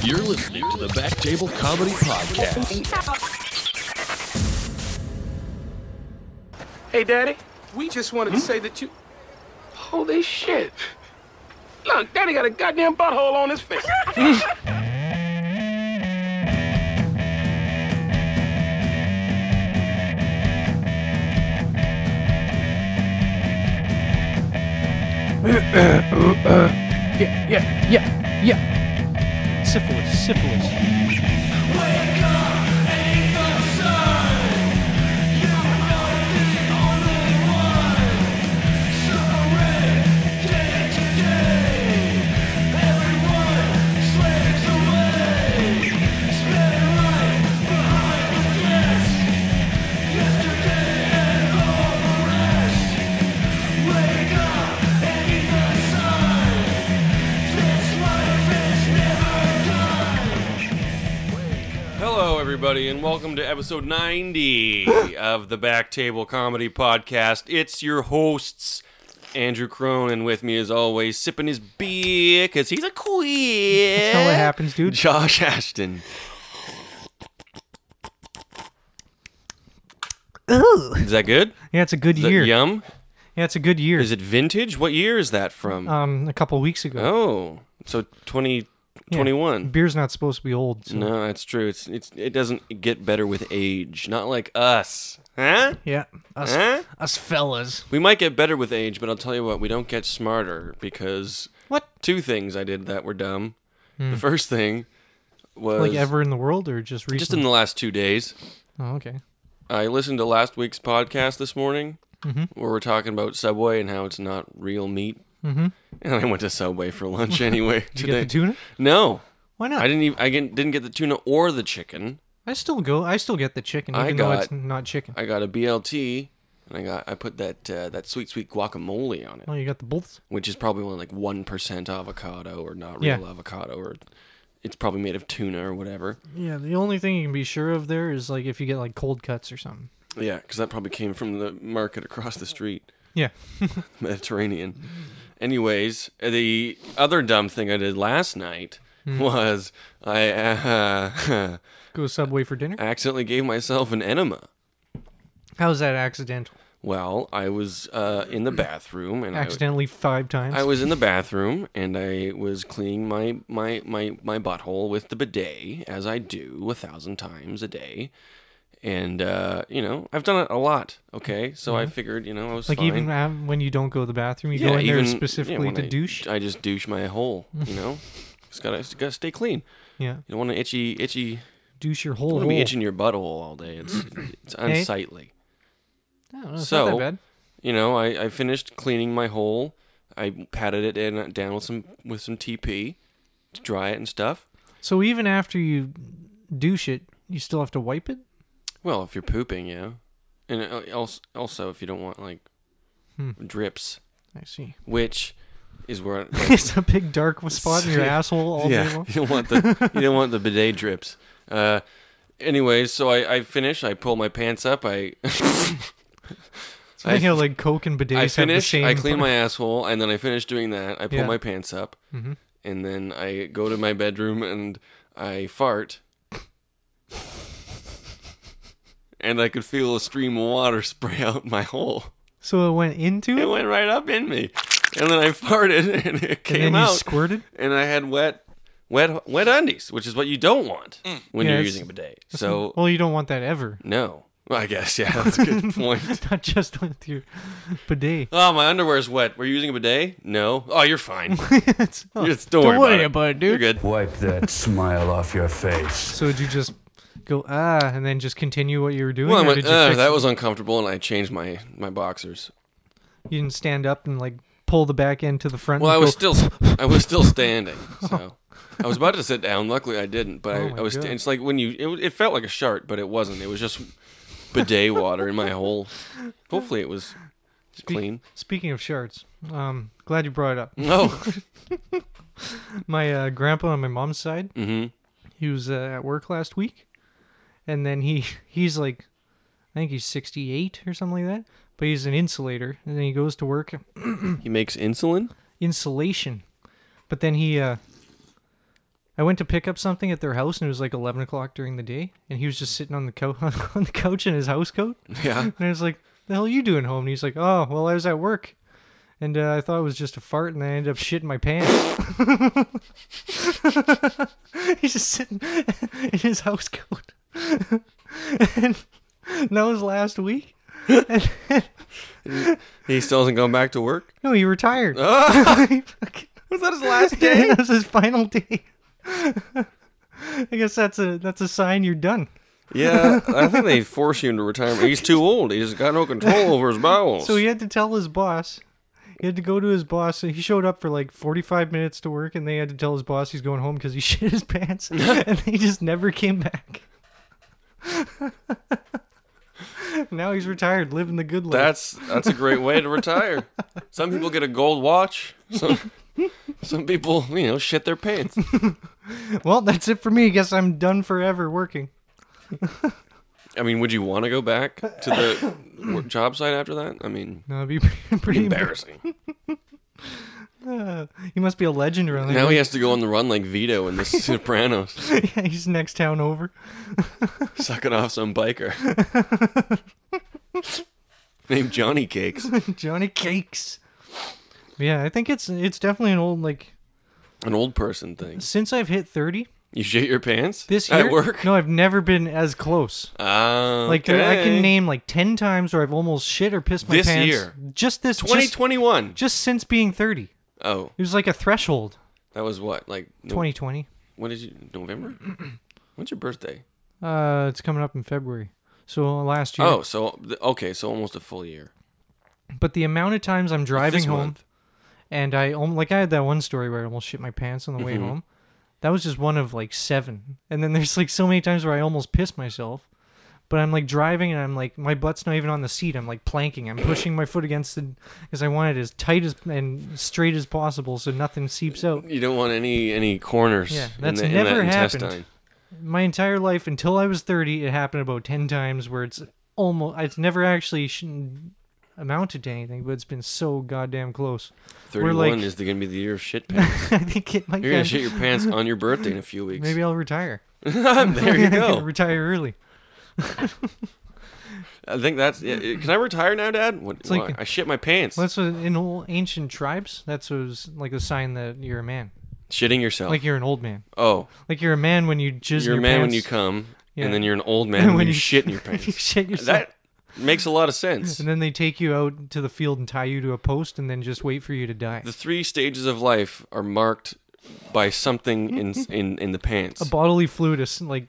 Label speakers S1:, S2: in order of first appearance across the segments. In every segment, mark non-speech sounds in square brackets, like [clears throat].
S1: You're listening to the Back Table Comedy Podcast.
S2: Hey, Daddy, we just wanted to say that you. Holy shit. Look, Daddy got a goddamn butthole on his face.
S3: Yeah, yeah, yeah, yeah. Syphilis, syphilis.
S4: Hello, everybody, and welcome to episode
S1: [gasps]
S4: 90 of the Back Table Comedy Podcast. It's your hosts, Andrew Crone, and with me, as always, sipping his beer because he's a queer.
S3: That's not what happens, dude.
S4: Josh Ashton. Is that good?
S3: Yeah, it's a good
S4: Is that
S3: year.
S4: yum?
S3: Yeah, it's a good year.
S4: Is it vintage? What year is that from?
S3: um, a couple weeks ago.
S4: oh, so 2021.
S3: Beer's not supposed to be old. So.
S4: No, that's true. It's, it's it doesn't get better with age. Not like us, huh?
S3: Yeah, us,
S4: Huh?
S3: us fellas.
S4: We might get better with age, but I'll tell you what, we don't get smarter because
S3: What?
S4: two things I did that were dumb. The first thing was
S3: Hmm. Like ever in the world or just recently?
S4: just in the last two days.
S3: oh, okay.
S4: I listened to last week's podcast this morning
S3: Mm-hmm.
S4: where we're talking about Subway and how it's not real meat. Mm-hmm. And I went to Subway for
S3: [laughs]
S4: lunch anyway
S3: Did you get
S4: today.
S3: the tuna?
S4: No,
S3: Why not?
S4: I didn't. Even, I didn't didn't get the tuna or the chicken.
S3: I still go. I still get the chicken,
S4: I
S3: even though it's
S4: got-
S3: not chicken.
S4: I got a BLT and I got I put that uh, that sweet sweet guacamole on it.
S3: oh, you got the bolts.
S4: which is probably only like one percent avocado or not
S3: Yeah.
S4: real avocado or it's probably made of tuna or whatever.
S3: Yeah, the only thing you can be sure of there is like if you get like cold cuts or something.
S4: Yeah, because that probably came from the market across the street, [laughs]
S3: Yeah.
S4: Mediterranean. Anyways, the other dumb thing I did last night
S3: Hmm.
S4: was I uh, [laughs]
S3: Go Subway for dinner.
S4: accidentally gave myself an enema.
S3: How's that accidental?
S4: Well, I was uh, in the bathroom and I,
S3: Accidentally five times.
S4: I was in the bathroom and I was cleaning my my my my butthole with the bidet as I do a thousand times a day, and uh, you know I've done it a lot. Okay, so I figured you know I was
S3: like
S4: fine.
S3: even uh, when you don't go to the bathroom, you go in there
S4: even- yeah,
S3: specifically
S4: when
S3: to
S4: I-
S3: douche.
S4: I just douche my hole.
S3: [laughs]
S4: You know, just gotta just gotta stay clean.
S3: yeah,
S4: You don't want to itchy itchy.
S3: douche your
S4: You
S3: whole
S4: don't want to
S3: hole.
S4: be itching your butthole all day. It's it's
S3: [clears throat] Hey.
S4: unsightly.
S3: I don't know, it's not
S4: So,
S3: that bad.
S4: you know, I, I finished cleaning my hole. I patted it in, down with some with some TP to dry it and stuff.
S3: So even after you douche it, you still have to wipe it.
S4: Well, if you're pooping, yeah, and uh, als- also if you don't want like
S3: Hmm.
S4: drips,
S3: I see.
S4: which is where like,
S3: [laughs] it's a big dark spot in your asshole all day
S4: [laughs] yeah,
S3: long.
S4: you don't want the you don't want the bidet drips. Uh, anyways, so I, I finish. I pull my pants up. I
S3: It's
S4: I
S3: like how like Coke and bidets
S4: I
S3: have the
S4: finish.
S3: same.
S4: I clean my asshole, and then I finish doing that. I pull
S3: Yeah.
S4: my pants up,
S3: Mm-hmm.
S4: and then I go to my bedroom and I fart. And I could feel a stream of water [laughs] spray out my hole.
S3: So it went into it,
S4: [laughs] It went right up in me, and then I farted, [laughs] and it
S3: and
S4: came
S3: then you
S4: out,
S3: squirted.
S4: and I had wet, wet, wet undies, which is what you don't want when
S3: Yeah,
S4: you're
S3: it's-
S4: using a bidet. So
S3: Well, you don't want that ever. [laughs]
S4: no, well, I guess yeah, that's a good point.
S3: Not just with your bidet. [laughs]
S4: Oh, my underwear's wet. We're using a bidet? No. Oh,
S3: [laughs]
S4: you're fine.
S3: It's- oh,
S4: You're- don't, worry
S3: worry
S4: about it.
S3: about it, dude.
S4: You're good.
S5: Wipe that smile off your face.
S3: So did you just go ah, and then just continue what you were doing?
S4: Well, I
S3: or
S4: went,
S3: did you
S4: "Ugh,
S3: fix
S4: uh, that
S3: it?
S4: was uncomfortable, and I changed my my boxers.
S3: You didn't stand up and like pull the back end to the front.
S4: Well,
S3: and
S4: I was
S3: go,
S4: still I was still standing.
S3: [laughs]
S4: So I was about to sit down. Luckily, I didn't. But
S3: Oh
S4: I,
S3: my
S4: I was. sta-
S3: God.
S4: It's like when you. It, it felt like a shart, but it wasn't. It was just bidet water in my hole. Hopefully, it was clean.
S3: Speaking of shards, um, glad you brought it up.
S4: Oh,
S3: My uh, grandpa on my mom's side,
S4: hmm
S3: he was uh, at work last week, and then he [laughs] he's like, I think he's sixty eight or something like that. But he's an insulator, and then he goes to work
S4: he makes insulin.
S3: insulation. But then he uh, I went to pick up something at their house, and it was like eleven o'clock during the day, and he was just sitting on the co- [laughs] on the couch in his house coat.
S4: Yeah.
S3: And I was like, "The hell are you doing home?" And he's like, "Oh, well, I was at work, and uh, I thought it was just a fart, and I ended up shitting my pants." [laughs] he's just sitting [laughs] in his house coat, [laughs] and that was last week.
S4: He still hasn't gone back to
S3: [laughs]
S4: work.
S3: No, he retired. He fucking-
S4: Oh. [laughs] Was that his last
S3: [laughs]
S4: day?
S3: that was his final day. [laughs] I guess that's a that's a sign you're done.
S4: yeah, I think they force you into retirement. He's too old. He's got no control over his bowels.
S3: So he had to tell his boss. He had to go to his boss. He showed up for like 45 minutes to work, and they had to tell his boss he's going home because he [laughs] shit his pants, and he just never came back. [laughs] now he's retired, living the good life.
S4: That's that's a great way to retire. Some people get a gold watch. Some some people, you know, shit their pants.
S3: well, that's it for me. Guess I'm done forever working.
S4: I mean, would you want to go back to the
S3: [coughs]
S4: wor- job site after that? I mean,
S3: No, it'd be [laughs] pretty embarrassing.
S4: embarrassing.
S3: [laughs] He must be a legend around there.
S4: Now he has to go on the run like Vito in The Sopranos,
S3: [laughs] yeah, he's next town over. [laughs]
S4: sucking off some biker named Johnny Cakes.
S3: Johnny Cakes. Yeah, I think it's it's definitely an old like
S4: An old person thing.
S3: since I've hit 30
S4: You shit your pants
S3: this year.
S4: at work?
S3: No, I've never been as close.
S4: Ah,
S3: Like there- I
S4: okay.
S3: can name like 10 times where I've almost shit or pissed my
S4: This
S3: pants.
S4: year.
S3: Just this just,
S4: 2021.
S3: just since being 30. It
S4: Oh,
S3: was like a threshold.
S4: that was what? Like no-
S3: 2020.
S4: When did you
S3: [clears throat]
S4: November? When's your birthday?
S3: Uh it's coming up in February. So last year.
S4: Oh, so th- okay, so almost a full year.
S3: But the amount of times I'm driving
S4: This
S3: home
S4: month.
S3: and I om- like I had that one story where I almost shit my pants on the
S4: Mm-hmm.
S3: way home. That was just one of like seven. And then there's like so many times where I almost pissed myself. But I'm like driving and I'm like my butt's not even on the seat. I'm like planking. I'm pushing my foot against the because I want it as tight as and straight as possible so nothing seeps out.
S4: You don't want any any corners.
S3: Yeah,
S4: in
S3: that's
S4: the- in
S3: never
S4: that
S3: happened.
S4: intestine.
S3: My entire life until I was 30, it happened about 10 times where it's almost it's never actually sh- amounted to anything, but it's been so goddamn close. We're
S4: Thirty-one
S3: like-
S4: is the, gonna be the year of shit
S3: [laughs]
S4: pants.
S3: I think it might
S4: You're gonna
S3: be-
S4: shit your pants on your birthday in a few weeks. [laughs]
S3: Maybe I'll retire.
S4: there you
S3: [laughs]
S4: go.
S3: retire early.
S4: I think that's. Yeah, it- can I retire now, Dad? What,
S3: like-
S4: why? I shit my pants.
S3: Well, that's what in old ancient tribes. That's what was like a sign that you're a man.
S4: Shitting yourself.
S3: Like you're an old man.
S4: oh,
S3: Like you're a man when you jizz.
S4: you're a
S3: in your
S4: man when
S3: pants.
S4: you come,
S3: Yeah.
S4: and then you're an
S3: [laughs]
S4: old man when,
S3: when
S4: you
S3: you-
S4: shit in your
S3: you
S4: pants.
S3: shit yourself.
S4: that makes a lot of sense.
S3: And then they take you out to the field and tie you to a post and then just wait for you to die.
S4: the three stages of life are marked by something in in in the pants.
S3: Bodily fluid is like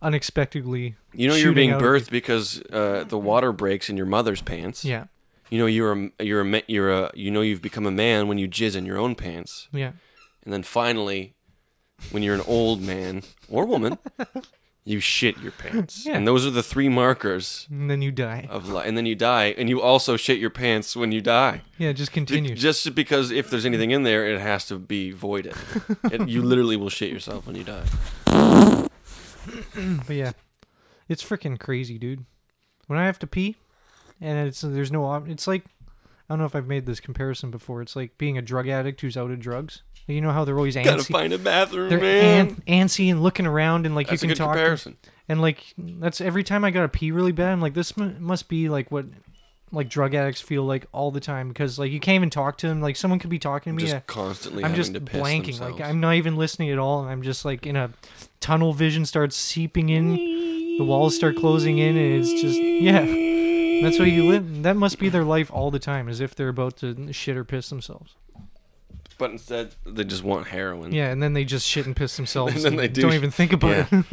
S3: unexpectedly.
S4: you know you're
S3: shooting
S4: being
S3: out.
S4: birthed because uh, the water breaks in your mother's pants.
S3: Yeah,
S4: You know you're a you're a ma- you're a you know you've become a man when you jizz in your own pants,
S3: yeah.
S4: and then finally, when you're an old man or
S3: [laughs]
S4: woman, you shit your pants.
S3: Yeah.
S4: And those are the three markers
S3: And then you die.
S4: of life. And then you die, and you also shit your pants when you die.
S3: Yeah, it just continues.
S4: Just because if there's anything in there, it has to
S3: [laughs]
S4: be voided. it, you literally will shit yourself when you die.
S3: But yeah, it's freaking crazy, dude. When I have to pee, and it's there's no op- it's like I don't know if I've made this comparison before. It's like being a drug addict who's out of drugs. You know how they're always
S4: Gotta
S3: antsy.
S4: find a bathroom,
S3: They're
S4: man.
S3: an- antsy and looking around and like
S4: That's a
S3: you can
S4: good
S3: talk. to-
S4: comparison.
S3: And like that's every time I gotta pee really bad. I'm like this m- must be like what like drug addicts feel like all the time because like you can't even talk to them. Like someone could be talking to me.
S4: Just
S3: uh,
S4: constantly
S3: I'm
S4: having
S3: just
S4: to piss
S3: blanking.
S4: themselves.
S3: Like I'm not even listening at all, and I'm just like in a tunnel vision starts seeping in. The walls start closing in, and it's just yeah. That's what you
S4: [laughs]
S3: live. That must be their life all the time, as if they're about to shit or piss themselves.
S4: But instead, they just want heroin.
S3: Yeah, and then they just shit and piss themselves.
S4: And then they do.
S3: not even think about it.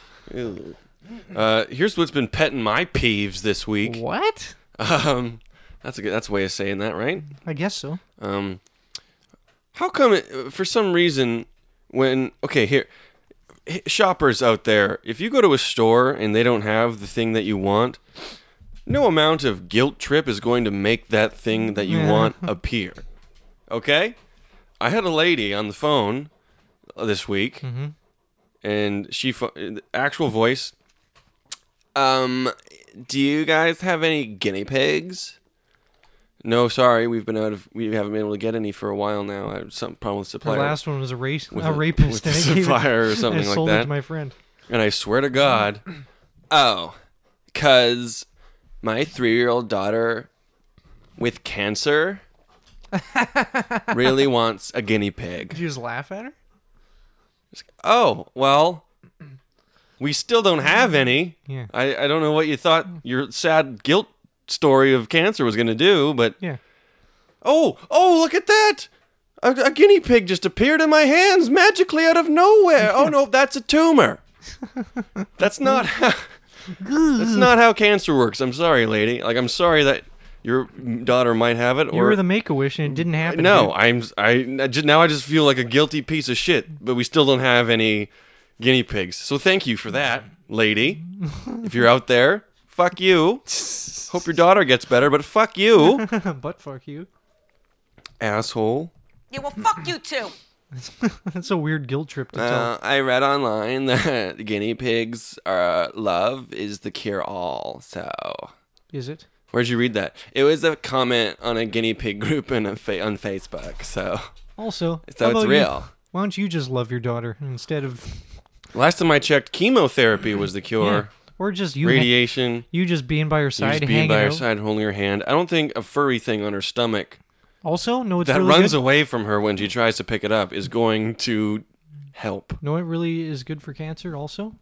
S3: [laughs]
S4: Ew. [laughs] Uh, here's what's been petting my peeves this week.
S3: what?
S4: Um, that's a good. That's a way of saying that, right?
S3: I guess so.
S4: Um, how come it, for some reason when okay here h- shoppers out there, if you go to a store and they don't have the thing that you want, no amount of guilt trip is going to make that thing that you
S3: Yeah. [laughs]
S4: want appear. Okay? I had a lady on the phone this week,
S3: Mm-hmm.
S4: and she pho- actual voice. Um, do you guys have any guinea pigs? No, sorry, we've been out of we haven't been able to get any for a while now. I had some problem with
S3: Her
S4: supplier.
S3: last one was a race,
S4: With
S3: a,
S4: a-
S3: rapist,
S4: with
S3: and
S4: a
S3: I gave
S4: supplier
S3: [laughs]
S4: or
S3: it,
S4: something
S3: I
S4: like
S3: sold it
S4: that.
S3: to my friend.
S4: And I swear to God, oh, because my three year old daughter with cancer really wants a guinea pig.
S3: Did you just laugh at her?
S4: Oh, well, we still don't have any.
S3: Yeah.
S4: I, I don't know what you thought your sad guilt story of cancer was going to do, but
S3: Yeah.
S4: oh, oh, look at that. A, a guinea pig just appeared in my hands magically out of nowhere. Oh no, that's a tumor. That's not how, That's not how cancer works. I'm sorry, lady. Like I'm sorry that your daughter might have it
S3: You
S4: or
S3: were the make a wish, and it didn't happen.
S4: [laughs] no,
S3: [laughs] dude.
S4: I'm I, I just now I just feel like a guilty piece of shit, but we still don't have any guinea pigs. So thank you for that, lady. if you're out there, fuck you. Hope your daughter gets better, but fuck you,
S3: butt fuck you. [laughs]
S4: asshole.
S6: Yeah, well, fuck you too.
S3: That's a weird guilt trip to tell.
S4: Uh, I read online [laughs] that guinea pigs are love is the cure all. So
S3: Is it?
S4: where'd you read that? It was a comment on a guinea pig group in a fa- on Facebook. So
S3: Also,
S4: so
S3: how
S4: it's
S3: about you-
S4: real.
S3: why don't you just love your daughter instead of
S4: Last time I checked, chemotherapy was the cure.
S3: or just you ha-
S4: Radiation.
S3: you just being by her
S4: You
S3: side,
S4: just being
S3: hanging
S4: by her
S3: out.
S4: side, holding her hand. I don't think a furry thing on her stomach
S3: Also, no, it's
S4: that
S3: really
S4: runs
S3: good.
S4: away from her when she tries to pick it up is going to help.
S3: No, it really is good for cancer. Also,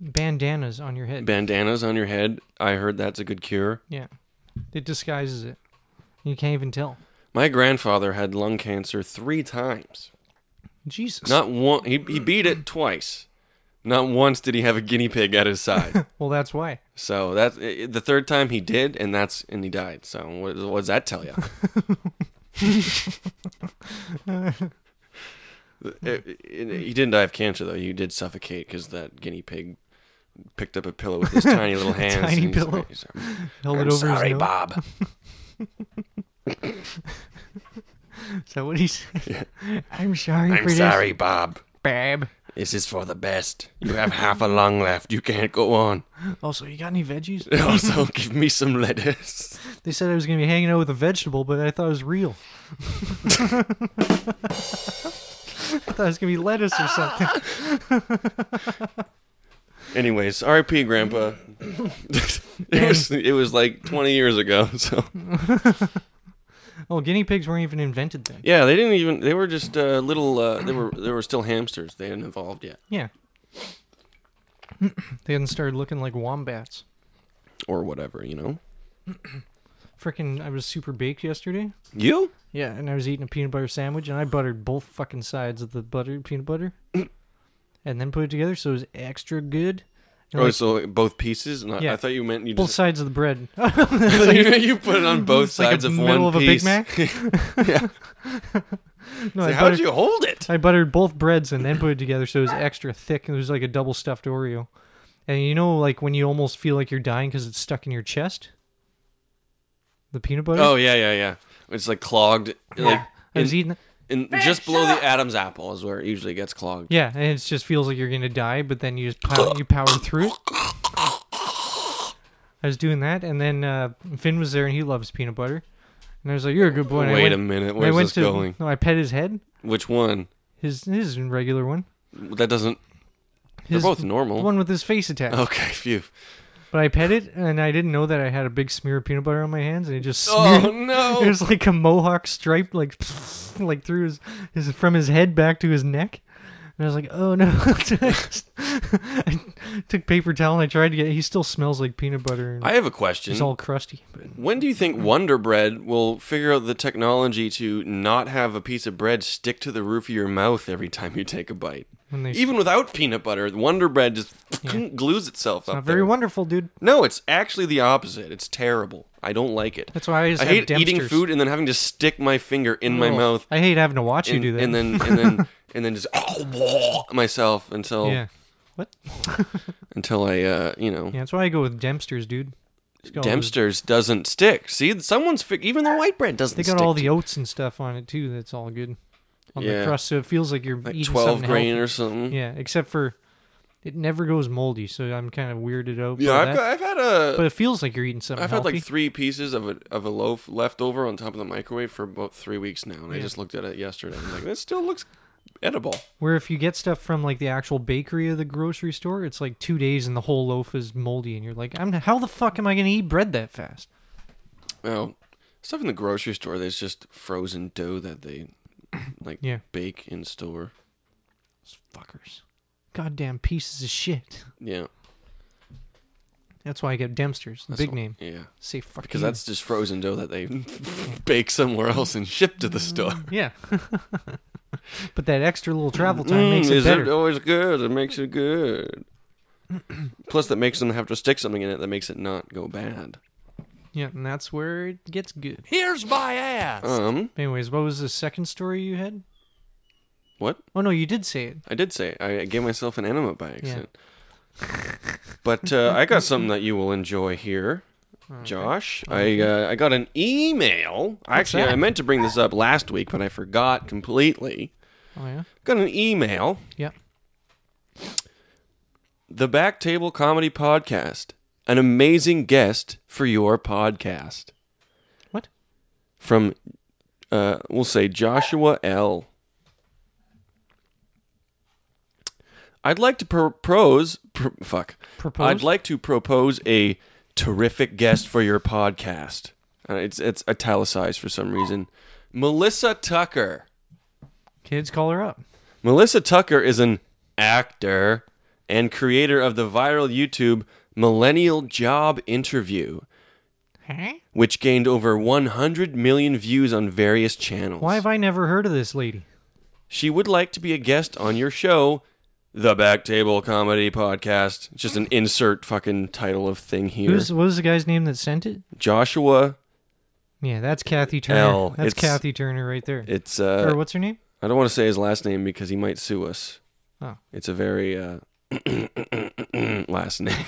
S3: bandanas on your head.
S4: Bandanas on your head. I heard that's a good cure.
S3: yeah, it disguises it. You can't even tell.
S4: My grandfather had lung cancer three times.
S3: Jesus.
S4: Not one. He, he beat it twice. Not once did he have a guinea pig at his
S3: [laughs]
S4: side.
S3: well, that's why.
S4: so that's i- i- the third time he did, and that's and he died. So what, what does that
S3: [laughs]
S4: tell you? he didn't die of cancer though. He did suffocate because that guinea pig picked up a pillow
S3: [laughs]
S4: with his tiny little hands.
S3: Tiny
S4: and he's-
S3: pillow.
S4: he's- I'm
S3: Held it over
S4: sorry,
S3: his nose. [laughs]
S4: Bob.
S3: Is that what he
S4: [laughs]
S3: said? [laughs] I'm sorry
S4: I'm
S3: for
S4: sorry, Bob.
S3: this, babe.
S4: This is for the best. You have half a lung left. You can't go on. [laughs]
S3: Also, you got any veggies?
S4: Also, give me some lettuce.
S3: They said I was gonna be hanging out with a vegetable, but I thought it was real. [laughs] I thought it was gonna be lettuce or something.
S4: [laughs] Anyways, R.I.P. [laughs] Grandpa. it was it was like 20 years ago. [laughs] So
S3: Oh, guinea pigs weren't even invented then.
S4: yeah, they didn't even. They were just uh, little. Uh, they were they were still hamsters. They hadn't evolved yet,
S3: Yeah. [clears throat] they hadn't started looking like wombats.
S4: or whatever. You know.
S3: Freaking, I was super baked yesterday.
S4: You?
S3: Yeah, and I was eating a peanut butter sandwich, and I buttered both fucking sides of the buttered peanut butter, and then put it together, so it was extra good. And
S4: Oh,
S3: like,
S4: so both pieces? Not,
S3: Yeah.
S4: I thought you meant you
S3: both
S4: just [laughs]
S3: sides of the bread. [laughs]
S4: you, you put it on both
S3: like
S4: sides
S3: a
S4: of
S3: middle
S4: one
S3: of a Big
S4: piece.
S3: Mac.
S4: [laughs]
S3: [laughs] no, I
S4: How
S3: buttered,
S4: did you hold it?
S3: I buttered both breads and then put it together, so it was extra thick. and It was like a double stuffed Oreo. And you know, like when you almost feel like you're dying because it's stuck in your chest. The peanut butter.
S4: Oh yeah, yeah, yeah. It's like clogged. Like,
S3: I was
S4: in,
S3: eating.
S4: in, just below the Adam's apple is where it usually gets clogged.
S3: Yeah, and it just feels like you're gonna die, but then you just pow- you power through. I was doing that, and then uh, Finn was there, and he loves peanut butter. And I was like, "You're a good boy." And I
S4: Wait
S3: went-
S4: a minute,
S3: and I
S4: where's
S3: went
S4: this
S3: to-
S4: going?
S3: No, I pet his head.
S4: Which one?
S3: His his is a regular one.
S4: That doesn't.
S3: His,
S4: both normal. Oh.
S3: The one with his face attached.
S4: Okay, phew.
S3: But I pet it, and I didn't know that I had a big smear of peanut butter on my hands, and it [laughs] just smeared.
S4: Oh no!
S3: It was like a mohawk stripe, like [laughs] like through his, his from his head back to his neck. And I was like, oh no! [laughs] I took paper towel and I tried to get. He still smells like peanut butter. And
S4: I have a question.
S3: he's all crusty. But
S4: When do you think Wonder Bread will figure out the technology to not have a piece of bread stick to the roof of your mouth every time you take a bite?
S3: when they,
S4: Even without peanut butter, Wonder Bread just [laughs] glues itself up
S3: not very
S4: there.
S3: wonderful, dude.
S4: no, it's actually the opposite. It's terrible. I don't like it.
S3: That's why I just
S4: I
S3: have
S4: hate eating
S3: Dempsters. Oh.
S4: food and then having to stick my finger in my mouth
S3: I hate having to watch
S4: and,
S3: you do that.
S4: and then and then
S3: [laughs]
S4: and then just [laughs] myself until
S3: yeah, what?
S4: until I uh, you know
S3: Yeah, that's why I go with Dempsters, dude. It's got all those-
S4: Dempster's doesn't stick. See, someone's fi- even the white bread doesn't.
S3: They
S4: stick
S3: got all
S4: to
S3: the oats and stuff on it too. That's all good on
S4: Yeah.
S3: the crust, so it feels like you're
S4: like
S3: eating
S4: 12
S3: something
S4: grain
S3: healthy.
S4: or something.
S3: Yeah, except for It never goes moldy, so I'm kind of weirded out.
S4: Yeah,
S3: by that.
S4: I've, got, I've had a
S3: but it feels like you're eating something.
S4: I've had
S3: healthy.
S4: like three pieces of a of a loaf left over on top of the microwave for about three weeks now, and I just looked at it yesterday. and I'm like, this still looks edible.
S3: Where if you get stuff from like the actual bakery or the grocery store, it's like two days and the whole loaf is moldy, and you're like, I'm how the fuck am I gonna eat bread that fast?
S4: Oh, stuff in the grocery store. There's just frozen dough that they like
S3: Yeah.
S4: bake in store.
S3: Those fuckers, goddamn pieces of shit.
S4: Yeah,
S3: That's why I get Dempster's, the
S4: that's
S3: big
S4: what-
S3: name.
S4: Yeah,
S3: Say fuck
S4: because
S3: you.
S4: that's just frozen dough that they [laughs] bake somewhere else and ship to the store.
S3: yeah. [laughs] but that extra little travel time makes it
S4: Mm, is
S3: better.
S4: it always good? It makes it good. [clears throat] Plus, that makes them have to stick something in it that makes it not go bad.
S3: yeah, and that's where it gets good.
S1: Here's my ass.
S4: Um,
S3: Anyways, what was the second story you had?
S4: what?
S3: Oh no, you did say it.
S4: I did say it. I gave myself an enema by accident. but uh, I got something that you will enjoy here, Josh. I uh, I got an email. Actually,
S3: that?
S4: I meant to bring this up last week, but I forgot completely.
S3: Oh yeah,
S4: Got an email.
S3: yeah.
S4: The Back Table Comedy Podcast. An amazing guest for your podcast
S3: What?
S4: from, uh, we'll say Joshua L. I'd like to propose. Pr- fuck.
S3: Propose?
S4: I'd like to propose a terrific guest for your podcast. Uh, it's it's italicized for some reason. Melissa Tucker.
S3: Kids, call her up.
S4: Melissa Tucker is an actor and creator of the viral YouTube Millennial Job Interview,
S3: Huh?
S4: which gained over 100 million views on various channels.
S3: Why have I never heard of this lady?
S4: She would like to be a guest on your show, The Back Table Comedy Podcast. Just an insert fucking title of thing here.
S3: Who's what was the guy's name that sent it?
S4: Joshua.
S3: Yeah, that's Kathy Turner.
S4: L.
S3: That's
S4: It's-
S3: Kathy Turner right there.
S4: It's
S3: or
S4: uh,
S3: what's her name?
S4: I don't want to say his last name because he might sue us.
S3: Oh.
S4: It's a very uh, [clears throat] last name.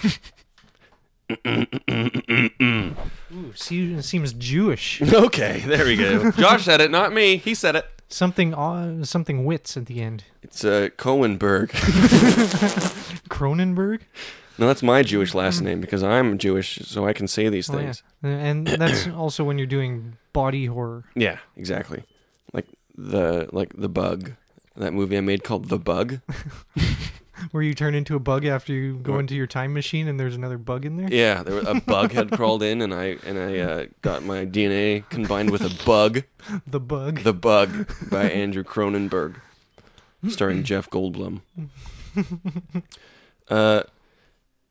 S3: Ooh, she seems Jewish.
S4: [laughs] okay, there we go. Josh said it, not me. He said it.
S3: Something uh, something wits at the end.
S4: It's uh, Cohenberg.
S3: Cronenberg.
S4: no, that's my Jewish last name because I'm Jewish, so I can say these
S3: Oh, yeah.
S4: things.
S3: And that's [coughs] also when you're doing body horror.
S4: yeah. exactly. Like the like the bug. That movie I made called The [laughs] Bug.
S3: Where you turn into a bug after you go into your time machine and there's another bug in there?
S4: Yeah, there was a bug had crawled in, and I and I uh, got my DNA combined with a bug.
S3: The bug.
S4: The Bug by Andrew Cronenberg, starring Jeff Goldblum. Uh,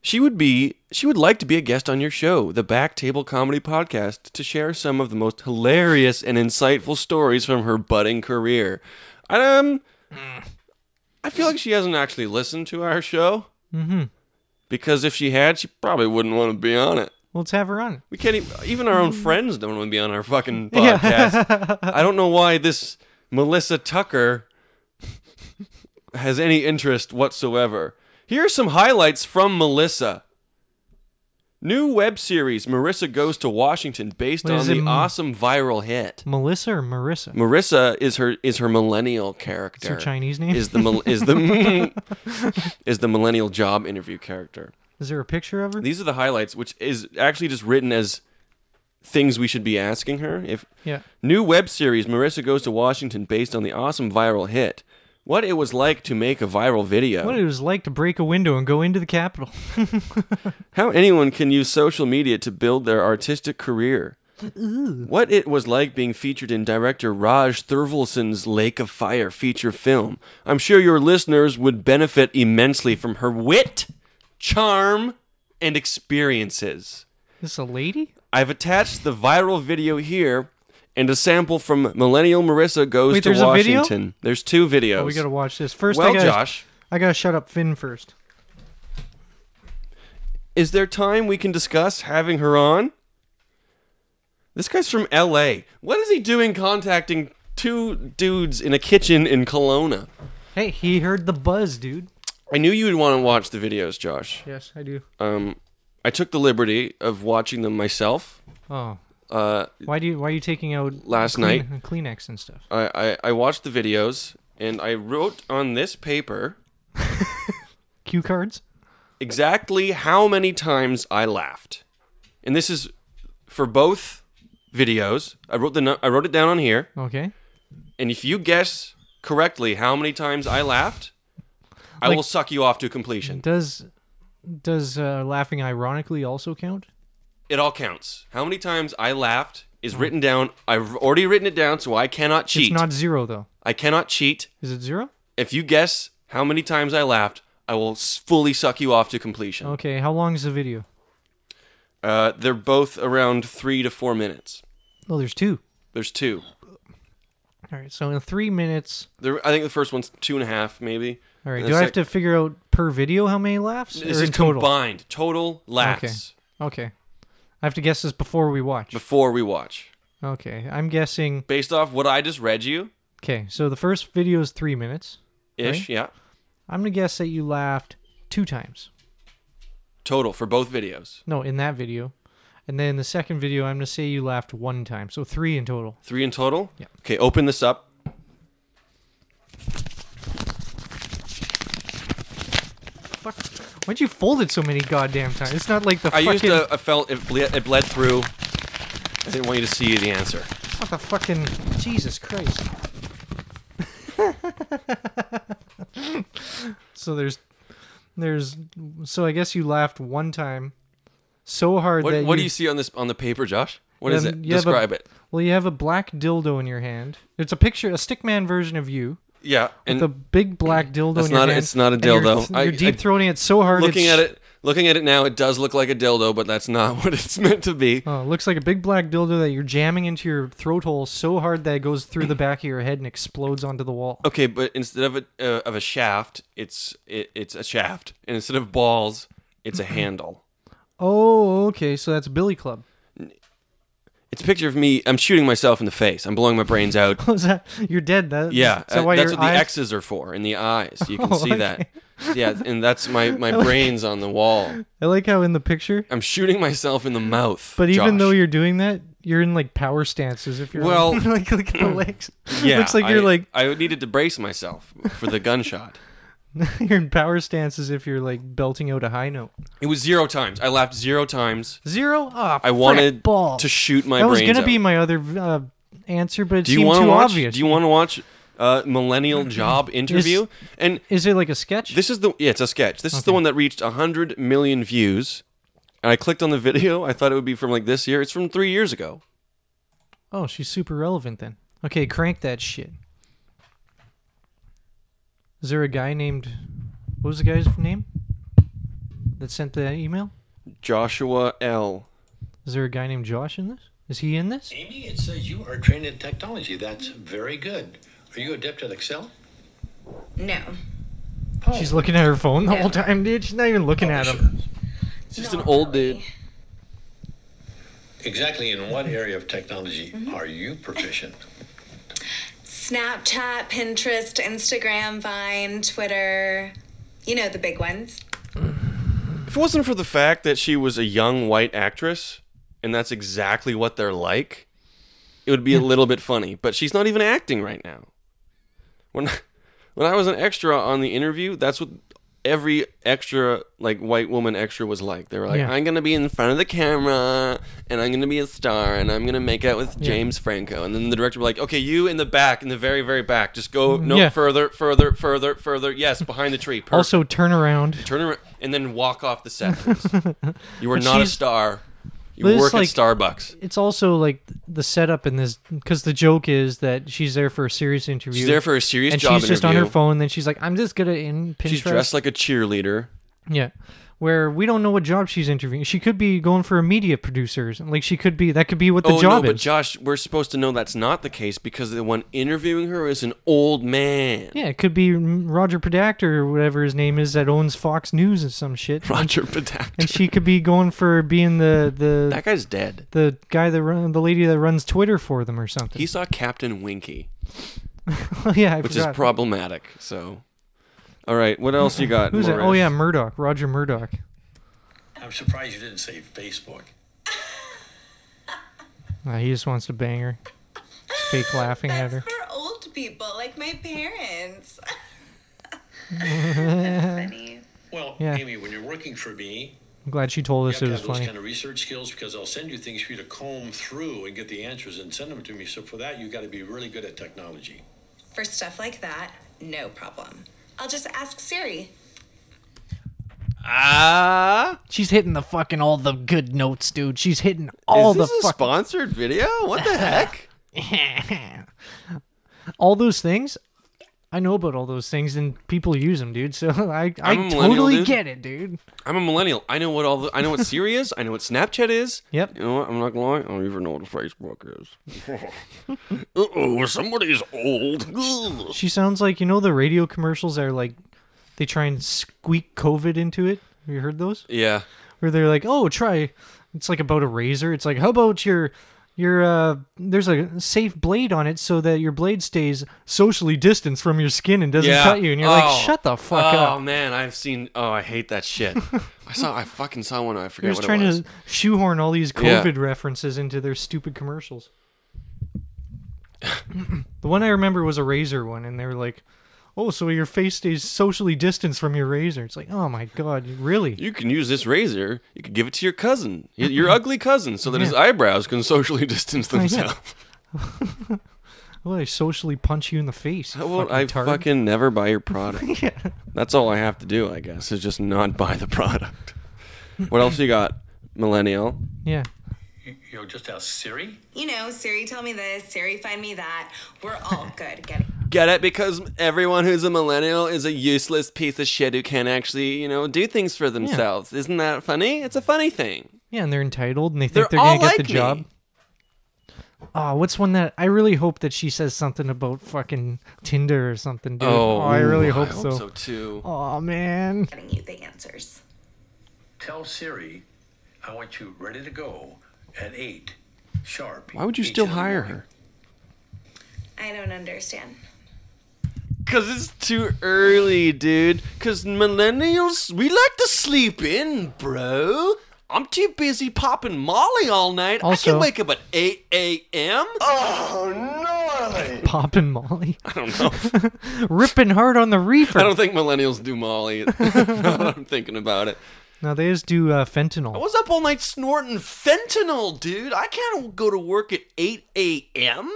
S4: she would be she would like to be a guest on your show, the Back Table Comedy Podcast, to share some of the most hilarious and insightful stories from her budding career. Um, I feel like she hasn't actually listened to our show. Mm-hmm. Because if she had, she probably wouldn't want to be on it.
S3: Let's have her on.
S4: We can't even, even our
S3: Hmm.
S4: own friends don't want to be on
S3: [laughs]
S4: our fucking podcast. I don't know why this Melissa Tucker has any interest whatsoever. Here are some highlights from Melissa. New web series Marissa Goes to Washington based
S3: What
S4: on
S3: is
S4: the
S3: it, M-
S4: awesome viral hit.
S3: Melissa or Marissa?
S4: Marissa is her is her millennial character.
S3: her Chinese name?
S4: Is the mil- is the
S3: [laughs]
S4: is the [laughs] millennial job interview character.
S3: Is there a picture of her?
S4: These are the highlights, which is actually just written as things we should be asking her. If
S3: yeah.
S4: new web series Marissa Goes to Washington based on the awesome viral hit. What it was like to make a viral video.
S3: What it was like to break a window and go into the Capitol.
S4: How anyone can use social media to build their artistic career. What it was like being featured in director Raj Thirlvalson's Lake of Fire feature film. I'm sure your listeners would benefit immensely from her wit, charm, and experiences.
S3: This a lady?
S4: I've attached the viral video here and a sample from Millennial Marissa Goes
S3: Wait,
S4: to
S3: there's a video?
S4: Washington. There's two videos.
S3: Oh, we gotta watch this. First
S4: well,
S3: I gotta,
S4: Josh,
S3: I gotta shut up Finn first.
S4: is there time we can discuss having her on? This guy's from LA. What is he doing contacting two dudes in a kitchen in Kelowna?
S3: Hey, he heard the buzz, dude.
S4: I knew you would want to watch the videos, Josh.
S3: Yes, I do.
S4: Um, I took the liberty of watching them myself.
S3: Oh.
S4: Uh,
S3: Why do you why are you taking out
S4: Last
S3: Kleen- Kleenex and stuff?
S4: I, I, I watched the videos and I wrote on this paper
S3: cue cards.
S4: exactly how many times I laughed. And this is for both videos. I wrote the nu- I wrote it down on here.
S3: Okay.
S4: And if you guess correctly how many times I laughed, I
S3: Like-
S4: will suck you off to completion.
S3: Does does uh, laughing ironically also count?
S4: It all counts. How many times I laughed is written down. I've already written it down, so I cannot cheat.
S3: It's not zero though.
S4: I cannot cheat.
S3: Is it zero?
S4: If you guess how many times I laughed, I will s- fully suck you off to completion.
S3: Okay. How long is the video?
S4: Uh, they're both around three to four minutes.
S3: Oh, there's two.
S4: There's two.
S3: All right. So in three minutes.
S4: There, I think the first one's two and a half, maybe.
S3: All right.
S4: And
S3: Do
S4: the
S3: I have
S4: sec-
S3: to figure out per video how many laughs?
S4: This
S3: or
S4: is
S3: in total?
S4: combined total laughs
S3: Okay. I have to guess this before we watch.
S4: before we watch,
S3: Okay. I'm guessing.
S4: based off what I just read you
S3: Okay. So the first video is three minutes.
S4: ish.
S3: Right.
S4: Yeah,
S3: I'm gonna guess that you laughed two times.
S4: total for both videos,
S3: No, in that video. And then the second video, I'm gonna say you laughed one time. So three in total.
S4: three in total.
S3: Yeah.
S4: Okay, open this up.
S3: Fuck. Why'd you fold it so many goddamn times? It's not like the
S4: I
S3: fucking
S4: used a, a felt. It bled, it bled through. I didn't want you to see the answer.
S3: it's not the fucking Jesus Christ. [laughs] so there's there's so I guess you laughed one time so hard
S4: What,
S3: that
S4: what
S3: you,
S4: do you see on this on the paper, Josh? What is
S3: Um,
S4: it?
S3: you have a-
S4: Describe it.
S3: Well, you have a black dildo in your hand. It's a picture, a stickman version of you.
S4: Yeah, and
S3: The big black dildo
S4: That's
S3: in your
S4: not a-
S3: hand.
S4: it's not a
S3: and you're-
S4: dildo.
S3: You're,
S4: I-
S3: deep
S4: I-
S3: throating it so hard.
S4: looking
S3: it's-
S4: at it, looking at it now, it does look like a dildo, but that's not [laughs] what it's meant to be.
S3: Oh, it looks like a big black dildo that you're jamming into your throat hole so hard that it goes through the back of your head and explodes onto the wall.
S4: Okay, but instead of a uh, of a shaft, it's it, it's a shaft, and instead of balls, it's a
S3: Mm-hmm.
S4: handle.
S3: Oh, okay. So that's Billy Club. [laughs]
S4: It's a picture of me. I'm shooting myself in the face. I'm blowing my
S3: [laughs]
S4: brains out.
S3: Was that you're dead? That
S4: Yeah,
S3: Is that
S4: uh,
S3: why
S4: that's
S3: your
S4: what the
S3: eyes-
S4: X's are for in the eyes.
S3: [laughs]
S4: You can
S3: Oh,
S4: see that. Yeah, and that's
S3: [laughs]
S4: my my brains on the wall.
S3: I like how in the picture.
S4: I'm shooting myself in the mouth.
S3: But even
S4: Josh.
S3: though you're doing that, you're in like power stances. If you're [laughs]
S4: Well-
S3: like look
S4: [clears throat]
S3: at the legs.
S4: yeah,
S3: looks like you're
S4: I-
S3: like [laughs]
S4: I needed to brace myself for the gunshot.
S3: you're in power stances if you're like belting out a high note.
S4: It was zero times. I laughed zero times.
S3: Zero. Ah,
S4: I wanted
S3: frick ball.
S4: to shoot my
S3: That was
S4: brains
S3: gonna
S4: out.
S3: be my other uh, answer, but it
S4: Do you
S3: seemed
S4: want
S3: too
S4: to watch?
S3: obvious.
S4: Do you want to watch uh,
S3: [clears throat]
S4: Millennial Job Interview? and
S3: Is it like a sketch?
S4: this is the yeah, it's a sketch. This is the one that reached hundred million views. And I clicked on the [laughs] video. I thought it would be from like this year. It's from three years ago.
S3: oh, she's super relevant then. Okay, crank that shit. Is there a guy named? What was the guy's name that sent that email?
S4: Joshua L.
S3: Is there a guy named Josh in this? Is he in this?
S6: Amy, it says you are trained in technology. That's very good. Are you adept at Excel?
S7: No.
S3: She's looking at her phone the whole time, dude. She's not even looking at him.
S4: It's just an old dude.
S6: Exactly in what area of technology are you proficient?
S7: Snapchat, Pinterest, Instagram, Vine, Twitter. You know the big ones.
S4: If it wasn't for the fact that she was a young white actress, and that's exactly what they're like, it would be
S3: Hmm.
S4: a little bit funny. But she's not even acting right now. When [laughs] when I was an extra on the interview, that's what every extra like white woman extra was like. They were like,
S3: Yeah.
S4: "I'm gonna be in front of the camera, and I'm gonna be a star, and I'm gonna make out with James Franco." And then the director would be like, "Okay, you in the back, in the very very back, just go no
S3: yeah.
S4: further, further, further, further. Yes, behind the tree.
S3: [laughs]
S4: Perfect
S3: Also, turn around.
S4: turn around and then walk off the set.
S3: [laughs]
S4: you are not a
S3: she's-
S4: star. You
S3: but it's
S4: work
S3: like-
S4: at Starbucks.
S3: It's also like the setup in this because the joke is that she's there for a serious interview.
S4: She's there for a serious
S3: and
S4: job
S3: she's just on her
S4: interview.
S3: phone. Then she's like, "I'm just gonna in Pinterest."
S4: She's dressed like a cheerleader.
S3: yeah, where we don't know what job she's interviewing. She could be going for a media producer. Like she could be that could be what the
S4: oh
S3: job
S4: no, but
S3: is.
S4: Josh, we're supposed to know that's not the case because the one interviewing her is an old man.
S3: yeah, it could be Roger Predact or whatever his name is that owns Fox News and some shit.
S4: Roger Pataki.
S3: And she could be going for being the the
S4: [laughs] that guy's dead.
S3: the guy that run the lady that runs Twitter for them or something. Oh, [laughs]
S4: He saw Captain Winky,
S3: yeah, I
S4: which
S3: forgot.
S4: is problematic. So, all right, what else you got?
S3: Who's that? Oh
S4: Morris?
S3: yeah, Murdoch, Roger Murdoch.
S6: I'm surprised you didn't say Facebook.
S3: Uh, he just wants to bang her. Fake laughing at
S7: That's
S3: her.
S7: for old people, like my parents. [laughs] That's funny.
S6: Well,
S3: Yeah.
S6: Amy, when you're working for me,
S3: I'm glad she told
S6: you
S3: us
S6: have
S3: it
S6: to
S3: was
S6: have those
S3: funny.
S6: kind of research skills because I'll send you things for you to comb through and get the answers and send them to me. So for that, you got to be really good at technology.
S7: For stuff like that, no problem. I'll just ask Siri.
S4: Ah,
S3: She's hitting the fucking all the good notes, dude. She's hitting all
S4: is this
S3: the
S4: a
S3: fucking
S4: sponsored video? What the heck?
S3: [laughs] all those things. I know about all those things, and people use them, dude. So [laughs] I, I
S4: I'm a millennial,
S3: totally
S4: dude.
S3: get it, dude.
S4: I'm a millennial. I know what all the,
S3: [laughs]
S4: I know what Siri is. I know what Snapchat is.
S3: Yep.
S4: You know what? I'm not gonna lie. I don't even know what Facebook is. uh oh, somebody's old. Ugh.
S3: She sounds like you know the radio commercials that are like they try and squeak COVID into it. Have you heard those?
S4: yeah.
S3: Where they're like, oh, try. It's like about a razor. It's like, how about your your uh there's a safe blade on it so that your blade stays socially distanced from your skin and doesn't
S4: Yeah.
S3: cut you and you're
S4: Oh.
S3: like shut the fuck
S4: oh,
S3: up
S4: man, I've seen. Oh, I hate that shit.
S3: [laughs]
S4: I saw. I fucking saw one. I forget
S3: They're just
S4: what
S3: trying
S4: it was.
S3: to shoehorn all these
S4: Yeah.
S3: COVID references into their stupid commercials. [coughs] the one I remember was a razor one, and they were like, "Oh, so your face stays socially distanced from your razor." It's like, oh my god, really?
S4: You can use this razor. You can give it to your cousin, y-
S3: [laughs]
S4: your ugly cousin, so that his eyebrows can socially [laughs] distance
S3: Oh,
S4: themselves.
S3: Well, they socially punch you in the face. you
S4: How about
S3: [laughs] fucking
S4: I
S3: tard.
S4: fucking never buy
S3: [laughs]
S4: your product? That's all I have to do, I guess, is just not buy the product. What else you got, millennial?
S3: yeah.
S6: You, you know, just ask Siri.
S7: You know, Siri, tell me this. Siri, find me that. We're all good. Get it.
S4: Get it? Because everyone who's a millennial is a useless piece of shit who can't actually, you know, do things for themselves. Isn't that funny? It's a funny thing.
S3: Yeah, and they're entitled, and they think they're,
S4: They're all
S3: gonna get
S4: like
S3: the job.
S4: me.
S3: Ah, what's one that I really hope that she says something about fucking Tinder or something, dude. Oh, I really
S4: Oh, ooh,
S3: hope, so.
S4: too.
S3: Oh man.
S7: Getting you the answers.
S6: Tell Siri, I want you ready to go at eight sharp.
S4: Why would you
S6: each
S4: still
S6: and every
S4: hire
S6: morning.
S4: her?
S7: I don't understand.
S4: Because it's too early, dude. Because millennials, we like to sleep in, bro. I'm too busy popping Molly all night. I
S3: Also-
S4: can wake up at 8 a.m.
S3: Poppin' Molly.
S4: [laughs] I don't know.
S3: [laughs] ripping hard on the reefer.
S4: I don't think millennials do Molly. [laughs] now that I'm thinking about it.
S3: No, they just do uh,
S4: I
S3: fentanyl.
S4: was up all night snorting fentanyl, dude. I can't go to work at 8 a.m.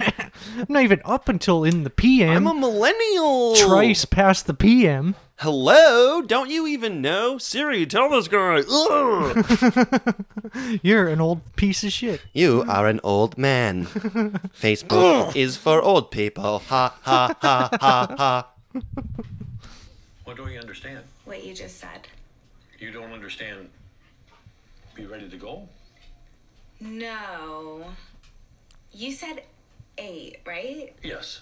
S3: I'm not even up until in the
S4: I'm
S3: PM.
S4: a millennial.
S3: Trice past the PM.
S4: Hello? Don't you even know? Siri, tell this guy. Ugh.
S3: [laughs] You're an old piece of shit.
S4: You are an
S3: [laughs]
S4: old man. Facebook is for old people. Ha ha ha ha ha.
S6: What don't you understand?
S7: What you just said.
S6: You don't understand. Be ready to go.
S7: No. You said eight, right?
S6: Yes.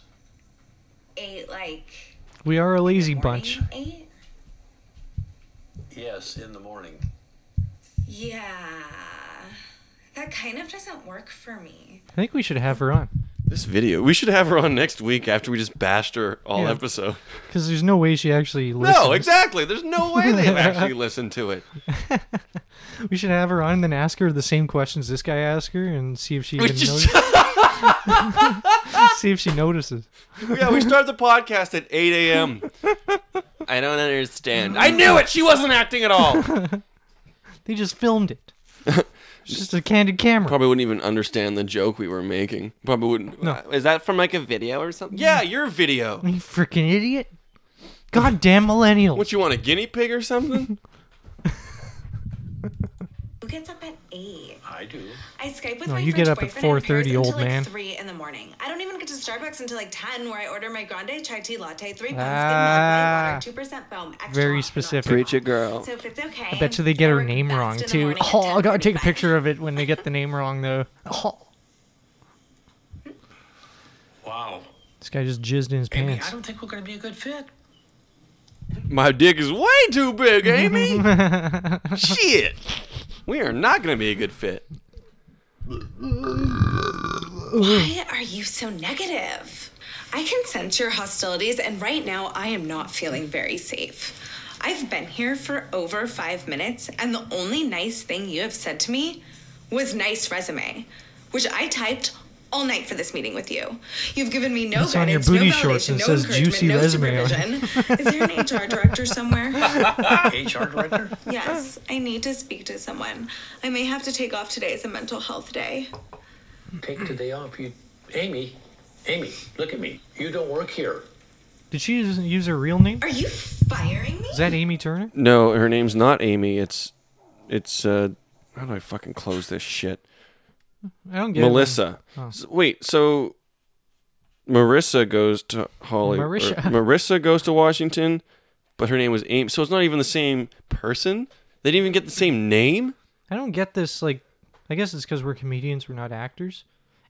S7: Eight, like.
S3: We are a lazy bunch.
S7: morning Eight?
S6: Yes, in the morning.
S7: Yeah. That kind of doesn't work for me.
S3: I think we should have her on
S4: This video, we should have her on next week after we just bashed her all
S3: Yeah.
S4: episode.
S3: because there's no way she actually listens.
S4: [laughs] No, exactly. There's no way
S3: [laughs]
S4: they've actually listened to it.
S3: We should have her on and then ask her the same questions this guy asked her and see if she
S4: We
S3: even
S4: just,
S3: notices.
S4: [laughs]
S3: see if she notices.
S4: yeah, we start the podcast at 8
S3: [laughs]
S4: a.m. I don't understand. I knew it. She wasn't acting at all.
S3: They just filmed
S4: [laughs]
S3: it. It's just a candid camera.
S4: Probably wouldn't even understand the joke we were making. Probably wouldn't. No. Uh, Is that from like a video or something? Yeah, your video.
S3: You freaking idiot. Goddamn millennials.
S4: What you want a guinea pig or something?
S7: Who gets up at eight?
S6: I do.
S7: I Skype with
S3: No,
S7: my
S3: you
S7: French
S3: get up at
S7: boyfriend in
S3: 4:30,
S7: Paris
S3: old
S7: until, like,
S3: man.
S7: Three in the morning. I don't even get to Starbucks until like ten, where I order my grande chai tea latte, three pumps,
S3: Ah.
S7: thin milk, white water, two percent foam, extra
S3: Very
S7: hot, not
S3: specific.
S7: too
S3: Preach
S7: hot.
S4: girl.
S7: So if it's okay,
S3: I bet you they get
S7: I
S3: her
S7: work
S3: name
S7: best
S3: wrong
S7: in the
S3: too.
S7: morning
S3: [laughs]
S7: at
S3: Oh, I gotta take a
S7: 10:45.
S3: picture of it when they get the name wrong though. Oh.
S6: Wow.
S3: This guy just jizzed in his
S6: Amy, I
S3: pants.
S6: don't think we're going to be a good fit.
S4: My dick is way too big, Amy. Shit. We are not going to be a good fit.
S7: Why are you so negative? I can sense your hostilities, and right now I am not feeling very safe. I've been here for over five minutes, and the only nice thing you have said to me was nice resume, which I typed all night for this meeting with you. You've given me no
S3: It's on your
S7: guidance,
S3: booty
S7: no
S3: shorts
S7: validation,
S3: and
S7: no
S3: says
S7: encouragement,
S3: juicy
S7: no
S3: resume on
S7: supervision. Is
S3: [laughs]
S7: there an HR director somewhere?
S6: HR director?
S7: yes, I need to speak to someone. I may have to take off today as a mental health day.
S8: Take the day off. You, Amy, Amy, look at me. You don't work here.
S3: Did she use, use her real name?
S7: Are you firing me?
S3: Is that Amy Turner?
S4: No, her name's not Amy. It's it's uh how do I fucking close this shit?
S3: I don't get
S4: Melissa.
S3: Oh.
S4: S- wait, so Marissa goes to Holly. or
S3: [laughs] Marisha.
S4: Marissa goes to Washington, but her name was Amy. So it's not even the same person. They didn't even get the same name.
S3: it. I don't get this. Like, I guess it's because we're comedians, we're not actors.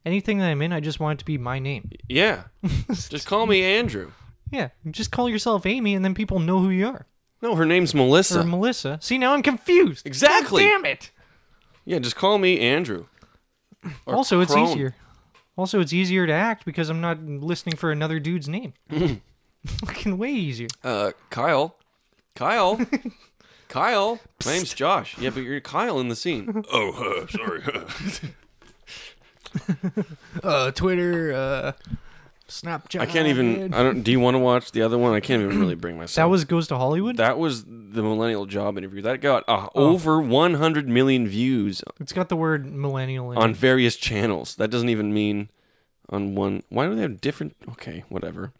S3: Anything that I'm in, I just want it to be my name. [laughs]
S4: Yeah, just call me Andrew.
S3: Yeah, just call yourself Amy, and then people know who you are.
S4: No, her name's
S3: Or
S4: Melissa.
S3: Melissa. See, now I'm confused.
S4: Exactly.
S3: God damn it.
S4: yeah, just call me Andrew. Or
S3: also, it's
S4: Crone.
S3: easier. Also, it's easier to act because I'm not listening for another dude's
S4: [laughs]
S3: name. [laughs] Fucking way easier.
S4: Uh, Kyle.
S3: [laughs]
S4: Kyle. Kyle. My name's Josh. Yeah, but you're Kyle in the scene. oh, uh, sorry.
S9: Uh, Twitter, uh, Snapchat.
S4: I can't even. I don't. Do you want to watch the other one? I can't even really bring myself.
S3: That was Goes to Hollywood?
S4: That was the millennial job interview. That got uh, over 100 million views
S3: it's got the word millennial in
S4: on
S3: it.
S4: various channels. That doesn't even mean on one. Why do they have different? Okay, whatever.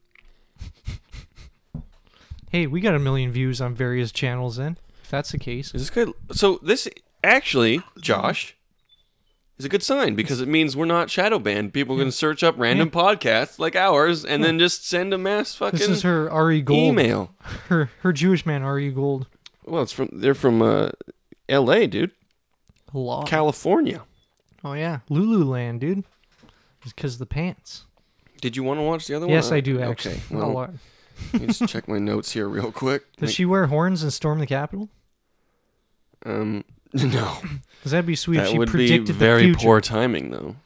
S3: Hey, we got a million views on various channels then. If that's the case.
S4: Is this good? So this actually, Josh, is a good sign because it means we're not shadow banned. People can search up random podcasts like ours and then just send a mass fucking
S3: This is her Ari Gold.
S4: email.
S3: Her her Jewish man Ari Gold.
S4: Well, it's from they're from uh, L.A., dude,
S9: Law.
S4: California.
S9: Oh yeah.
S3: Lululand, dude. It's because the pants.
S4: Did you want to watch the other
S3: Yes,
S4: one?
S3: I do actually.
S4: Okay,
S3: I'll
S4: well,
S3: wa-
S4: let me just check my notes here real quick. [laughs]
S3: Does she wear horns and storm the Capitol?
S4: Um, [laughs] no,
S3: Because that'd be sweet if
S4: that
S3: she
S4: would be
S3: predicted the
S4: very
S3: future.
S4: poor timing, though.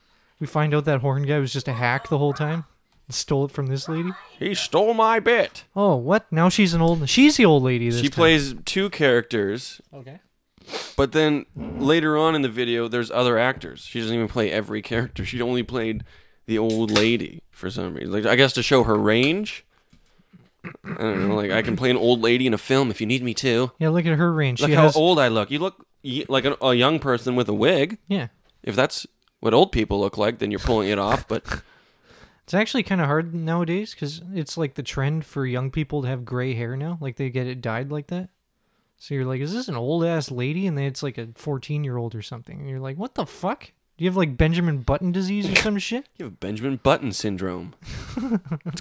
S3: We find out that horn guy was just a hack the whole time. and Stole it from this lady.
S4: He stole my bit.
S3: Oh, what? Now she's an old. She's the old lady. This
S4: She
S3: time.
S4: plays two characters.
S3: Okay.
S4: But then later on in the video, there's other actors. She doesn't even play every character. She only played the old lady for some reason. Like I guess to show her range. I don't know. Like I can play an old lady in a film if you need me to.
S3: Yeah, look at her range.
S4: Look
S3: she
S4: how
S3: has,
S4: old I look. You look y- like an, a young person with a wig.
S3: Yeah,
S4: If that's what old people look like, then you're pulling it off. But
S3: it's actually kind of hard nowadays because it's like the trend for young people to have gray hair now. Like they get it dyed like that. So you're like, is this an old ass lady? And then it's like a 14 year old or something. And you're like, what the fuck? Do you have like Benjamin Button disease or some shit?
S4: you have Benjamin Button syndrome. it's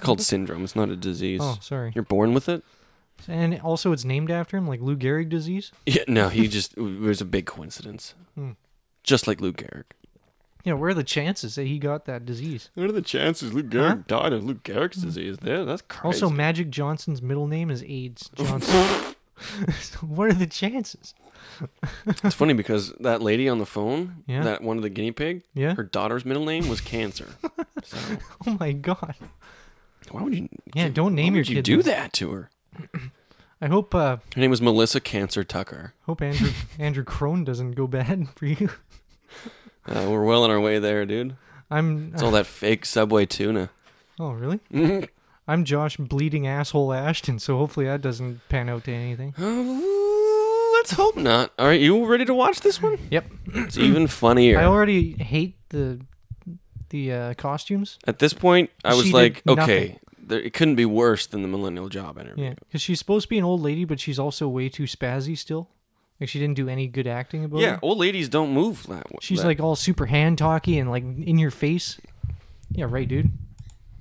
S3: [laughs]
S4: called syndrome. It's not a disease.
S3: Oh, sorry.
S4: You're born with it.
S3: And also, it's named after him, like Lou Gehrig disease.
S4: Yeah, no, he just it was a big coincidence.
S3: Hmm.
S4: Just like Luke Garrick.
S3: Yeah, where are the chances that he got that disease?
S4: What are the chances Luke Garrick died of Luke Garrick's disease? There, that's crazy.
S3: Also, Magic Johnson's middle name is
S4: [laughs]
S3: AIDS Johnson. [laughs] So what are the chances?
S4: it's funny because that lady on the phone,
S3: Yeah.
S4: that one of the guinea pig,
S3: Yeah.
S4: her daughter's middle name
S3: [laughs]
S4: was cancer.
S3: Oh my god.
S4: Why would you?
S3: Yeah, don't
S4: why
S3: name your
S4: would you
S3: kid
S4: do
S3: that.
S4: that to her?
S3: I hope uh
S4: Her name was Melissa Cancer Tucker.
S3: hope Andrew Andrew Crone doesn't go bad [laughs] for you.
S4: Uh, we're well on our way there, dude.
S3: I'm
S4: It's all that fake
S3: [laughs]
S4: Subway tuna.
S3: Oh,
S4: [laughs]
S3: really?
S4: Mm-hmm.
S3: I'm Josh bleeding asshole Ashton, so hopefully that doesn't pan out to anything.
S4: Uh, let's hope not. All right, you ready to watch this one?
S3: Yep.
S4: It's even
S3: I
S4: funnier.
S3: already hate the the uh, costumes.
S4: At this point, I was
S3: She did
S4: like, okay,
S3: nothing.
S4: there, it couldn't be worse than the millennial job interview.
S3: Yeah, because she's supposed to be an old lady, but she's also way too spazzy still. Like she didn't do any good acting about
S4: Yeah,
S3: it.
S4: old ladies don't move that way.
S3: She's like all super hand talky and like in your face. Yeah, right, dude.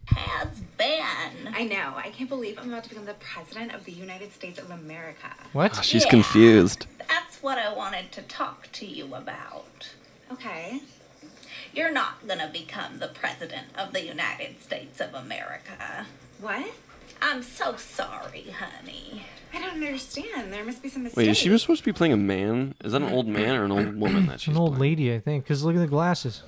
S7: Has been. I know. I can't believe I'm about to become the president of the United States of America.
S3: What?
S4: she's confused.
S10: That's what I wanted to talk to you about.
S7: Okay.
S10: You're not gonna become the President of the United States of America.
S7: What?
S10: I'm so sorry, honey.
S7: I don't understand. There must be some mistake.
S4: Wait, is she supposed to be playing a man? Is that an old man or an old woman that she's
S3: An old
S4: playing?
S3: lady, I think. Because look at the glasses.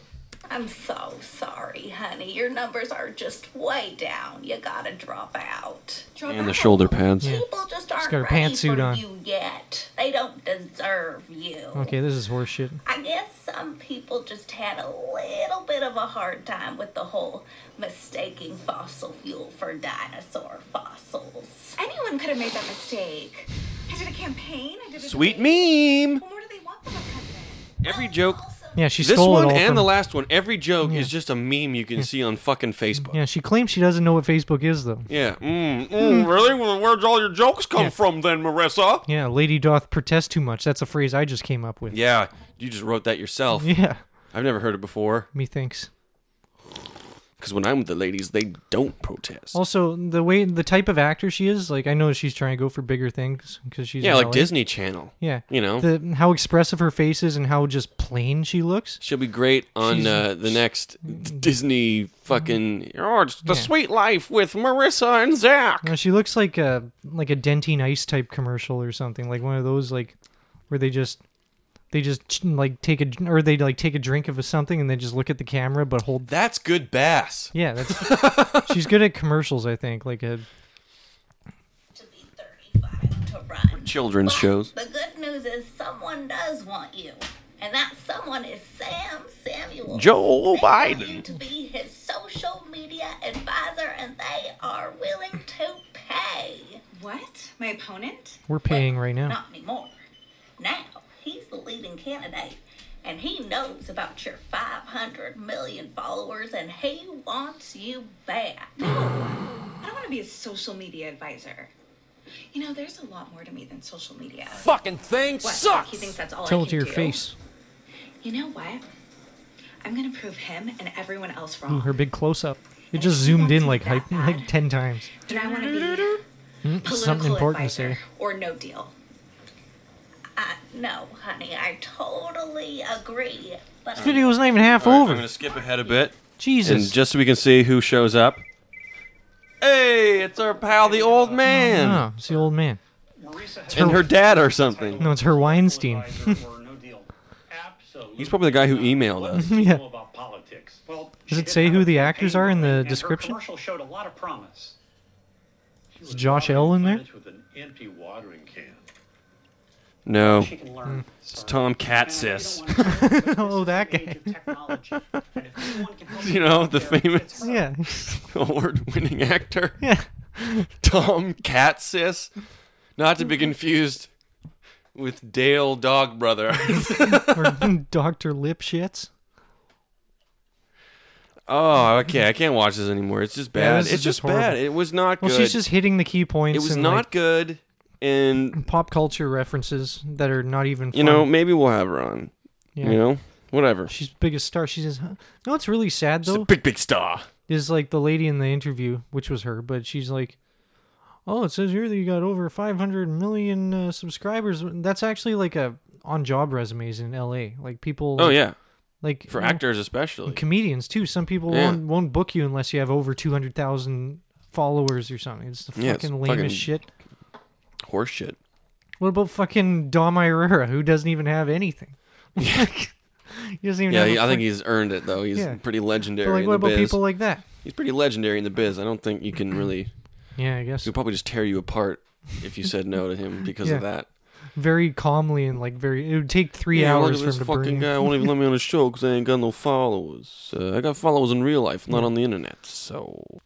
S10: I'm so sorry, honey. Your numbers are just way down. You gotta drop out.
S4: And the shoulder pads.
S10: People just aren't
S3: got her
S10: ready
S3: pantsuit
S10: for
S3: on.
S10: you yet. They don't deserve you.
S3: Okay, this is horseshit.
S10: I guess so. some people just had a little bit of a hard time with the whole mistaking fossil fuel for dinosaur fossils.
S7: Anyone could have made that mistake. I did a campaign. I did a
S4: Sweet
S7: debate.
S4: meme.
S7: What more do they want from a president?
S4: Every joke.
S3: Yeah, she
S4: This
S3: stole it
S4: one
S3: all
S4: and
S3: from-
S4: the last one. Every joke is just a meme you can see on fucking Facebook.
S3: Yeah, she claims she doesn't know what Facebook is though.
S4: Yeah. Mm,
S3: Hmm.
S4: mm, really? Well, Where'd all your jokes come from then, Marissa?
S3: Yeah, lady doth protest too much. That's a phrase I just came up with.
S4: Yeah. You just wrote that yourself.
S3: Yeah.
S4: I've never heard it before.
S3: Methinks.
S4: Because when I'm with the ladies, they don't protest.
S3: Also, the way the type of actor she is, like I know she's trying to go for bigger things because she's
S4: yeah,
S3: in
S4: like
S3: LA.
S4: Disney Channel.
S3: Yeah,
S4: You know?
S3: the, how expressive her face is and how just plain she looks.
S4: She'll be great on
S3: She's- Mm-hmm.
S4: uh,
S3: [laughs]
S4: the next Disney fucking. Oh, it's the
S3: Yeah.
S4: sweet life with Marissa and Zach.
S3: You know, Uh, she looks like a like a dentine ice type commercial or something, like one of those like where they just they just like take a or they like take a drink of something and they just look at the camera but hold.
S4: That's good bass.
S3: Yeah,
S4: [laughs]
S3: that's she's good at commercials. I think like a
S10: To run.
S4: Children's shows.
S10: The good news is someone does want you, and that someone is Sam Samuel.
S4: Joe
S10: You
S4: Biden.
S10: to be his social media advisor, and they are willing to pay.
S7: What? My opponent?
S3: we're paying right now.
S10: Not anymore. Now he's the leading candidate, and he knows about your 500 million followers, and he wants you back.
S7: I don't want to be a social media advisor. You know, there's a lot more to me than social media.
S11: Fucking thing
S7: What,
S11: sucks.
S7: He thinks that's all
S3: Tell
S7: I
S3: it
S7: can
S3: to your
S7: do?
S3: face.
S7: You know what? I'm gonna prove him and everyone else
S3: Ooh,
S7: wrong.
S3: her big close up. It just zoomed in like hype, like ten times.
S7: And I want to be
S3: Mm, something
S7: [laughs] political
S3: important to
S7: advisor.
S3: say.
S7: or no deal.
S10: I, no, honey, I totally agree. But
S3: This video wasn't even half
S4: All right,
S3: over.
S4: I'm going to skip ahead a bit.
S3: Jesus.
S4: And just so we can see who shows up. Hey, it's our pal, the old man.
S3: No, Ah, it's the old man.
S4: and her dad or something.
S3: No, it's her Weinstein. [laughs]
S4: He's probably the guy who emailed us.
S3: yeah.
S12: about politics. Well,
S3: Does it say who the actors are in the description?
S12: commercial showed a lot of promise.
S3: Is Josh L in [laughs] there?
S6: With an empty watering can.
S3: Mm-hmm.
S4: No. It's Tom Katsis. [laughs]
S3: oh, that guy.
S4: you know, the famous
S3: [laughs] Yeah.
S4: [laughs] award winning actor.
S3: Yeah.
S4: [laughs] Tom Katsis. Not to be confused with Dale Dog
S12: [laughs]
S4: Brother.
S3: or Dr. Lipschitz.
S4: [laughs] oh, okay. I can't watch this anymore. It's just
S3: Yeah,
S4: bad.
S3: this is
S4: it's just,
S3: just horrible.
S4: bad. It was not good.
S3: Well, she's just hitting the key points.
S4: it was
S3: and,
S4: not
S3: like,
S4: good. And,
S3: pop culture references that are not even.
S4: you know,
S3: fun.
S4: maybe we'll have her on.
S3: Yeah.
S4: You know, whatever.
S3: she's the biggest star. She says, huh? "No, it's really sad
S4: She's a
S3: though."
S4: big, big star.
S3: Is like the lady in the interview, which was her, but she's like, "Oh, it says here that you got over 500 million uh, subscribers. That's actually like a on-job resumes in L.A. Like people.
S4: Oh, yeah.
S3: Like
S4: For
S3: you know,
S4: actors, especially.
S3: and comedians too. Some people
S4: Yeah.
S3: won't, won't book you unless you have over two hundred thousand followers or something. It's the fucking
S4: Yeah, it's
S3: lamest
S4: fucking-
S3: shit.
S4: Horse shit.
S3: What about fucking Dom Irera, who doesn't even have anything? [laughs] he doesn't even.
S4: Yeah,
S3: have a
S4: he- I think
S3: fuck-
S4: he's earned it though. He's
S3: Yeah.
S4: pretty
S3: But
S4: legendary
S3: like,
S4: in
S3: what
S4: the
S3: about
S4: biz.
S3: people like that?
S4: He's pretty legendary in the biz. I don't think you can
S3: [clears throat]
S4: really.
S3: Yeah, I guess.
S4: He'll probably just tear you apart if you said no to him because
S3: Yeah.
S4: of that.
S3: Very calmly and like very. It would take three
S4: Yeah, look
S3: hours
S4: at
S3: for him
S4: this
S3: to burn.
S4: fucking
S3: you.
S4: guy. Won't even let me on his show because I ain't got no followers. Uh, I got followers in real life, not on the internet. So,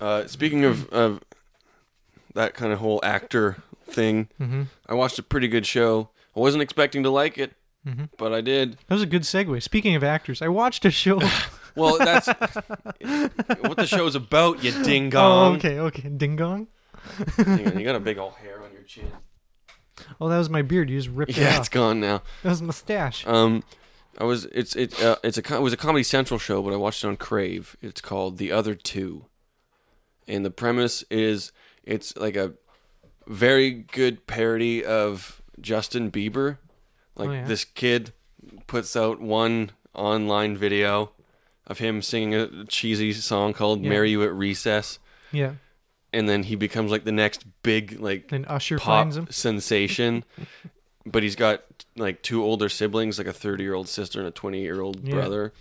S4: uh, speaking of of that kind of whole actor thing,
S3: Mhm.
S4: I watched a pretty good show. I wasn't expecting to like it,
S3: Mhm.
S4: but I did.
S3: That was a good segue. Speaking of actors, I watched a
S4: [laughs]
S3: show. [laughs]
S4: Well, that's what the show's about, you ding
S3: oh,
S4: dong.
S3: okay, okay, ding dong.
S4: Hang on, you got a big old hair on your chin.
S3: Oh, that was my beard. You just ripped it
S4: Yeah,
S3: off.
S4: it's gone now.
S3: That was mustache.
S4: Um, I was it's it uh, it's a co- it was a Comedy Central show, but I watched it on Crave. It's called The Other Two, and the premise is it's like a very good parody of Justin Bieber. Like
S3: Oh, yeah.
S4: this kid puts out one online video of him singing a cheesy song called
S3: Yeah.
S4: "Marry You at Recess."
S3: Yeah.
S4: and then he becomes like the next big like
S3: Then Usher
S4: pop
S3: finds him.
S4: sensation. [laughs] but he's got like two older siblings, like a thirty year old sister and a twenty year old
S3: Yeah. [laughs]
S4: brother.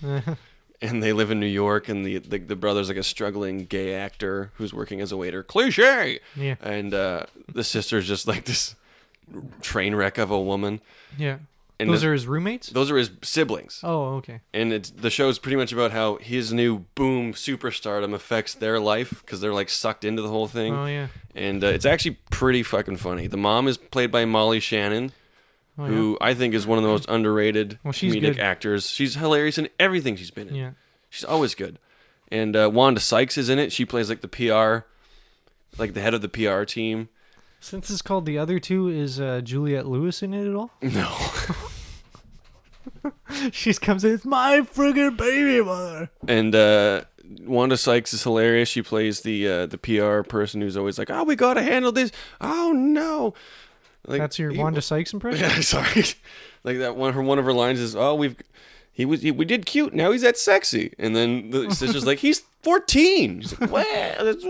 S4: and they live in New York, and the, the the brother's like a struggling gay actor who's working as a waiter. Cliche.
S3: Yeah.
S4: And uh, the sister's just like this train wreck of a woman.
S3: Yeah.
S4: And
S3: Those
S4: the-
S3: are his roommates?
S4: Those are his siblings.
S3: Oh, okay.
S4: And it's the show's pretty much about how his new boom superstardom affects their life because they're like sucked into the whole thing.
S3: Oh, yeah.
S4: And uh, it's actually pretty fucking funny. The mom is played by Molly Shannon,
S3: Oh,
S4: who I think is one of the most underrated
S3: Well, she's
S4: comedic
S3: good.
S4: actors. She's hilarious in everything she's been in.
S3: Yeah.
S4: She's always good. And uh, Wanda Sykes is in it. She plays like the PR, like the head of the PR
S3: [laughs]
S4: team.
S3: Since it's called The Other Two, is uh, Juliette Lewis in it at all? [laughs]
S4: No.
S3: she just comes in, it's my friggin' baby mother.
S4: And uh, Wanda Sykes is hilarious. She plays the uh, the PR person who's always like, "Oh, we gotta handle this. Oh no." Like,
S3: That's your
S4: he-
S3: Wanda Sykes
S4: [laughs]
S3: impression?
S4: Yeah, sorry. like that one. Her one of her lines is, "Oh, we've he was he, we did cute. Now he's at sexy." And then the sister's like, "He's 14." She's like, "Well, that's-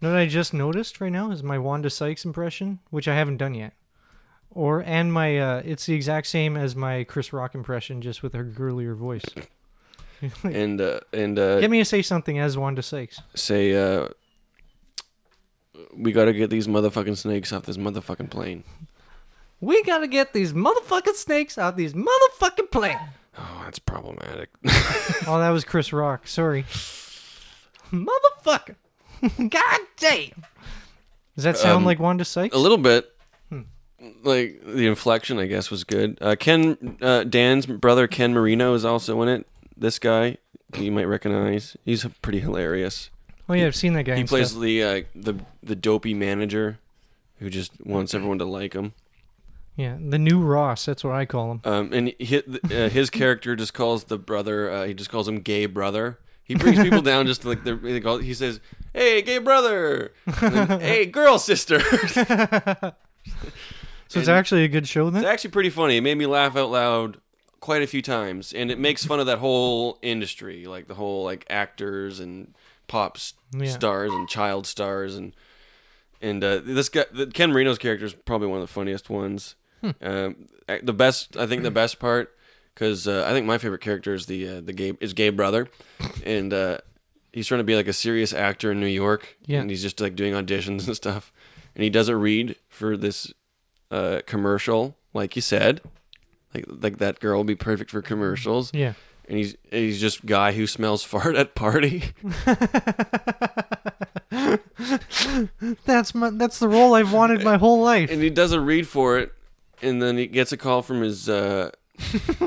S3: You know what I just noticed right now is my Wanda Sykes impression, which I haven't done yet. Or and my uh, it's the exact same as my Chris Rock impression, just with her girlier voice.
S4: and uh, and uh,
S3: Get me to say something as Wanda Sykes.
S4: say, uh, "We gotta get these motherfucking snakes off this motherfucking plane."
S3: We gotta get these motherfucking snakes out these motherfucking plane.
S4: Oh, that's [laughs] problematic.
S3: oh, that was Chris Rock. Sorry. Motherfucker. God damn. Does that sound
S4: Um,
S3: like Wanda Sykes?
S4: A little bit.
S3: Hmm.
S4: Like the inflection, I guess, was good. Uh, Ken uh, Dan's brother Ken Marino is also in it. This guy you might recognize. He's pretty hilarious.
S3: Oh, yeah, I've seen that guy
S4: He
S3: and
S4: plays
S3: stuff.
S4: the uh, the the dopey manager who just wants everyone to like him.
S3: Yeah, the new Ross. That's what I call him.
S4: Um, and his, uh, his character just calls the brother. Uh, he just calls him gay brother. He brings people down just to, like they're- they call. He says, "Hey, gay brother," and then, "Hey, girl sister." [laughs]
S3: So it's actually a good show then.
S4: It's actually pretty funny. It made me laugh out loud quite a few times, and it makes fun of that whole industry, like the whole like actors and pop s-
S3: Yeah.
S4: stars and child stars, and and uh, this guy, the, Ken Marino's character is probably one of the funniest ones.
S3: Hmm.
S4: Um, a- the best, I think, the best part because uh, I think my favorite character is the uh, the gay is gay brother, and uh, he's trying to be like a serious actor in New York,
S3: Yeah.
S4: and he's just like doing auditions and stuff, and he does a read for this uh, commercial, like you said, like like that girl would be perfect for commercials,
S3: Yeah.
S4: and he's and he's just guy who smells [laughs] fart at party.
S3: That's my that's the role I've wanted my whole life.
S4: And he does a read for it, and then he gets a call from his uh,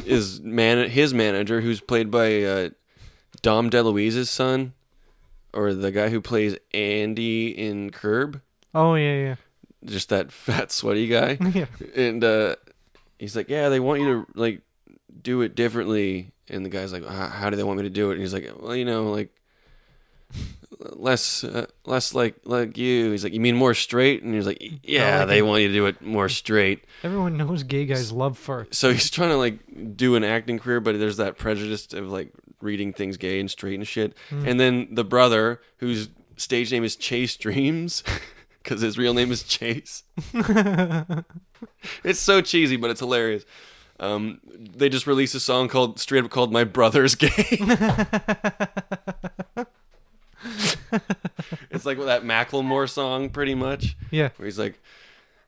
S4: his man his manager, who's played by uh, Dom DeLuise's son, or the guy who plays Andy in Curb,
S3: Oh yeah, yeah.
S4: just that [laughs] fat sweaty guy.
S3: Yeah. [laughs]
S4: And uh, he's like, "Yeah, they want you to like do it differently." And the guy's like, "How how do they want me to do it?" And he's like, "Well, you know, like." Less, uh, less like like you. He's like, you mean more straight? And he's like, yeah,
S3: like
S4: they
S3: it.
S4: want you to do it more straight.
S3: Everyone knows gay guys love farts.
S4: So he's [laughs] trying to like do an acting career, but there's that prejudice of like reading things gay and straight and shit.
S3: Mm.
S4: And then the brother, whose stage name is Chase Dreams, [laughs] because his real name is Chase. it's so cheesy, but it's hilarious. Um, they just released a song called straight up called "My Brother's Gay." [laughs] it's like that Macklemore song, pretty much.
S3: Yeah.
S4: where he's like,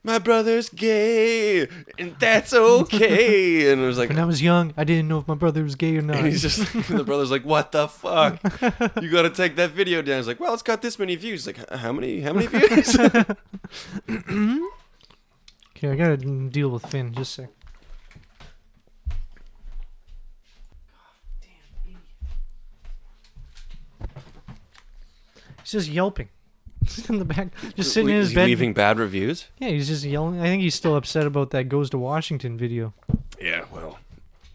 S4: "My brother's gay, and that's okay." and
S3: [laughs]
S4: it was like,
S3: When I was young, I didn't know if my brother was gay or not.
S4: and [laughs] he's just the brother's like, "What the fuck? You got to take that video down." He's like, "Well, it's got this many views." He's like, "H- "How many? How many views?" [laughs]
S3: Okay, I gotta deal with Finn. Just a sec. He's just yelping. [laughs] Just in the back, just sitting in
S4: Le-
S3: his bed.
S4: leaving bad reviews.
S3: Yeah, he's just yelling. I think he's still upset about that goes to Washington video.
S4: Yeah, well,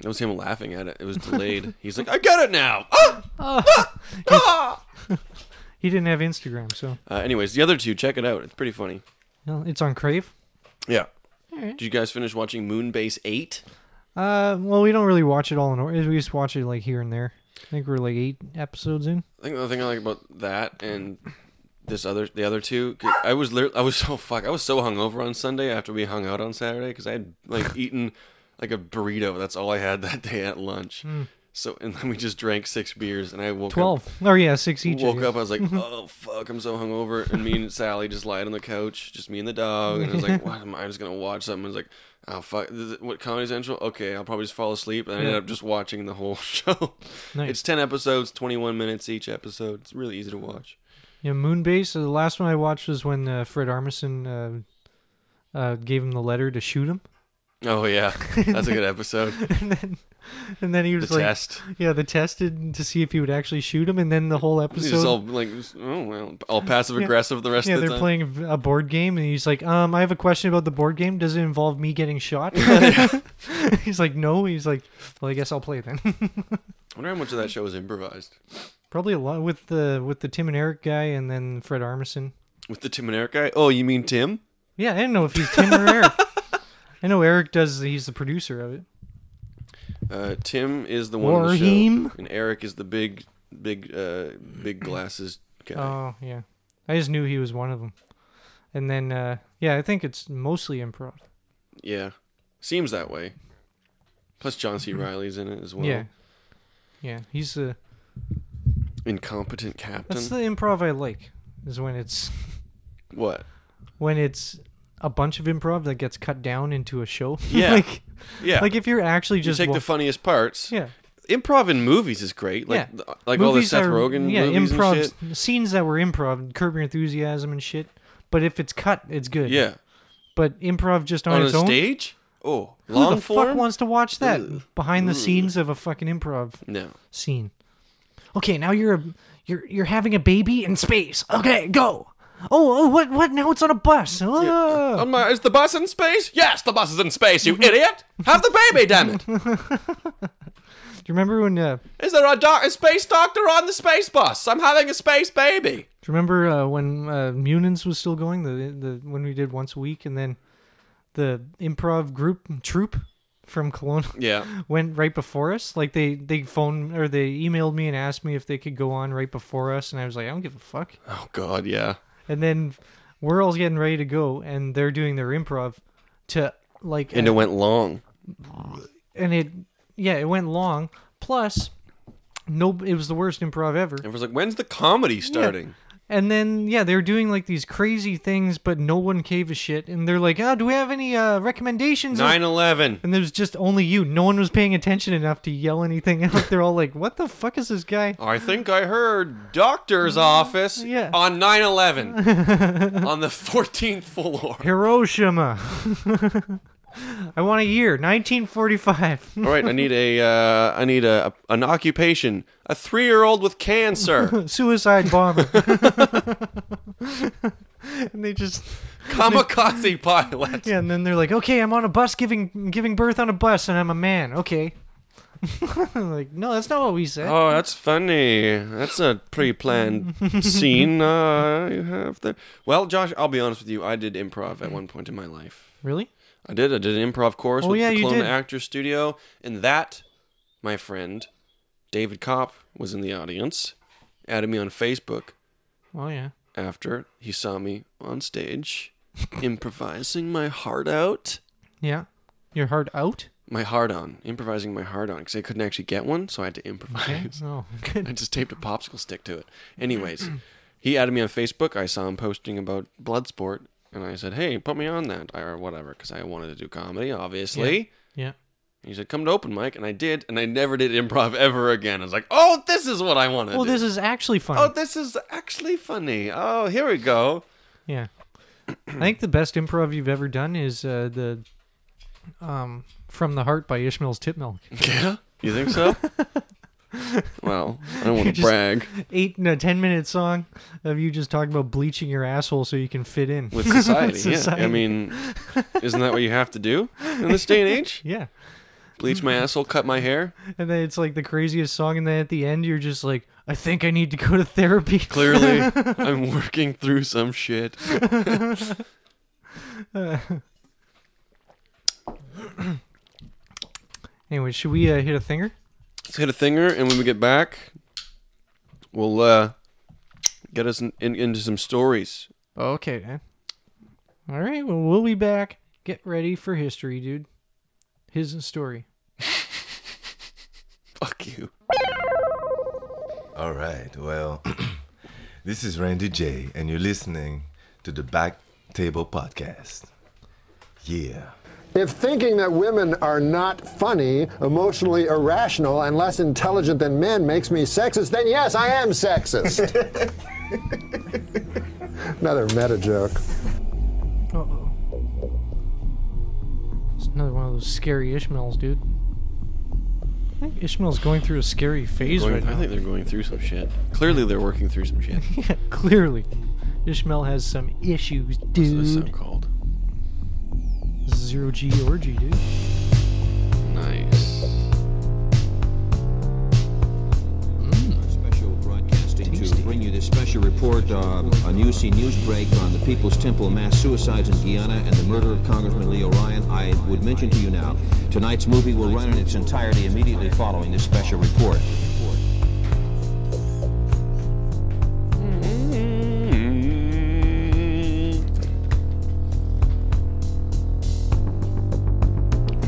S4: that was him laughing at it. It was [laughs] delayed. He's like, "I got it now." [laughs]
S3: He didn't have Instagram, so
S4: Uh, anyways, the other two, check it out. It's pretty funny.
S3: Well, it's on Crave.
S4: Yeah.
S3: Alright.
S4: Did you guys finish watching Moonbase Eight?
S3: Uh, well, we don't really watch it all in order. We just watch it like here and there. I think we're like eight episodes in.
S4: I think the thing I like about that and this other the other two 'cause I was lit- I was so fuck I was so hungover on Sunday after we hung out on Saturday because I had like eaten like a burrito that's all I had that day at lunch
S3: Mm.
S4: So and then we just drank six beers, and I woke
S3: Twelve.
S4: up.
S3: Oh yeah, six each. I
S4: Woke
S3: guess.
S4: up,
S3: [laughs]
S4: I was like, "Oh fuck, I'm so hungover." And me and Sally just lied on the couch, just me and the dog. And I was like, "What am I I'm just gonna watch?" Something. I was like, "Oh fuck, this is- what Comedy Central? Okay, I'll probably just fall asleep." And I ended
S3: Yeah.
S4: up just watching the whole [laughs] show.
S3: Nice.
S4: It's ten episodes, 21 minutes each episode. It's really easy to watch.
S3: Yeah, Moonbase. uh, The last one I watched was when uh, Fred Armisen uh, uh, gave him the letter to shoot him, [laughs]
S4: Oh yeah, that's a good episode.
S3: and then and then he was
S4: The
S3: like,
S4: test.
S3: yeah, the tested to see if he would actually shoot him, and then the whole
S4: He's
S3: episode.
S4: just all like, oh well, all passive
S3: Yeah.
S4: aggressive the rest
S3: yeah,
S4: of the
S3: they're
S4: time.
S3: playing a v- a board game, and he's like, "Um, I have a question about the board game. Does it involve me getting shot?"
S4: [laughs]
S3: [laughs] he's like, "No." He's like, "Well, I guess I'll play then." [laughs]
S4: I wonder how much of that show was improvised
S3: Probably a lot with the with the Tim and Eric guy, and then Fred Armisen.
S4: with the Tim and Eric guy. Oh, you mean Tim?
S3: Yeah, I don't know if he's Tim or
S4: [laughs]
S3: Eric. I know Eric does. He's the producer of it.
S4: Uh, Tim is the one on the show,
S3: Warheem?
S4: and Eric is the big, big, uh, big glasses guy.
S3: Oh yeah, I just knew he was one of them. And then uh, yeah, I think it's mostly improv.
S4: Yeah, seems that way. Plus John C. Riley's in it as well.
S3: Mm-hmm. Yeah, yeah, he's the
S4: Incompetent captain.
S3: that's the improv I like is when it's
S4: What?
S3: when it's a bunch of improv that gets cut down into a show. [laughs]
S4: Yeah.
S3: like,
S4: Yeah.
S3: Like if you're actually
S4: You
S3: just
S4: take
S3: wa-
S4: the funniest parts.
S3: Yeah.
S4: Improv in movies is great. Like,
S3: yeah.
S4: like all the
S3: Movies
S4: Seth
S3: are-
S4: Rogen
S3: yeah,
S4: movies
S3: improv
S4: and shit.
S3: scenes that were improv, Curb Your Enthusiasm and shit. But if it's cut, it's good.
S4: Yeah.
S3: But improv just on,
S4: On
S3: its
S4: a
S3: own.
S4: stage? Oh,
S3: Who
S4: long
S3: the fuck
S4: form?
S3: wants to watch that
S4: Ugh. Mm.
S3: behind the
S4: Ugh.
S3: scenes of a fucking improv
S4: No.
S3: scene? Okay, now you're a you're you're having a baby in space. Okay, go. Oh, oh what what? Now it's on a bus. Oh.
S4: On my, is the bus in space? Yes, the bus is in space.
S3: Mm-hmm.
S4: You idiot! Have the baby, damn it!
S3: Do you remember when? Uh,
S4: Is there a, doc- a space doctor on the space bus? I'm having a space baby.
S3: Do you remember uh, when uh, Munins was still going? The the when we did once a week, and then the improv group troupe from Kelowna
S4: Yeah.
S3: [laughs] went right before us. Like they they phoned or they emailed me and asked me if they could go on right before us, and I was like, I don't give a fuck.
S4: Oh God, yeah.
S3: And then we're all getting ready to go, and they're doing their improv to like
S4: And it went long.
S3: and it yeah it went long. Plus, no, it was the worst improv ever.
S4: Everyone's like, "When's the comedy starting?"
S3: And then yeah, they were doing like these crazy things, but no one gave a shit. And they're like, "Oh, do we have any uh, recommendations?"
S4: Nine eleven.
S3: And there's just only you. No one was paying attention enough to yell anything out. They're all like, "What the fuck is this
S4: [laughs]
S3: guy?"
S4: I think I heard doctor's office
S3: Yeah.
S4: on
S3: [laughs]
S4: 9/11 on the 14th floor.
S3: Hiroshima. [laughs] I want a year, 1945.
S4: All right, I need a uh, I need a an occupation. A 3-year-old
S3: [laughs]
S4: with cancer.
S3: [laughs] Suicide bomber. [laughs] and they just
S4: Kamikaze pilot.
S3: yeah, and then they're like, "Okay, I'm on a bus giving giving birth on a bus, and I'm a man." Okay. [laughs] like, no, that's not what we said.
S4: Oh, that's funny. That's a
S3: [laughs]
S4: pre-planned scene uh, you have there. Well, Josh, I'll be honest with you. I did improv at one point in my life.
S3: Really?
S4: I did. I did an improv course
S3: Oh,
S4: with
S3: yeah,
S4: the
S3: you
S4: Clone
S3: did.
S4: Actor Studio, and that, my friend, David Kopp was in the audience. Added me on Facebook
S3: Oh yeah.
S4: after he saw me
S3: [laughs]
S4: on stage, improvising my heart out,
S3: Yeah. Your heart out?
S4: my heart on, improvising my heart on, because I couldn't actually get one, so I had to improvise.
S3: Oh, [laughs]
S4: I
S3: good.
S4: just taped a popsicle stick to it. Anyways, he added me on Facebook. I saw him posting about Bloodsport, and I said, "Hey, put me on that or whatever," because I wanted to do comedy, obviously.
S3: Yeah.
S4: And he said, "Come to open mic," and I did, and I never did improv ever again. I was like, "Oh, this is what I want to
S3: Well,
S4: do.
S3: this is actually fun.
S4: oh, this is actually funny. Oh, here
S3: [laughs]
S4: we go.
S3: Yeah. I think the best improv you've ever done is uh, the um, From the Heart by Ishmael's Tip
S4: [laughs]
S3: Milk.
S4: Yeah, you
S3: [laughs]
S4: think so? well, I don't want
S3: You
S4: to
S3: just-
S4: brag
S3: Eight, no, ten minute song of you just talking about bleaching your asshole so you can fit in
S4: with
S3: [laughs]
S4: society.
S3: society.
S4: Yeah, I mean, isn't that what you have to do in this day
S3: [laughs]
S4: and age?
S3: Yeah.
S4: Bleach my asshole, cut my hair.
S3: And then it's like the craziest song, and then at the end, you're just like, I think I need to go to therapy.
S4: Clearly, I'm working through some shit.
S3: [laughs] anyway, should we uh, hit a thinger?
S4: Let's hit a thinger, and when we get back, we'll uh, get us in, in, into some stories.
S3: Okay, man. All right, well, we'll be back. Get ready for history, dude. His story.
S4: Fuck you.
S11: All right. Well, [clears throat] this is Randy J, and you're listening to the Back Table Podcast. Yeah.
S13: If [laughs] thinking that women are not funny, emotionally irrational, and less intelligent than men makes me sexist, then yes, I am sexist. Another meta joke.
S3: It's another one of those scary Ishmaels, dude. I think Ishmael's going through a scary phase
S4: Going-
S3: right
S4: I
S3: now.
S4: think they're going through some shit. Clearly, they're working through some shit.
S3: yeah, [laughs] clearly. Ishmael has some issues, dude.
S4: What's this sound called?
S3: Zero G orgy, dude.
S4: Nice.
S14: Special broadcasting to bring you this special report, uh, a UC news break on the People's Temple mass suicides in Guyana and the murder of Congressman Leo Ryan. I would mention to you now, tonight's movie will run in its entirety immediately following this special report.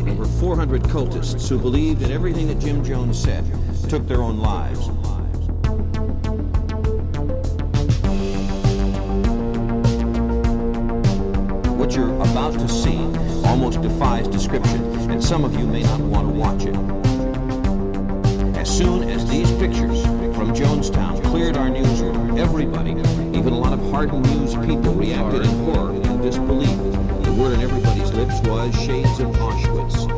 S14: Over 400 cultists who believed in everything that Jim Jones said took their own lives. What you're about to see almost defies description, and some of you may not want to watch it. As soon as these pictures from Jonestown cleared our newsroom, everybody, even a lot of hardened news people, reacted in horror and disbelief. The word on everybody's lips was shades of Auschwitz.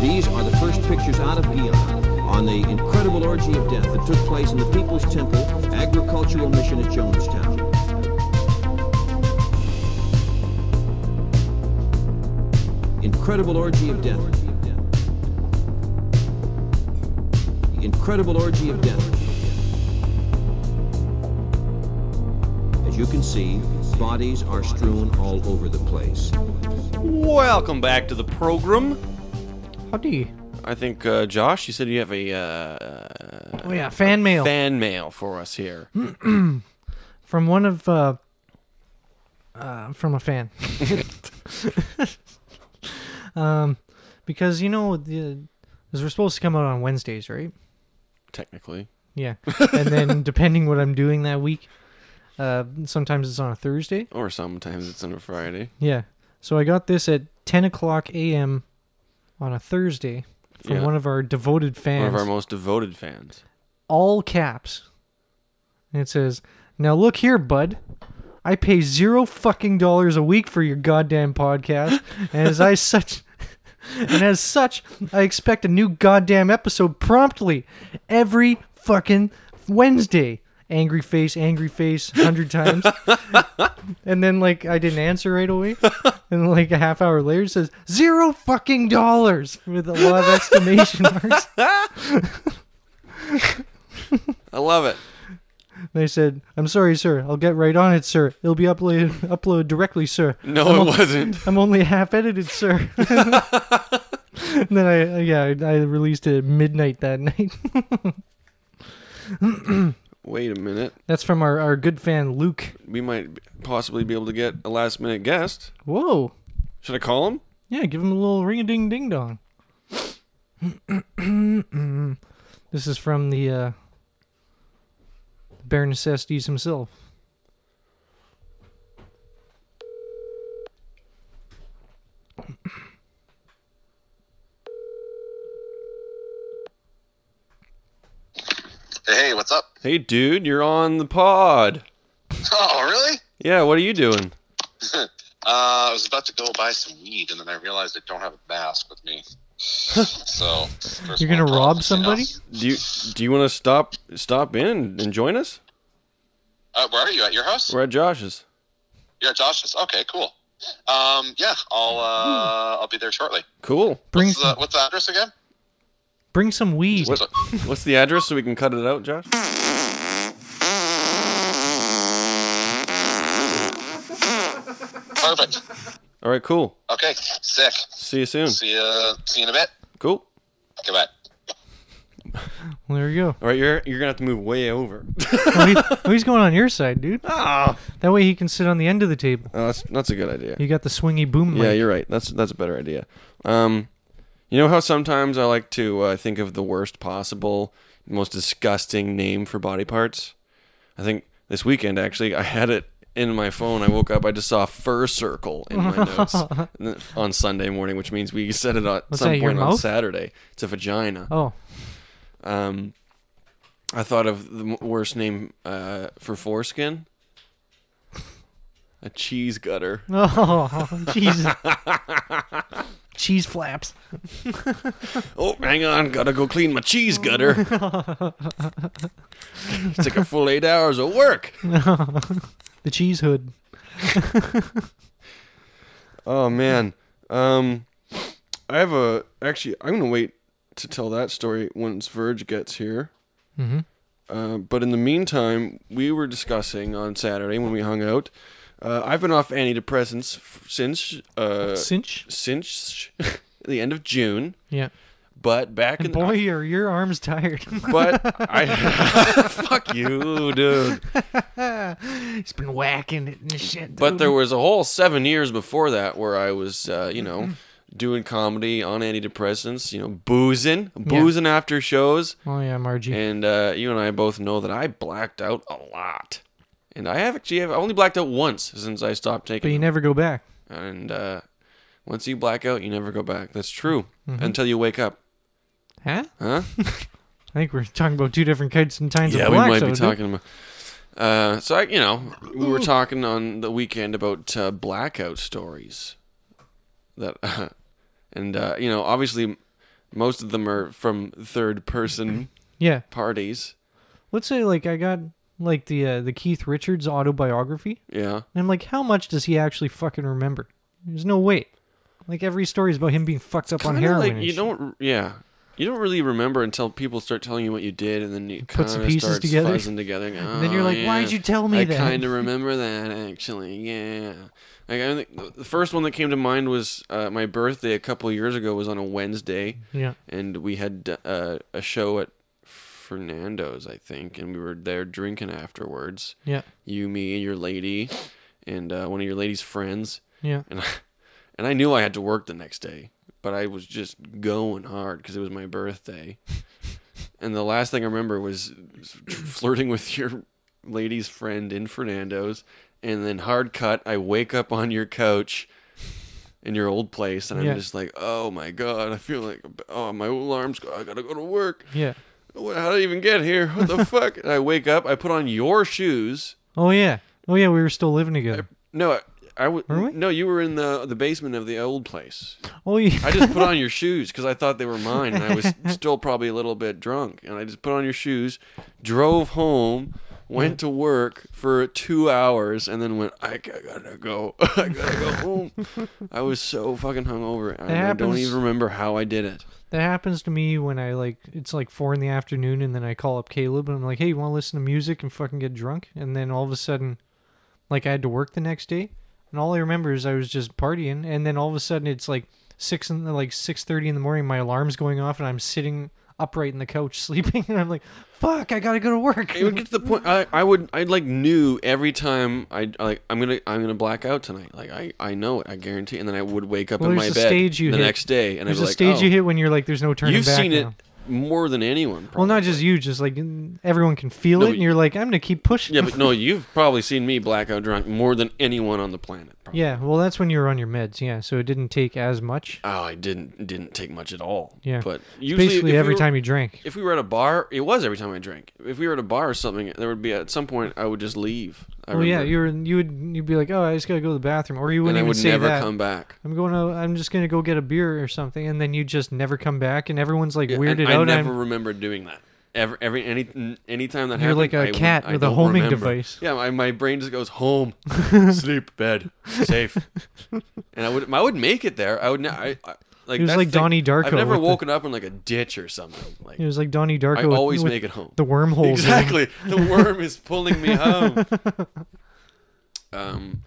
S14: These are the first pictures out of Guyana on the incredible orgy of death that took place in the People's Temple Agricultural Mission at Jonestown. Incredible orgy of death. Incredible orgy of death. As you can see, bodies are strewn all over the place.
S4: Welcome back to the program.
S3: Howdy.
S4: I think uh, Josh, you said you have a uh,
S3: Oh, yeah, fan mail.
S4: fan mail for us here.
S3: from one of uh, uh from a
S4: [laughs]
S3: fan. um, because you know the because we're supposed to come out on Wednesdays, right?
S4: Technically,
S3: Yeah, and
S4: [laughs]
S3: then depending what I'm doing that week, uh, sometimes it's on a Thursday.
S4: or sometimes it's on a Friday.
S3: Yeah. So I got this at 10 o'clock a.m. on a Thursday from
S4: Yeah.
S3: one of our devoted fans.
S4: One of our most devoted fans.
S3: all caps. And it says, Now look here, bud. I pay zero fucking dollars a week for your goddamn podcast. And as I such. And as such, I expect a new goddamn episode promptly every fucking Wednesday. Angry face, angry face, hundred times. and then like I didn't answer right away. And like a half hour later it says zero fucking dollars with a lot of exclamation marks.
S4: I love it.
S3: They said, "I'm sorry, sir. I'll get right on it, sir. It'll be uploaded [laughs] uploaded directly, sir."
S4: No,
S3: I'm
S4: it
S3: on-
S4: wasn't.
S3: I'm only half edited, [laughs] sir. and then I I- yeah I, I released it at midnight that [laughs] night.
S4: Wait a minute.
S3: That's from our, our good fan Luke.
S4: We might possibly be able to get a last minute guest.
S3: Whoa.
S4: Should I call him?
S3: Yeah, give him a little ring a ding ding [clears throat] dong. this is from the uh, bare necessities himself.
S15: Hey, what's up?
S4: Hey, dude, you're on the pod.
S15: Oh, really?
S4: Yeah, what are you doing?
S15: [clears throat] uh, I was about to go buy some weed, and then I realized I don't have a mask with me. so first
S3: You're gonna rob somebody?
S4: Do you do you want to stop stop in and join us?
S15: Uh, where are you? At your house?
S4: We're at Josh's.
S15: You're at Josh's. Okay, cool. Um, yeah, I'll uh, I'll be there shortly.
S4: Cool.
S3: Hmm. Bring
S15: What's the, what's the address again?
S3: bring some weed.
S4: What- what's the address so we can cut it out, Josh?
S15: Perfect.
S4: All right, cool.
S15: Okay, sick.
S4: See you soon.
S15: See you. See you in a bit.
S4: Cool.
S15: Goodbye.
S3: Well, there you go.
S4: All right, you're you're gonna have to move way over. [laughs]
S3: Well, he- well, he's going on your side, dude.
S4: Ah.
S3: That way he can sit on the end of the table.
S4: Oh, that's that's a good idea.
S3: You got the swingy boom
S4: Yeah,
S3: leg.
S4: you're right. That's that's a better idea. Um, you know how sometimes I like to uh, think of the worst possible, most disgusting name for body parts. I think this weekend actually I had it in my phone. I woke up, I just saw fur circle in my
S3: [laughs]
S4: notes And then- on Sunday morning, which means we said it at
S3: What's
S4: some
S3: that, your
S4: point on
S3: mouth?
S4: Saturday. It's a vagina.
S3: Oh. [laughs]
S4: Um, I thought of the m- worst name uh, for foreskin. A cheese gutter.
S3: Oh, Jesus. Cheese flaps.
S4: Oh, hang on, gotta go clean my
S3: [laughs]
S4: cheese gutter. It's like a full eight hours of work.
S3: the cheese hood.
S4: Oh man, um, I have a actually. I'm gonna wait to tell that story once Verge gets here.
S3: Mhm.
S4: Uh, but in the meantime, we were discussing on Saturday when we hung out. Uh, I've been off antidepressants f- since uh,
S3: Cinch?
S4: since [laughs] the end of June.
S3: Yeah.
S4: But back in
S3: And boy, are your arms tired. [laughs]
S4: but I [laughs] fuck you, dude.
S3: He's been whacking it and shit.
S4: But
S3: dude.
S4: there was a whole seven years before that where I was, uh, you know,
S3: Mm-hmm.
S4: doing comedy on antidepressants, you know, boozing, boozing after shows.
S3: Oh, yeah, Margie.
S4: And uh, you and I both know that I blacked out a lot. And I have actually have only blacked out once since I stopped
S3: But
S4: taking
S3: you
S4: them.
S3: never go back.
S4: And uh, once you black out, you never go back. That's true.
S3: Mhm.
S4: Until you wake up.
S3: Huh?
S4: Huh?
S3: [laughs] I think we're talking about two different kinds and kinds
S4: yeah,
S3: of
S4: we
S3: blacks.
S4: might
S3: though,
S4: be
S3: dude.
S4: talking about. Uh, so I, you know, we were talking on the weekend about uh, blackout stories. That, [laughs] and uh, you know, obviously, most of them are from third person.
S3: Yeah.
S4: Parties.
S3: Let's say like I got like the uh, the Keith Richards autobiography.
S4: Yeah.
S3: And I'm like, how much does he actually fucking remember? There's no way. Like every story is about him being fucked up on
S4: Kinda
S3: heroin.
S4: like
S3: and
S4: you
S3: shit.
S4: don't. Yeah. You don't really remember until people start telling you what you did, and then you
S3: Put some
S4: kinda
S3: pieces
S4: starts
S3: together.
S4: fuzzing together. and,
S3: [laughs] And then you're
S4: "Oh,
S3: like, "Why'd
S4: yeah,
S3: you tell me
S4: I
S3: that?"
S4: kind of remember that actually. Yeah. Like I think the first one that came to mind was uh, my birthday a couple years ago was on a Wednesday.
S3: Yeah.
S4: And we had uh, a show at Fernando's, I think, and we were there drinking afterwards.
S3: Yeah.
S4: You, me, and your lady, and uh, one of your lady's friends.
S3: Yeah.
S4: And I, and I knew I had to work the next day, but I was just going hard because it was my birthday. and the last thing I remember was flirting with your lady's friend in Fernando's, and then hard cut. I wake up on your couch. In your old place, and I'm
S3: Yeah.
S4: just like, oh my god, I feel like, oh my alarm's, go- I gotta go to work.
S3: Yeah.
S4: What- How did I even get here? What the fuck? And I wake up, I put on your shoes.
S3: Oh yeah. Oh yeah. We were still living together.
S4: No, I, I w- no, you were in the the basement of the old place.
S3: Oh, yeah.
S4: I just put on your shoes because I thought they were mine, and
S3: [laughs]
S4: I was still probably a little bit drunk, and I just put on your shoes, drove home, went to work for two hours, and then went. I g- I gotta go. [laughs] I gotta go home. I was so fucking hungover, and I don't
S3: happens.
S4: even remember how I did it.
S3: That happens to me when I like it's like four in the afternoon and then I call up Caleb and I'm like, Hey, you wanna listen to music and fucking get drunk? And then all of a sudden like I had to work the next day and all I remember is I was just partying and then all of a sudden it's like six in the, like six thirty in the morning, my alarm's going off and I'm sitting upright in the couch [laughs] sleeping and I'm like, Fuck, I gotta go to work.
S4: It would get to the point. I, I would. I like knew every time. I like. I'm gonna. I'm gonna black out tonight. Like I. I know it. I guarantee. And then I would wake up
S3: Well,
S4: in
S3: there's
S4: my
S3: a
S4: bed
S3: stage you
S4: the
S3: hit.
S4: next day, and
S3: there's
S4: I'd be
S3: a
S4: like,
S3: stage
S4: oh,
S3: you hit when you're like, There's no turning
S4: You've
S3: back
S4: seen
S3: now."
S4: it more than anyone.
S3: Well, not just you, just like everyone can feel
S4: No,
S3: it,
S4: but
S3: and you're like, I'm gonna keep pushing.
S4: Yeah, but no, you've probably seen me blackout drunk more than anyone on the planet.
S3: [laughs] yeah, well, that's when you were on your meds, yeah. So it didn't take as much.
S4: Oh, I didn't didn't take much at all.
S3: Yeah.
S4: but
S3: It's
S4: usually
S3: basically
S4: if we
S3: every
S4: were-
S3: time you drank.
S4: If we were at a bar, it was every time I drank. If we were at a bar or something, there would be at some point I would just leave. I
S3: well, yeah,
S4: remember.
S3: you were you would you'd be like, oh, I just gotta go to the bathroom, or you
S4: And
S3: wouldn't
S4: I
S3: even
S4: would
S3: say
S4: never
S3: that.
S4: come back.
S3: I'm going to. I'm just gonna go get a beer or something, and then you just never come back, and everyone's like
S4: Yeah,
S3: weirded
S4: and
S3: out.
S4: I
S3: and
S4: never remember doing that. Ever, every any any time that
S3: You're
S4: happened,
S3: like a
S4: I would-
S3: cat
S4: I
S3: with a
S4: don't
S3: homing
S4: remember.
S3: device.
S4: Yeah, my, my brain just
S3: [laughs]
S4: goes home, sleep, bed, safe, and I would I would make it there. I would ne- I, I like
S3: It was
S4: that's
S3: like
S4: the thing.
S3: Donnie Darko
S4: I've never
S3: with the-
S4: woken up in like a ditch or something. Like
S3: It was like Donnie Darko
S4: I
S3: with-
S4: always
S3: with
S4: make it home.
S3: the wormholes,
S4: Exactly,
S3: yeah. [laughs]
S4: the worm is pulling me home. Um,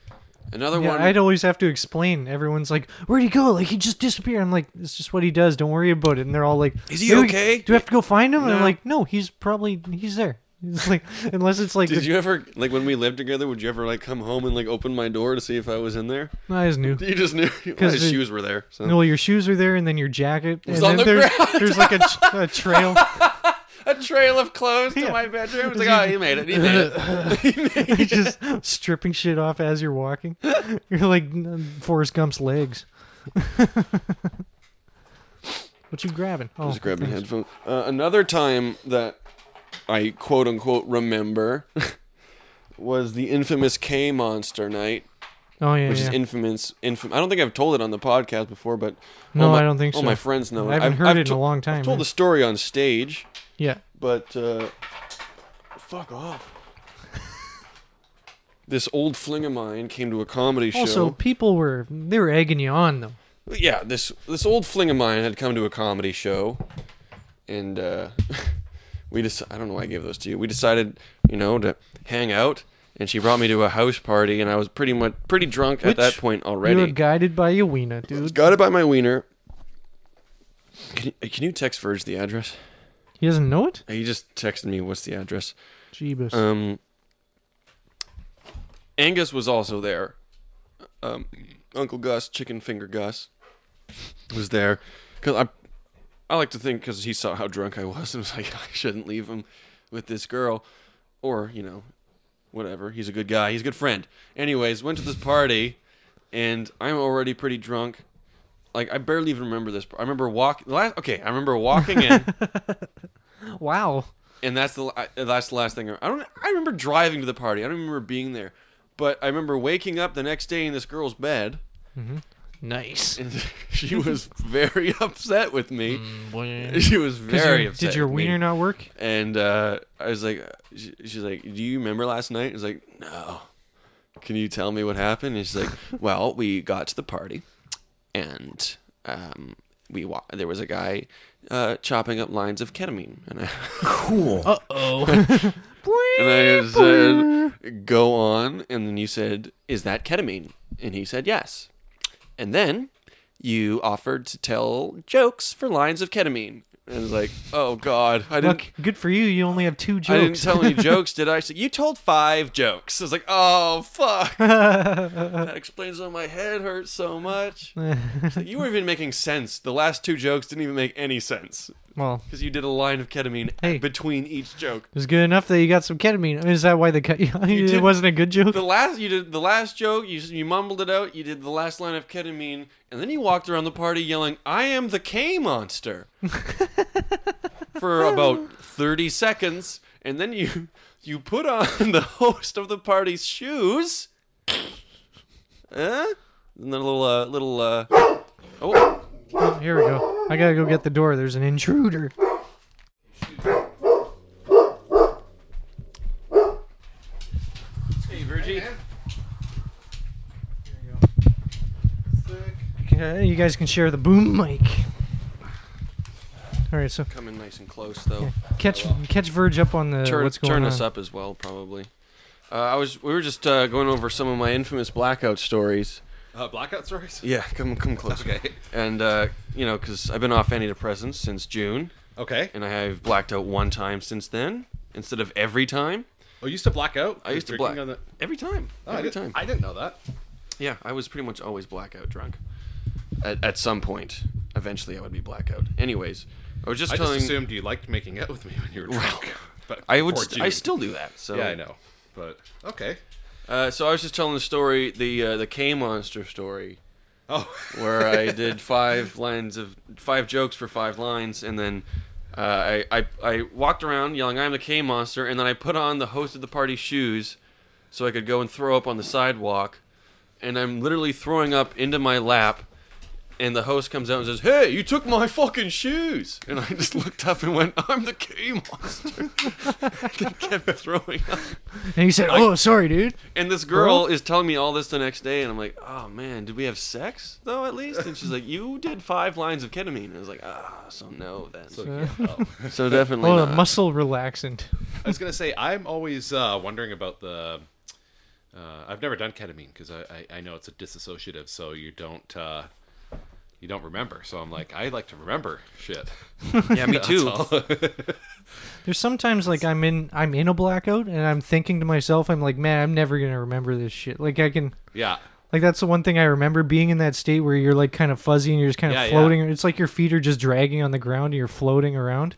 S4: Another
S3: yeah,
S4: one.
S3: I'd always have to explain. Everyone's like, "Where'd he go? Like he just disappeared." I'm like, "It's just what he does. Don't worry about it." And they're all like,
S4: Is he
S3: "Do we-
S4: okay?"
S3: Do we have to go find him?" And I'm
S4: No.
S3: like, "No, he's probably he's there." [laughs] It's like unless it's like
S4: Did
S3: the-
S4: you ever like when we lived together? Would you ever like come home and like open my door to see if I was in there?
S3: No, I just
S4: [laughs]
S3: knew.
S4: You just knew. Well,
S3: Because
S4: his
S3: the-
S4: shoes were there. So.
S3: Well, your shoes were there, and then your jacket.
S4: was
S3: and
S4: on
S3: then
S4: the
S3: there's,
S4: ground.
S3: there's
S4: [laughs]
S3: like a, a trail.
S4: a trail of clothes to
S3: [laughs]
S4: my bedroom. It's like, oh, he made it. He made it.
S3: You're just stripping shit off as you're
S4: [laughs]
S3: walking. You're like um, Forrest Gump's legs. [laughs] what you grabbing? Oh,
S4: just grabbing
S3: thanks.
S4: headphones. Uh, another time that I quote unquote remember [laughs] was the infamous K Monster night.
S3: Oh, yeah,
S4: which is
S3: yeah.
S4: infamous. Infam- I don't think I've told it on the podcast before, but
S3: No,
S4: all my-
S3: I don't think
S4: all
S3: so.
S4: my friends know.
S3: I haven't
S4: I've-
S3: heard
S4: I've
S3: it in a
S4: to-
S3: long
S4: I've
S3: time,
S4: told
S3: yeah.
S4: the story on stage.
S3: Yeah.
S4: but uh, fuck off. [laughs] this old fling of mine came to a comedy show.
S3: Also, people were they were egging you on though.
S4: yeah, this this old fling of mine had come to a comedy show, and uh, [laughs] we just I don't know why I gave those to you. We decided, you know, to hang out, and she brought me to a house party, and I was pretty much pretty drunk at
S3: Which
S4: that point
S3: You were
S4: already.
S3: guided by your wiener, dude.
S4: Got it by my wiener. Can you, can you text Verge the address?
S3: He doesn't know it.
S4: He just texted me. What's the address?
S3: Jeebus.
S4: Um, Angus was also there. Um, Uncle Gus, Chicken Finger Gus, was there. Cause I, I like to think because he saw how drunk I was [laughs] and was like, I shouldn't leave him with this girl, or you know, whatever. He's a good guy. He's a good friend. Anyways, went to this party, and I'm already pretty drunk. Like I barely even remember this. I remember walk. Last, okay, I remember walking in.
S3: Wow.
S4: and that's the I- that's the last thing I, I don't I remember driving to the party. I don't remember being there, but I remember waking up the next day in this girl's bed.
S3: Mhm. Nice.
S4: And [laughs] she was very [laughs] upset with me. She
S3: 'Cause
S4: was very
S3: Mm, you-
S4: upset.
S3: did your
S4: with me.
S3: wiener not work?
S4: And uh, I was like, she, she's like, do you remember last night? I was like, no. Can you tell me what happened? And she's like, [laughs] well, we got to the party, and um, we wa- there was a guy uh, chopping up lines of ketamine, and I [laughs] cool.
S3: Uh oh.
S4: And I said, go on. And then you said, is that ketamine? And he said, yes. And then you offered to tell jokes for lines of ketamine. And I was like, oh, God. I didn't,
S3: Look, good for you. You only have two jokes.
S4: I didn't tell any jokes, did I? So you told five jokes. I was like, oh, fuck. that explains why my head hurts so much. It's like, you weren't even making sense. The last two jokes didn't even make any sense.
S3: Well.
S4: because you did a line of ketamine between each joke.
S3: It was good enough that you got some ketamine. I mean, Is that why they cut you? [laughs] it
S4: did-
S3: wasn't a good joke.
S4: The last you did the last joke, you you mumbled it out. You did the last line of ketamine, and then you walked around the party yelling, "I am the K monster," for about thirty seconds, and then you you put on the host of the party's shoes. Huh? And then a little uh, little uh, oh.
S3: Oh, here we go. I gotta go get the door. There's an intruder.
S4: Hey, Virgie.
S3: Okay, you guys can share the boom mic. All right, so
S4: Coming nice and close though.
S3: catch catch Verge up on the
S4: turn,
S3: what's going
S4: turn
S3: on.
S4: us up as well, probably. Uh, I was we were just uh, going over some of my infamous blackout stories.
S16: Uh, blackout stories?
S4: Yeah, come come close.
S16: Okay.
S4: [laughs] And uh, you know, because I've been off antidepressants since June.
S16: Okay.
S4: And I have blacked out one time since then, instead of every time.
S16: Oh, you used to black out?
S4: I used to
S16: Drinking
S4: black
S16: on the-
S4: every time.
S16: Oh, I
S4: every
S16: didn't-
S4: time.
S16: I didn't know that.
S4: Yeah, I was pretty much always blackout drunk. At, at some point, eventually, I would be blackout. Anyways, I was just
S16: I
S4: telling.
S16: just
S4: [laughs]
S16: assumed you liked making out with me when you were [laughs] drunk. but
S4: I would.
S16: before
S4: St- I
S16: June.
S4: still do that. So
S16: yeah, I know. But okay.
S4: Uh, so I was just telling the story, the uh, the K monster story.
S16: Oh.
S4: [laughs] where I did five lines of five jokes for five lines, and then uh, I, I I walked around yelling, "I'm the K monster," and then I put on the host of the party's shoes, so I could go and throw up on the sidewalk, and I'm literally throwing up into my lap. And the host comes out and says, "Hey, you took my fucking shoes!" And I just looked up and went, "I'm the K monster." [laughs] and kept throwing up.
S3: And he said,
S4: Like-
S3: "Oh, sorry, dude."
S4: and this girl
S3: Well,
S4: is telling me all this the next day, and I'm like, oh man, did we have sex though at least? And she's like, you did five lines of ketamine. And I was like, ah, so no then. So, so definitely
S3: Oh, a
S16: [laughs]
S4: not.
S3: muscle relaxant.
S16: I was gonna say I'm always uh, wondering about the Uh, I've never done ketamine because I, I, I know it's a disassociative, so you don't uh, you don't remember. So I'm like, I like to remember shit.
S4: [laughs] Yeah,
S16: [laughs]
S4: me
S16: That's
S4: too.
S16: all.
S3: There's sometimes like I'm in I'm in a blackout and I'm thinking to myself, I'm like, man, I'm never gonna remember this shit. Like I can
S16: Yeah.
S3: Like that's the one thing I remember being in that state where you're like kind of fuzzy and you're just kind of
S16: Yeah, yeah.
S3: floating. It's like your feet are just dragging on the ground and you're floating around.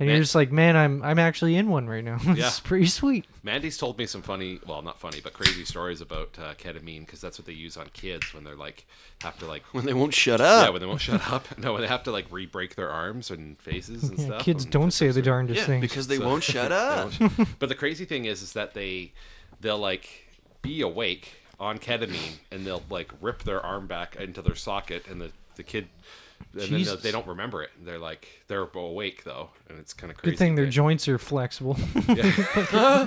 S3: And
S16: Man.
S3: you're just like, man, I'm I'm actually in one right now. [laughs] it's
S16: Yeah.
S3: pretty sweet.
S16: Mandy's told me some funny, well, not funny, but crazy stories about uh, ketamine because that's what they use on kids when they're like have to like
S4: When they won't shut up.
S16: Yeah, when they won't shut up. [laughs] No, when they have to like re-break their arms and faces and
S3: Yeah,
S16: stuff.
S3: kids
S16: and
S3: don't say the darndest
S16: Yeah,
S3: things.
S4: because they
S16: So- [laughs]
S4: won't shut
S16: they
S4: up.
S16: won't- but the crazy thing is, is that they they'll like be awake on ketamine and they'll like rip their arm back into their socket and the the kid. And then they'll-
S3: Jesus.
S16: they don't remember it. They're like they're awake though, and it's kind of crazy.
S3: Good thing their joints are
S16: [laughs]
S3: flexible.
S16: Yeah.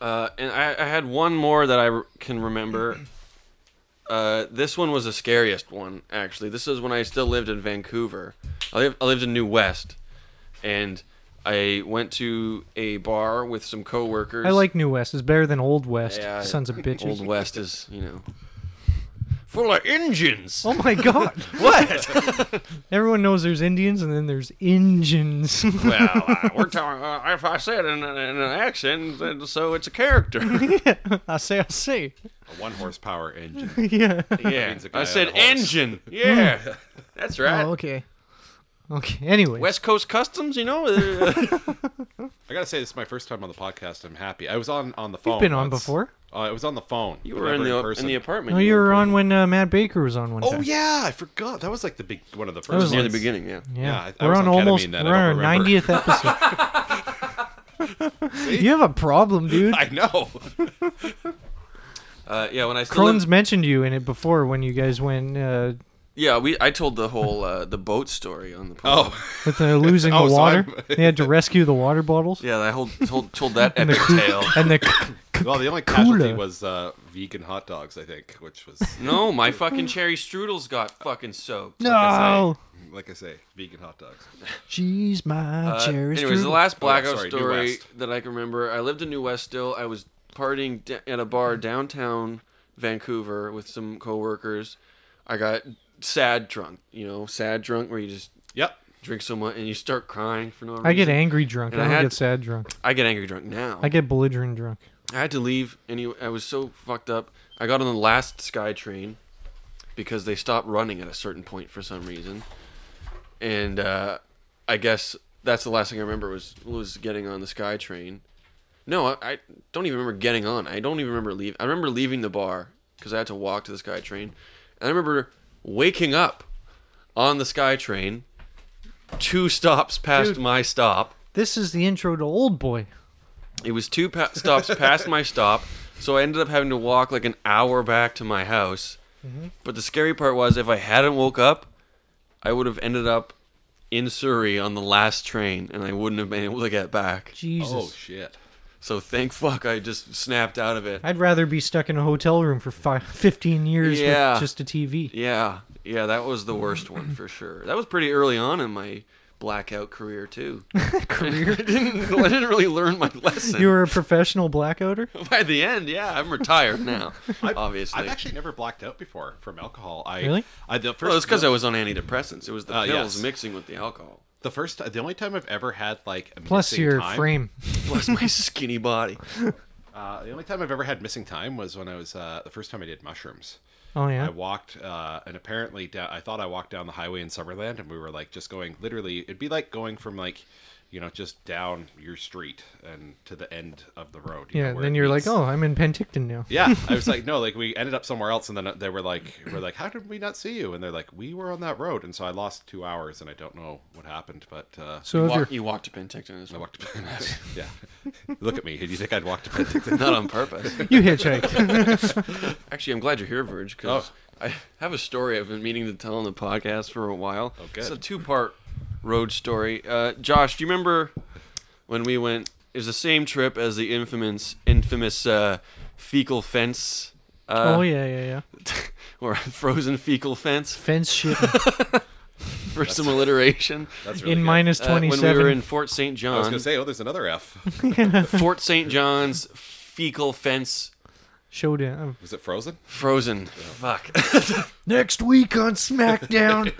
S4: Uh, and I, I had one more that I r- can remember.
S3: [clears throat]
S4: Uh, this one was the scariest one, actually. This is when I still lived in Vancouver. I, live, I lived in New West, and I went to a bar with some coworkers.
S3: I like New West. It's better than Old West.
S4: Yeah,
S3: [laughs] Sons of bitches.
S4: Old West is you know full of
S3: [laughs]
S4: engines.
S3: Oh
S4: [laughs]
S3: my god.
S4: what?
S3: Everyone knows there's Indians and then there's Injuns. [laughs]
S4: well, uh, we're talking. Uh, if I said in, in an accent, then- so it's a character.
S3: I say I say.
S16: A one horsepower
S3: [laughs]
S16: engine.
S3: [laughs] Yeah.
S16: That
S4: Yeah,
S16: means a guy
S4: I
S16: on
S4: said
S16: a horse.
S3: [laughs]
S4: engine. Yeah, that's right.
S3: Oh, okay. Okay. Anyway.
S4: West Coast Customs, you know.
S3: [laughs]
S4: uh,
S16: I gotta say, this is my first time on the podcast. I'm happy. I was on on the phone.
S3: been on
S16: once.
S3: before.
S16: Uh, I was on the phone. You
S4: were in the- in the apartment.
S3: No, you were on when uh, Matt Baker was on one
S16: Oh
S3: time.
S16: yeah, I forgot. That was like the big one of the
S3: That was
S16: first.
S3: Near
S4: the beginning, yeah.
S3: Yeah,
S16: I- I
S3: we're
S16: was
S3: on
S16: ketamine
S3: almost
S16: then, I
S3: we're on
S16: don't
S3: our
S16: remember.
S3: ninetieth episode.
S16: [laughs]
S3: you have a problem, dude.
S16: I
S4: [laughs]
S16: know.
S4: Uh, yeah, when I still lived-
S3: Crohn's mentioned you in it before when you guys went uh,
S4: Yeah, we. I told the whole uh, the boat story on the.
S14: Oh.
S4: Podcast.
S3: with
S16: [laughs]
S3: the losing
S4: Oh,
S3: the
S4: so
S3: water.
S4: I'm-
S3: they had to rescue the water bottles.
S4: Yeah, I told told,
S3: [laughs]
S4: told that
S3: And the
S4: epic
S3: coo-
S4: tale.
S3: and the
S16: [laughs]
S3: c-
S16: well, the only
S3: cooler.
S16: casualty was uh, vegan hot dogs, I think, which was
S4: No, my fucking cherry strudels got fucking soaked.
S3: No. Oh.
S16: Like I say, vegan hot [laughs] dogs.
S3: Jeez, my
S4: Uh,
S3: cherry.
S4: anyways, the
S3: strudel.
S4: last blackout
S16: Oh, sorry, New
S4: story
S16: West.
S4: that I can remember. I lived in New West still. I was partying d- at a bar downtown Vancouver with some coworkers. I got sad drunk. You know, sad drunk where you just
S16: yep
S4: drink so much and you start crying for no reason.
S3: I get angry drunk.
S4: And
S3: I don't
S4: had-
S3: get sad drunk.
S4: I get angry drunk now.
S3: I get belligerent drunk.
S4: I had to leave anyway. I was so fucked up. I got on the last Sky train because they stopped running at a certain point for some reason, and uh, I guess that's the last thing I remember was was getting on the Sky train. No, I, I don't even remember getting on. I don't even remember leaving. I remember leaving the bar because I had to walk to the Sky train, and I remember waking up on the Sky train two stops past
S3: Dude.
S4: my stop.
S3: This is the intro to Old Boy.
S4: It was two pa- stops past my stop, so I ended up having to walk like an hour back to my house.
S3: Mhm.
S4: But the scary part was if I hadn't woke up, I would have ended up in Surrey on the last train, and I wouldn't have been able to get back.
S3: Jesus.
S16: Oh shit.
S4: So thank fuck I just snapped out of it.
S3: I'd rather be stuck in a hotel room for fi 15 years
S4: Yeah.
S3: with just a TV.
S4: Yeah, yeah, that was the worst one for sure. That was pretty early on in my blackout career too. [laughs] career? I didn't, I didn't really learn my lesson.
S3: You were a professional blackouter?
S4: by the end, yeah, I'm retired now. obviously,
S16: I've actually never blacked out before from alcohol. I
S4: Really?
S16: I the first
S4: well, it's because I was on antidepressants. It was the
S16: Uh,
S4: pills
S16: yes.
S4: mixing with the
S16: [laughs]
S4: alcohol.
S16: the first the only time I've ever had like a
S3: Plus
S16: missing
S3: your
S16: time-
S3: frame.
S4: Plus my skinny body.
S16: Uh, the only time I've ever had missing time was when I was uh, the first time I did mushrooms.
S3: Oh, yeah?
S16: I walked, uh, and apparently da- I thought I walked down the highway in Summerland, and we were like just going literally. It'd be like going from like, you know, just down your street and to the end of the road. you know,
S3: Yeah,
S16: where
S3: then
S16: it
S3: you're
S16: meets.
S3: like, oh, I'm in Penticton now. [laughs]
S16: Yeah, I was like, no, like we ended up somewhere else, and then uh, they were like, we're like, how did we not see you? And they're like, we were on that road, and so I lost two hours, and I don't know what happened, but uh,
S3: So You if walk-
S4: You walked to Penticton as well.
S16: I walked to [laughs] Penticton. yeah, look at me. Did you think I'd walk to Penticton?
S4: [laughs] Not on purpose.
S3: You hitchhike.
S4: Actually, I'm glad you're here, Verge, because
S16: Oh.
S4: I have a story I've been meaning to tell on the podcast for a while.
S16: Oh, good.
S4: It's a two-part road story. Uh, Josh, do you remember when we went? It was the same trip as the infamous, infamous uh, fecal fence. Uh,
S3: oh, yeah, yeah, yeah.
S4: Or [laughs] frozen fecal fence.
S3: Fence shit.
S4: for some alliteration.
S16: That's
S3: really In good. minus
S4: Uh, when we
S3: 27.
S4: were in Fort St.
S16: I
S4: John.
S16: was gonna say, oh, there's another F.
S4: Fort St. John's fecal fence
S3: Showdown.
S16: [laughs] Was it Frozen?
S4: Frozen. Fuck.
S3: Next week on SmackDown,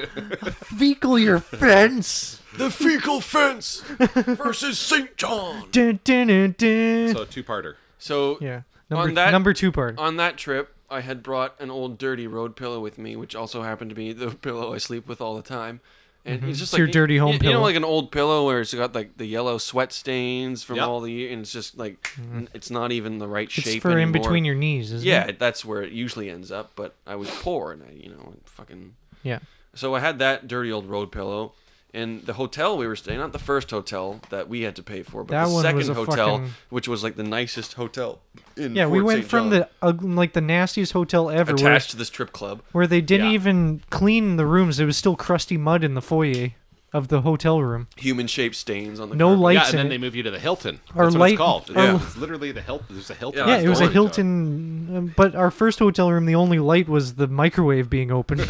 S3: fecal your fence.
S4: The fecal fence versus St. John.
S3: Dun, dun, dun, dun.
S16: So two parter.
S4: So
S3: Yeah. Number-
S4: on that
S3: number two-parter.
S4: On that trip, I had brought an old dirty road pillow with me, which also happened to be the [laughs] pillow I sleep with all the time. And
S3: Mhm.
S4: it's just
S3: It's
S4: like
S3: your dirty
S4: you-
S3: home
S4: you, know,
S3: pillow.
S4: like an old pillow where it's got like the yellow sweat stains from
S3: Yep.
S4: all the year, and it's just like n- it's not even the right
S3: Mm-hmm. It's
S4: shape.
S3: for in
S4: anymore.
S3: between your knees, isn't
S4: yeah,
S3: it?
S4: that's where it usually ends up. But I was poor, and I, you know, fucking
S3: Yeah.
S4: so I had that dirty old road pillow, and the hotel we were staying at, the first hotel that we had to pay for, but
S3: That
S4: the
S3: one
S4: second
S3: was a
S4: hotel,
S3: fucking-
S4: which was like the nicest hotel. In
S3: yeah, we
S4: Fort
S3: went
S4: St.
S3: from
S4: John,
S3: the ug- like the nastiest hotel ever, where,
S4: attached to the strip club,
S3: where they didn't even clean the rooms. There was still crusty mud in the foyer of the hotel room.
S4: human shaped stains on the
S3: No
S4: carpet.
S3: lights
S16: yeah, and
S3: in
S16: then
S3: it.
S16: they move you to the Hilton. That's
S3: Our
S16: what
S3: light-
S16: it's called.
S3: our-
S16: It's literally the Hilton. There's a Hilton.
S3: Yeah, it was a Hilton, um, but our first hotel room, the only light was the microwave being open.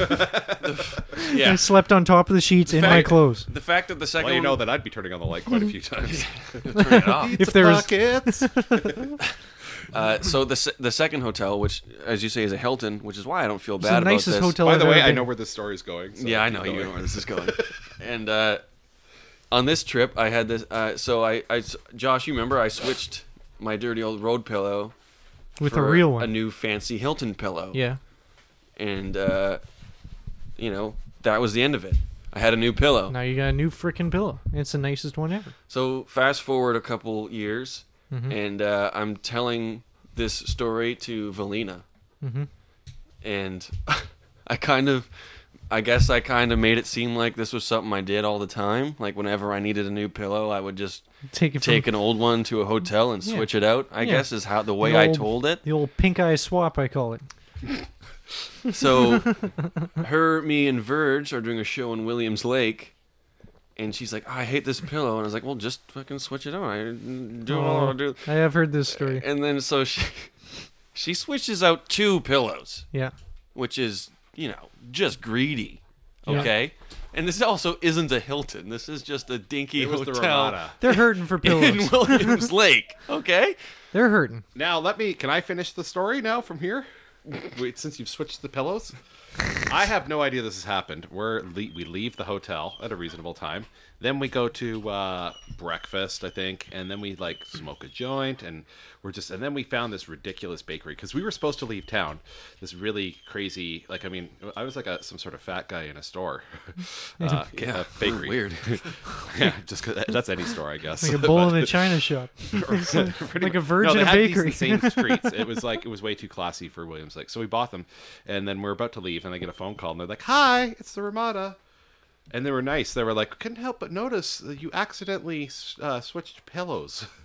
S4: yeah.
S3: I slept on top of the sheets
S4: The
S3: in
S4: fact-
S3: my clothes.
S4: The fact that the second
S16: Well, you
S4: one-
S16: know that I'd be turning on the light quite a
S4: [laughs]
S16: few times.
S4: Turn it off.
S3: If there was-
S4: Uh, so the se- the second hotel, which as you say is a Hilton, which is why I don't feel
S3: It's the
S4: bad about
S3: nicest
S4: this.
S3: hotel By the I've way, ever I been. know
S16: where this story is going. so
S4: yeah, I
S16: keep
S4: know you
S16: going.
S4: know where this is going. and uh, on this trip, I had this. Uh, so I, I s- Josh, you remember I switched my dirty old road pillow
S3: With a
S4: for
S3: real one.
S4: a new fancy Hilton pillow.
S3: Yeah.
S4: and uh, you know that was the end of it. I had a new pillow.
S3: Now you got a new freaking pillow. It's the nicest one ever.
S4: So fast forward a couple years,
S3: Mhm.
S4: and uh, I'm telling this story to Valina,
S3: Mhm.
S4: and [laughs] I kind of, I guess I kind of made it seem like this was something I did all the time. Like whenever I needed a new pillow, I would just
S3: Take it
S4: take
S3: from-
S4: an old one to a hotel and
S3: Yeah.
S4: switch it out. I
S3: Yeah.
S4: guess is how the way
S3: The
S4: I
S3: old- [laughs]
S4: told it.
S3: The old pink eye swap, I call it.
S4: So her, me, and Verge are doing a show in Williams Lake. And she's like, "Oh, I hate this pillow. And I was like, well, just fucking switch it out. I mm, do it all.
S3: Oh,
S4: I do
S3: I have heard this
S4: [laughs]
S3: story.
S4: and then so she she switches out two pillows.
S3: Yeah.
S4: Which is, you know, just greedy.
S3: Yeah.
S4: Okay? And this also isn't a Hilton. This is just a dinky
S16: It was the
S4: hotel.
S16: Ramada.
S3: They're hurting for
S4: [laughs] in
S3: pillows. [laughs]
S4: Williams Lake. Okay?
S3: They're hurting.
S16: Now let me. Can I finish the story now from here? Wait, since you've switched the pillows, I have no idea this has happened. We're le- we leave the hotel at a reasonable time. Then we go to uh, breakfast, I think, and then we like smoke a joint, and we're just. And then we found this ridiculous bakery because we were supposed to leave town. This really crazy, like I mean, I was like a, some sort of fat guy in a store, [laughs] uh,
S4: Yeah,
S16: a bakery.
S4: weird.
S16: [laughs] yeah, just 'cause- that's any store, I guess.
S3: Like a bowl in
S16: But-
S3: a china shop. It's like
S16: Pretty
S3: like a
S16: much-
S3: virgin
S16: no, they
S3: a
S16: had these
S3: bakery.
S16: insane streets. It was like it was way too classy for Williams Lake, so we bought them. And then we're about to leave, and I get a phone call, and they're like, "Hi, it's the Ramada," and they were nice. They were like, "Couldn't help but notice that you accidentally uh, switched pillows." [laughs]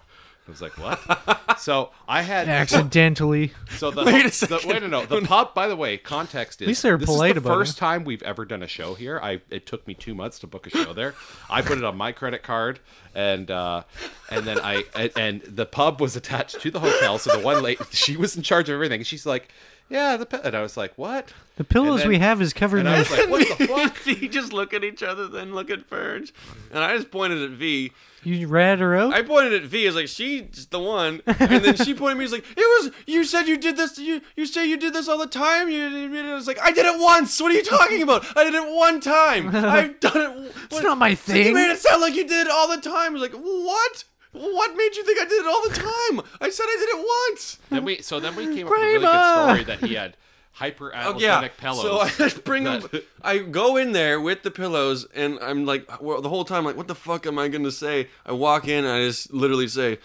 S16: I was
S3: [laughs]
S16: like, "What?" so I
S3: [laughs]
S16: had
S3: Accidentally.
S16: So
S4: [laughs]
S16: the
S3: Wait a
S16: the,
S3: second.
S16: wait no no the pub. By the way, context is
S3: least they were
S16: this
S3: polite
S16: is the
S3: about it.
S16: first time we've ever done a show here. I it took me two months to book a show there. I put it on my credit card, and uh, and then I and, and the pub was attached to the hotel. So the one lady she was in charge of everything. She's like, yeah, the pi-" and I was like, what?
S3: The pillows
S16: then-
S3: we have is covered
S16: and
S3: in
S16: I was like, what
S4: [laughs]
S16: the fuck?
S4: you just look at each other, then look at Verge. And I just pointed at V.
S3: You rat her out?
S4: I pointed at V. I was like, she's the one. And then she pointed at me. She's like, it was, you said you did this. You you say you did this all the time. You, you, you- I was like, I did it once. What are you talking about? I did it one time. I've done it. w-
S3: It's not my
S4: So You
S3: thing."
S4: made it sound like you did it all the time. I was like, what? What made you think I did it all the time? I said I did it once.
S16: Then we so then we came up with a really good
S4: Grandma!
S16: story that he had hyperallergenic
S4: Oh, yeah.
S16: pillows.
S4: So I just bring them.
S16: That-
S4: I go in there with the pillows, and I'm like, well, the whole time, like, what the fuck am I gonna say? I walk in, and I just literally say,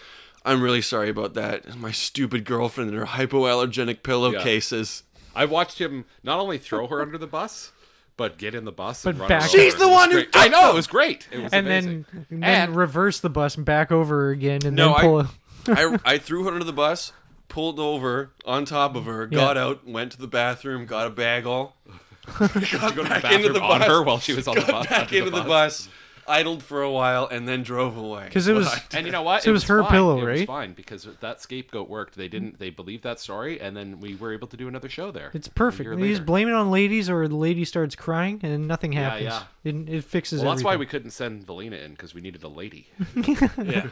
S4: "I'm really sorry about that. My stupid girlfriend and her hypoallergenic pillowcases.
S16: I watched him not only throw her under the bus, but get in the bus and
S3: But
S16: run
S3: back-
S16: her
S3: She's
S16: over.
S4: the
S16: It was
S4: one who
S16: great. I
S4: took
S16: know
S4: them.
S16: it was great. It was
S3: and
S16: amazing.
S3: then, and then
S16: And-
S3: reverse the bus and back over again and
S4: No,
S3: then pull. a-
S16: [laughs]
S4: I, I I threw her under the bus, pulled over on top of her,
S3: Yeah.
S4: got out, went to the bathroom, got a bagel, [laughs]
S16: Did you go to the
S4: back
S16: bathroom
S4: into the
S16: on
S4: bus,
S16: her while she was on the
S4: got
S16: bus.
S4: back
S16: under
S4: into the
S16: bus.
S4: bus. idled for a while, and then drove away.
S3: 'Cause it was-
S4: What?
S16: And you know what?
S3: So it was her
S16: fine.
S3: pillow,
S16: It was
S3: right?
S16: fine because that scapegoat worked. They didn't. They believed that story, and then we were able to do another show there.
S3: It's
S16: a
S3: perfect.
S16: year
S3: You just
S16: later.
S3: blame it on ladies, or the lady starts crying, and nothing
S16: Yeah,
S3: happens.
S16: yeah.
S3: It, it fixes
S16: Well, that's why
S3: everything.
S16: we couldn't send Valina in because we needed a lady.
S3: Yeah.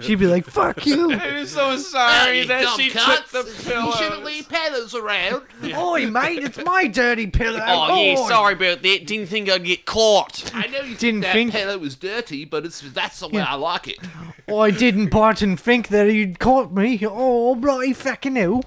S3: She'd be like,
S16: [laughs]
S3: "Fuck you."
S4: I'm so sorry that she took the pillow.
S17: leave pillows around.
S3: Oi, mate, it's my dirty pillow.
S16: [laughs]
S17: Oh, yeah,
S3: Oi.
S17: sorry about that. Didn't think I'd get caught. I know you
S3: Didn't
S17: that
S3: think-
S17: pillow was dirty, but it's that's the way
S3: Yeah.
S17: I like it.
S3: I didn't bite and think that you'd caught me. Oh, bloody fucking hell.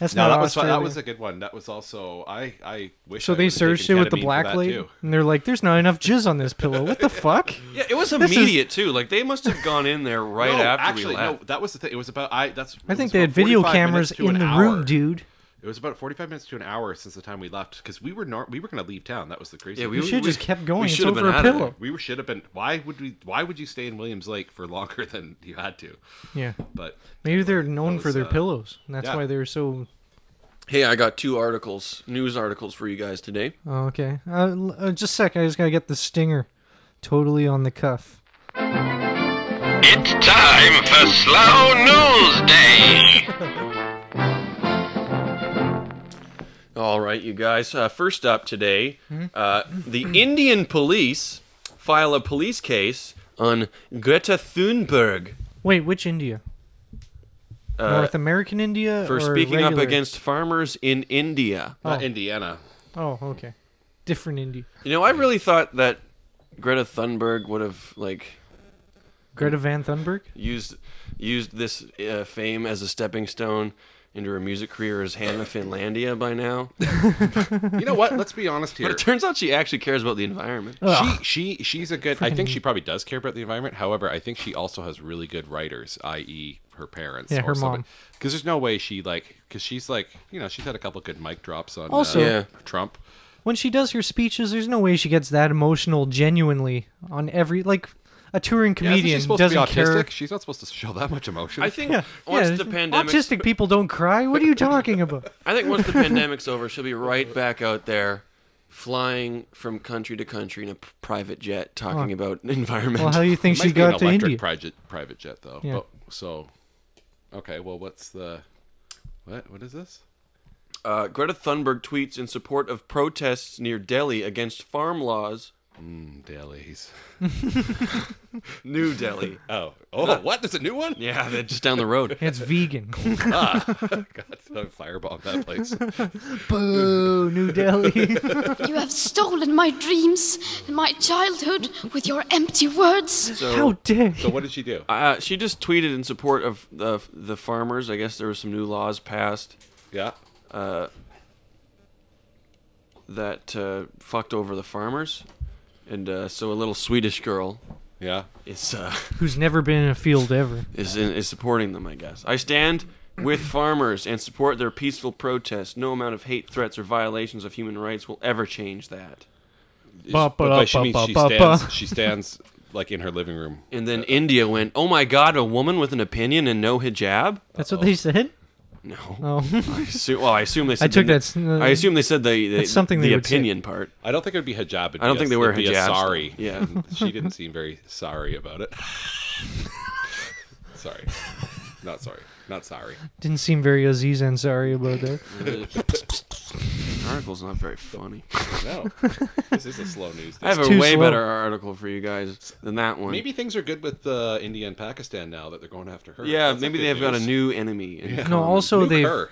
S3: That's
S16: no,
S3: not
S16: that was fun.
S3: Australia.
S16: that was a good one. That was also I I wish.
S3: so
S16: I
S3: they
S16: would've
S3: searched it
S16: taken
S3: with the
S16: ketamine for
S3: black
S16: that,
S3: light,
S16: too.
S3: and they're like, "There's not enough jizz on this pillow.
S16: [laughs]
S3: What the fuck?"
S4: Yeah, it was
S3: This is-
S4: immediate too. Like they must have gone in there right
S16: no,
S4: after
S16: actually,
S4: we left.
S16: no. That was the thing. It was about I. That's.
S3: I
S16: it
S3: think
S16: was
S3: they
S16: about
S3: had video
S16: 45 minutes
S3: cameras
S16: to
S3: in
S16: an
S3: the
S16: hour.
S3: room, dude.
S16: It was about forty-five minutes to an hour since the time we left because we were nor- we were going to leave town. That was the crazy.
S4: Yeah,
S16: thing.
S4: we- We should've we- just
S3: kept going.
S16: We
S3: It's
S16: should've
S3: over
S16: been
S3: a
S16: out of
S3: pillow.
S16: there. We were- should have been. Why would we? Why would you stay in Williams Lake for longer [laughs] than you had to?
S3: Yeah,
S16: but
S3: maybe they're known for
S16: was,
S3: their
S16: uh,
S3: pillows, and that's
S4: yeah.
S3: why they're so.
S4: Hey, I got two articles, news articles for you guys today.
S3: Oh, okay, uh, l- uh, just a sec. I just gotta get the stinger, totally on the cuff.
S1: It's time for Slow News Day.
S4: All right, you guys. Uh, first up today,
S1: Hmm?
S4: uh, the Indian police file a police case on Greta Thunberg
S3: Wait, which India?
S4: uh,
S3: North American India
S4: for
S3: or
S4: speaking up
S3: regular?
S4: against farmers in India.
S3: Not Oh.
S16: Indiana.
S3: Oh, okay, different India.
S4: You know, I really thought that Greta Thunberg would have like
S3: Greta Van Thunberg.
S4: used used this uh, fame as a stepping stone into her music career as Hannah Finlandia by now.
S16: You know what? Let's be honest here.
S4: But it turns out she actually cares about the environment.
S16: She she she's a good. I think she probably does care about the environment. However, I think she also has really good writers, i.e., her parents.
S3: Yeah, her mom.
S16: Because there's no way she like because she's like you know she's had a couple good mic drops on
S3: Also-
S16: uh,
S3: Yeah.
S16: Trump.
S3: when she does her speeches, there's no way she gets that emotional genuinely on every like a touring
S16: Yeah, isn't she
S3: comedian
S16: supposed to be
S3: doesn't
S16: autistic?
S3: care.
S16: She's not supposed to show that much emotion.
S4: I think once the pandemic
S3: autistic people don't cry. What are you talking
S16: [laughs]
S3: about?
S4: I think
S3: [laughs]
S4: once the pandemic's over, she'll be right back out there, flying from country to country in a p- private jet, talking
S3: Oh.
S4: about [laughs] environment.
S3: Well, how do you think
S16: It
S3: she
S16: might be an
S3: got to
S16: electric
S3: India?
S16: Private private jet though.
S3: Yeah.
S16: But- so, okay. Well, what's the what? What is this?
S4: Uh, Greta Thunberg tweets in support of protests near Delhi against farm laws.
S16: Mm, Delhi's.
S4: [laughs] New Delhi.
S16: Oh. Oh, what? There's a new one?
S4: Yeah, they're just down the road.
S3: It's vegan.
S16: [laughs] ah, God, I firebomb that place.
S3: [laughs] Boo, New
S16: [laughs]
S3: Delhi.
S18: You have stolen my dreams and my childhood with your empty words.
S3: Oh, dare
S16: So what did she do?
S4: Uh, she just tweeted in support of the the farmers. I guess there were some new laws passed.
S16: Yeah.
S4: Uh, that uh, fucked over the farmers, and uh, so a little Swedish girl.
S16: Yeah.
S4: Is uh,
S3: Who's never been in a field ever?
S4: is in, is supporting them. I guess I stand with farmers and support their peaceful protest. No amount of hate threats or violations of human rights will ever change that.
S16: But, but she means she stands. She stands like in her living room.
S4: And then India went, "Oh my God, a woman with an opinion and no hijab."
S3: That's what they said.
S4: No.
S3: Oh. [laughs]
S4: I assu- well, I assume they.
S3: I
S4: Said
S3: took
S4: the-
S3: that s- uh,
S4: I assume they said the, the
S3: that's something
S4: the
S3: they would say.
S4: opinion part.
S16: I don't think it would be hijab. It'd
S4: I don't
S16: be
S4: think
S16: a,
S4: they wear
S16: it'd be a
S4: hijabs, though.
S16: Sorry.
S4: Yeah.
S16: [laughs] she didn't seem very sorry about it. [laughs] sorry. Not sorry. Not sorry.
S3: Didn't seem very Aziz Ansari about that.
S4: Article's not very funny.
S16: No. This is a slow news day.
S4: [laughs] I have
S3: It's
S4: a
S3: too
S4: way
S3: slow.
S4: better article for you guys than that one.
S16: Maybe things are good with uh, India and Pakistan now that they're going after her.
S4: Yeah,
S16: That's
S4: maybe
S16: good
S4: they've got a
S16: news.
S4: new enemy. in
S16: Yeah.
S3: No, also
S16: Nuke
S3: they
S16: her.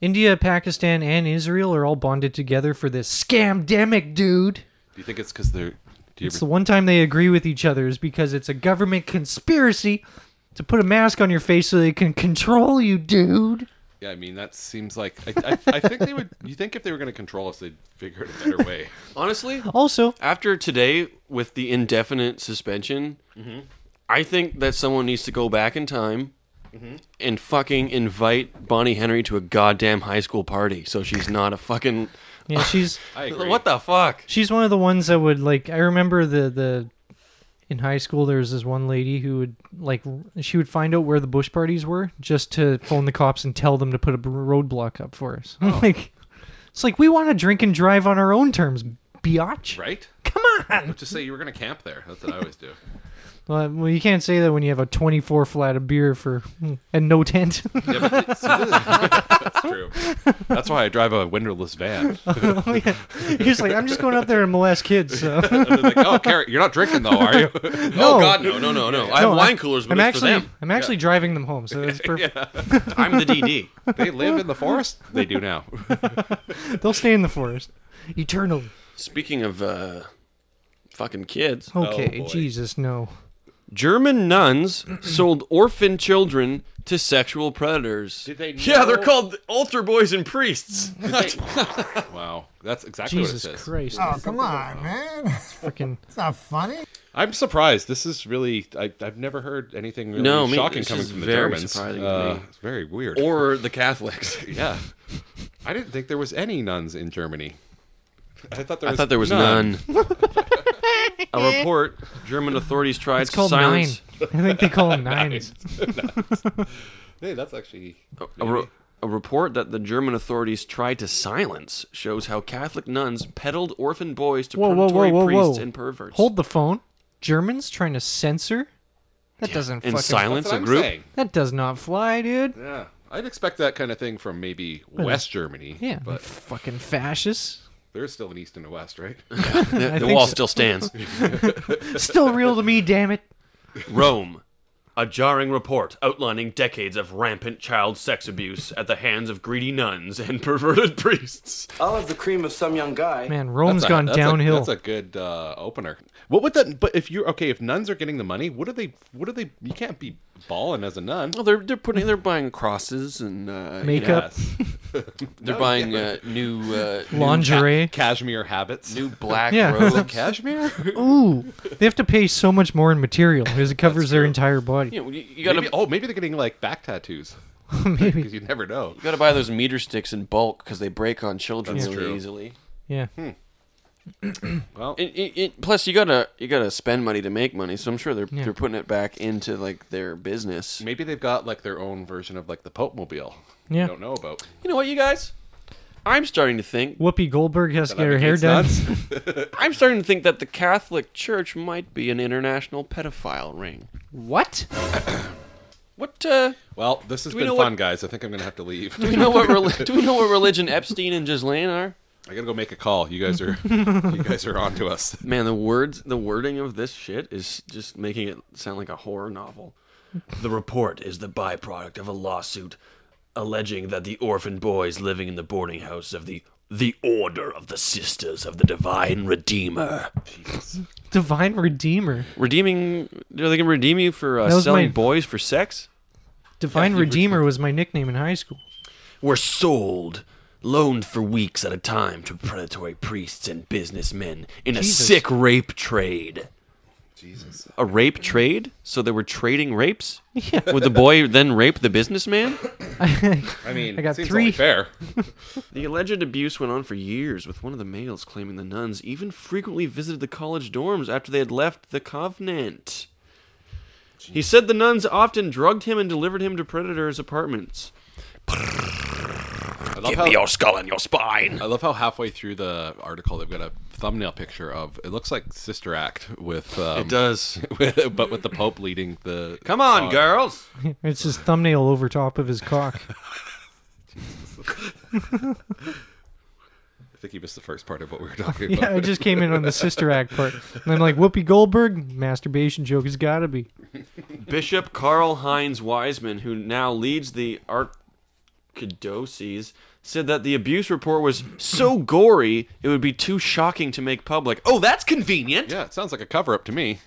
S3: India, Pakistan, and Israel are all bonded together for this scamdemic, dude.
S16: Do you think it's because they're? Do you
S3: It's
S16: ever-
S3: the one time they agree with each other is because it's a government conspiracy to put a mask on your face so they can control you, dude.
S16: Yeah, I mean that seems like I, I, I think they would. You think if they were going to control us, they'd figure out a better way.
S4: Honestly,
S3: Also,
S4: after today with the indefinite suspension,
S16: Mhm.
S4: I think that someone needs to go back in time
S16: Mhm.
S4: and fucking invite Bonnie Henry to a goddamn high school party so she's not a fucking.
S3: Yeah, she's-
S16: I agree.
S4: What the fuck?
S3: She's one of the ones that would like. I remember the the in high school there was this one lady who would like she would find out where the bush parties were just to phone the cops and tell them to put a b- roadblock up for [laughs] us. like it's like we want to drink and drive on our own terms, biatch.
S16: Right?
S3: Come
S16: Let's just say you were going to camp there. That's what I always do.
S3: Well, well, you can't say that when you have a 24 flat of beer for hmm, and no tent.
S16: [laughs] Yeah, but it's- that's true. That's why I drive a windowless van.
S3: Oh, [laughs] yeah. You're just like, I'm just going up there and molest kids.
S16: [laughs]
S3: So.
S16: And they're like, oh, Carrie, you're not drinking though, are you?
S4: Oh, God, no, no, no, no. I have wine coolers, but
S3: I'm
S4: it's for
S3: actually,
S4: them.
S3: I'm actually driving them home, so
S16: [laughs]
S3: it's perfect.
S4: I'm the [laughs] DD.
S16: They live in the forest. They do now.
S3: They'll stay in the forest eternally.
S4: Speaking of uh, fucking kids.
S16: Oh,
S3: Okay, Jesus, no.
S4: German nuns sold orphan children to sexual predators. Did
S16: they
S4: Yeah, they're
S16: know-
S4: called altar boys and priests.
S16: wow, that's exactly
S4: Jesus
S16: what it says.
S4: Christ.
S13: Oh, come on, man. It's
S3: freaking.
S13: It's not funny.
S16: I'm surprised. This is really. I, I've never heard anything really
S4: No, me-
S16: shocking
S4: this
S16: coming
S4: is
S16: from the
S4: very
S16: Germans.
S4: surprising to
S16: Uh,
S4: me.
S16: It's very weird.
S4: [laughs] Or the Catholics.
S16: yeah, I didn't think there was any nuns in Germany. I thought there
S4: I
S16: was.
S4: thought there was
S16: none.
S4: none. [laughs] A report German authorities tried
S3: It's
S4: to
S3: called
S4: silence.
S3: nine. I think they call
S16: [laughs]
S3: them nines.
S16: Hey, that's actually.
S4: A, re- a report that the German authorities tried to silence shows how Catholic nuns peddled orphan boys to
S3: whoa, whoa, whoa,
S4: predatory
S3: whoa,
S4: priests
S3: whoa!
S4: and perverts.
S3: Hold the phone. Germans trying to censor? That doesn't
S4: And
S3: fucking
S4: silence
S16: That's what a I'm group? saying.
S3: That does not fly, dude.
S16: Yeah, I'd expect that kind of thing from maybe
S3: Well,
S16: West Germany.
S3: Yeah,
S16: but
S3: fucking fascists.
S16: [laughs] there's still an East and a West, right? [laughs]
S4: The,
S3: I
S4: the
S3: think
S4: wall
S3: so. [laughs]
S4: still stands.
S3: Still real to me, damn it.
S4: Rome. A jarring report outlining decades of rampant child sex abuse at the hands of greedy nuns and [laughs] perverted priests.
S19: I'll have the cream of some young guy.
S3: Man, Rome's
S16: That's a-
S3: gone
S16: that's a-
S3: downhill.
S16: that's a good uh, opener. What would that? But if you okay, if nuns are getting the money, what are they? What are they? You can't be balling as a nun.
S4: Well, they're they're putting they're buying crosses and uh,
S3: Makeup.
S16: [laughs]
S4: They're buying uh, new uh, new
S3: Lingerie.
S16: cashmere habits,
S4: new black
S3: Yeah.
S4: robes,
S16: cashmere.
S3: Ooh, they have to pay so much more in material because it covers their entire body. [laughs]
S4: You, know, you, you gotta
S16: Maybe- oh, maybe they're getting like back tattoos. [laughs]
S3: Maybe.
S16: because you never know.
S4: you gotta buy those meter sticks in bulk because they break on children
S16: That's
S4: really
S16: true.
S4: easily.
S3: Yeah.
S16: Hmm, Well,
S4: And, and- and plus you gotta you gotta spend money to make money, so I'm sure they're
S3: Yeah.
S4: they're putting it back into like their business.
S16: maybe they've got like their own version of like the Pope mobile.
S3: Yeah.
S16: you don't know about.
S4: You know what, you guys? I'm starting to think
S3: Whoopi Goldberg has to
S16: That
S3: get her hair done.
S16: advocates
S4: I'm starting to think that the Catholic Church might be an international pedophile ring.
S3: What?
S4: What uh,
S16: Well, this has
S4: Do we
S16: been
S4: know
S16: fun,
S4: what-
S16: guys. I think I'm gonna have to leave.
S4: do we know what reli- do we know what religion Epstein and Ghislaine are?
S16: I gotta go make a call. You guys are
S11: [laughs]
S16: you guys are on to us.
S4: Man, the words, the wording of this shit is just making it sound like a horror novel. The report is the byproduct of a lawsuit alleging that the orphan boys living in the boarding house of the the Order of the Sisters of the Divine Redeemer.
S3: [laughs] Divine Redeemer.
S4: Redeeming? Are they gonna redeem you for uh,
S3: That was
S4: selling
S3: my-
S4: boys for sex?
S3: Divine Redeemer was my nickname in high school. [laughs]
S4: were sold, loaned for weeks at a time to predatory priests and businessmen in
S3: Jesus.
S4: a sick rape trade. Jesus. A rape trade? So they were trading rapes? Yeah. Would the boy then rape the businessman?
S16: I mean,
S3: I got
S16: seems
S3: three.
S16: only fair.
S4: The alleged abuse went on for years, with one of the males claiming the nuns even frequently visited the college dorms after they had left the convent. He said the nuns often drugged him and delivered him to predators' apartments.
S16: I love how
S4: skull and your spine.
S16: I love how halfway through the article they've got a thumbnail picture of it looks like Sister Act with um,
S4: It does.
S16: [laughs] with, but with the Pope leading the
S4: Come on,
S16: uh,
S4: girls.
S3: It's his thumbnail over top of his cock.
S16: [laughs] I think you missed the first part of what we were talking
S3: Yeah,
S16: about.
S3: I just came in on the sister act part. And I'm like, Whoopi Goldberg, masturbation joke has got to be.
S4: Bishop Karl Heinz Wiseman, who now leads the Archdiocese, said that the abuse report was so gory it would be too shocking to make public. Oh, that's convenient.
S16: Yeah, it sounds like a cover up to me.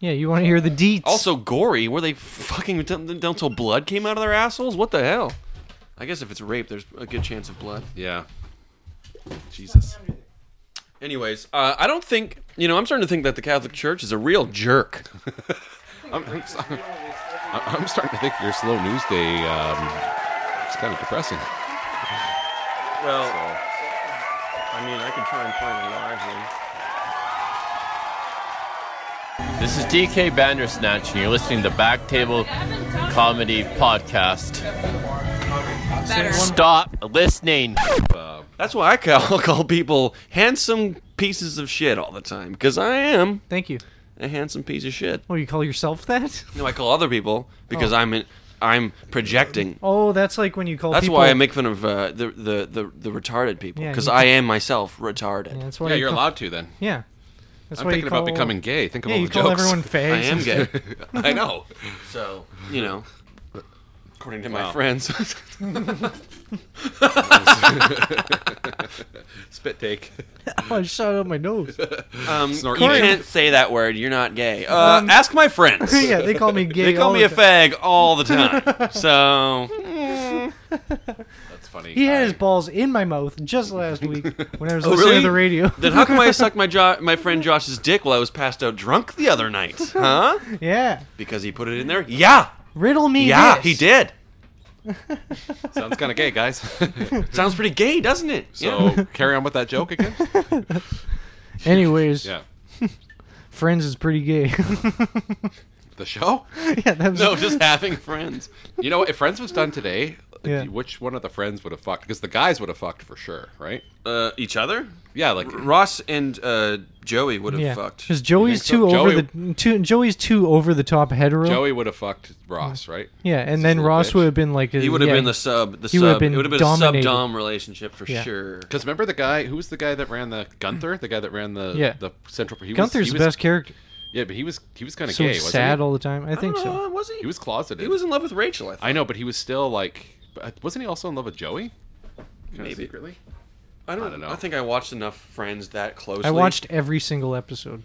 S3: Yeah, you want to hear the deets.
S4: Also gory. Were they fucking done done until blood came out of their assholes? What the hell? I guess if it's rape, there's a good chance of blood.
S16: Yeah. Jesus.
S4: Anyways, uh, I don't think you know. I'm starting to think that the Catholic Church is a real jerk.
S16: I'm, I'm, so- [laughs] I- I'm starting to think your slow news day um, it's kind of depressing.
S4: Well, I mean, I can try and find a live
S20: This is DK Bandersnatch, and you're listening to Back Table Comedy Podcast. Stop listening.
S4: [laughs] That's why I call, call people handsome pieces of shit all the time because I am.
S3: Thank you.
S4: A handsome piece of shit.
S3: Oh, you call yourself that?
S4: No, I call other people because
S3: Oh.
S4: I'm in, I'm projecting.
S3: Oh, that's like when you call.
S4: That's
S3: people,
S4: why I make fun of uh, the, the the the retarded people
S3: Yeah,
S4: because
S3: you
S4: I
S3: can-
S4: am myself retarded.
S3: Yeah, that's why
S16: Yeah,
S3: you
S16: you're
S3: call-
S16: allowed to then.
S3: Yeah. That's
S16: I'm
S3: why you
S16: thinking about
S3: call-
S16: becoming gay. Think of
S3: yeah,
S16: all
S3: you
S16: the
S3: call
S16: jokes. [laughs]
S3: everyone fags.
S4: I am
S3: and [laughs]
S4: gay.
S3: shit.
S4: I know. So you know, according to my
S16: Wow.
S4: friends. [laughs]
S16: Spit take.
S3: oh, I shot out my
S16: [laughs]
S3: nose.
S4: Um, you
S3: Snort.
S4: can't say that word. You're not gay. Uh,
S3: Um,
S4: ask my friends.
S3: [laughs] yeah, they call me gay
S4: They call
S3: all
S4: me a
S3: the time.
S4: fag all
S3: [laughs]
S4: the time. So
S16: That's funny.
S3: He had his balls in my mouth
S16: [laughs]
S3: just last week when I was
S4: Oh,
S3: listening
S4: really?
S3: to the radio.
S4: then how come I sucked my jo- my friend Josh's dick while I was passed out drunk the other night? Huh?
S3: [laughs] Yeah.
S4: Because he put it in there. Yeah.
S3: Riddle me
S4: Yeah,
S3: this.
S4: he did.
S16: Sounds kind of
S3: [laughs]
S16: gay, guys. [laughs]
S4: Sounds pretty gay, doesn't it?
S16: So
S4: Yeah.
S16: carry on with that
S3: [laughs]
S16: joke again.
S3: Anyways.
S16: Yeah.
S3: Friends is pretty gay. [laughs]
S16: The show?
S3: Yeah, that was-
S16: no, just having friends. You know, if Friends was done today,
S3: Yeah.
S16: which one of the friends would have fucked? Because the guys would have fucked for sure, right?
S4: Uh, each other?
S16: Yeah, like
S4: Ross and uh, Joey would have
S3: yeah.
S4: fucked.
S3: Because Joey's
S16: You
S3: too
S16: think so?
S3: over
S16: Joey-
S3: the too, Joey's too over the top hetero.
S16: Joey would have fucked Ross, right?
S3: Yeah, and then Ross would have been like a,
S4: He would have
S3: yeah,
S4: been the sub. The
S3: he
S4: sub.
S3: would have been
S4: it would have been
S3: dominated.
S4: a sub dom relationship for
S3: Yeah.
S4: sure.
S16: Because remember the guy who was the guy that ran the Gunther, the guy that ran the
S3: Yeah.
S16: the Central. He was-
S3: Gunther's
S16: he
S3: the
S16: was-
S3: best character.
S16: Yeah, but he was he was kind of
S3: So
S16: gay.
S3: sad
S16: wasn't
S3: all the time. I think so.
S4: Was he?
S16: He was closeted.
S4: He was in love with Rachel. I thought.
S16: I know, but he was still like, but wasn't he also in love with Joey? Kinda
S4: Maybe.
S16: secretly.
S4: I don't,
S16: I don't know.
S4: I think I watched enough Friends that closely.
S3: I watched every single episode.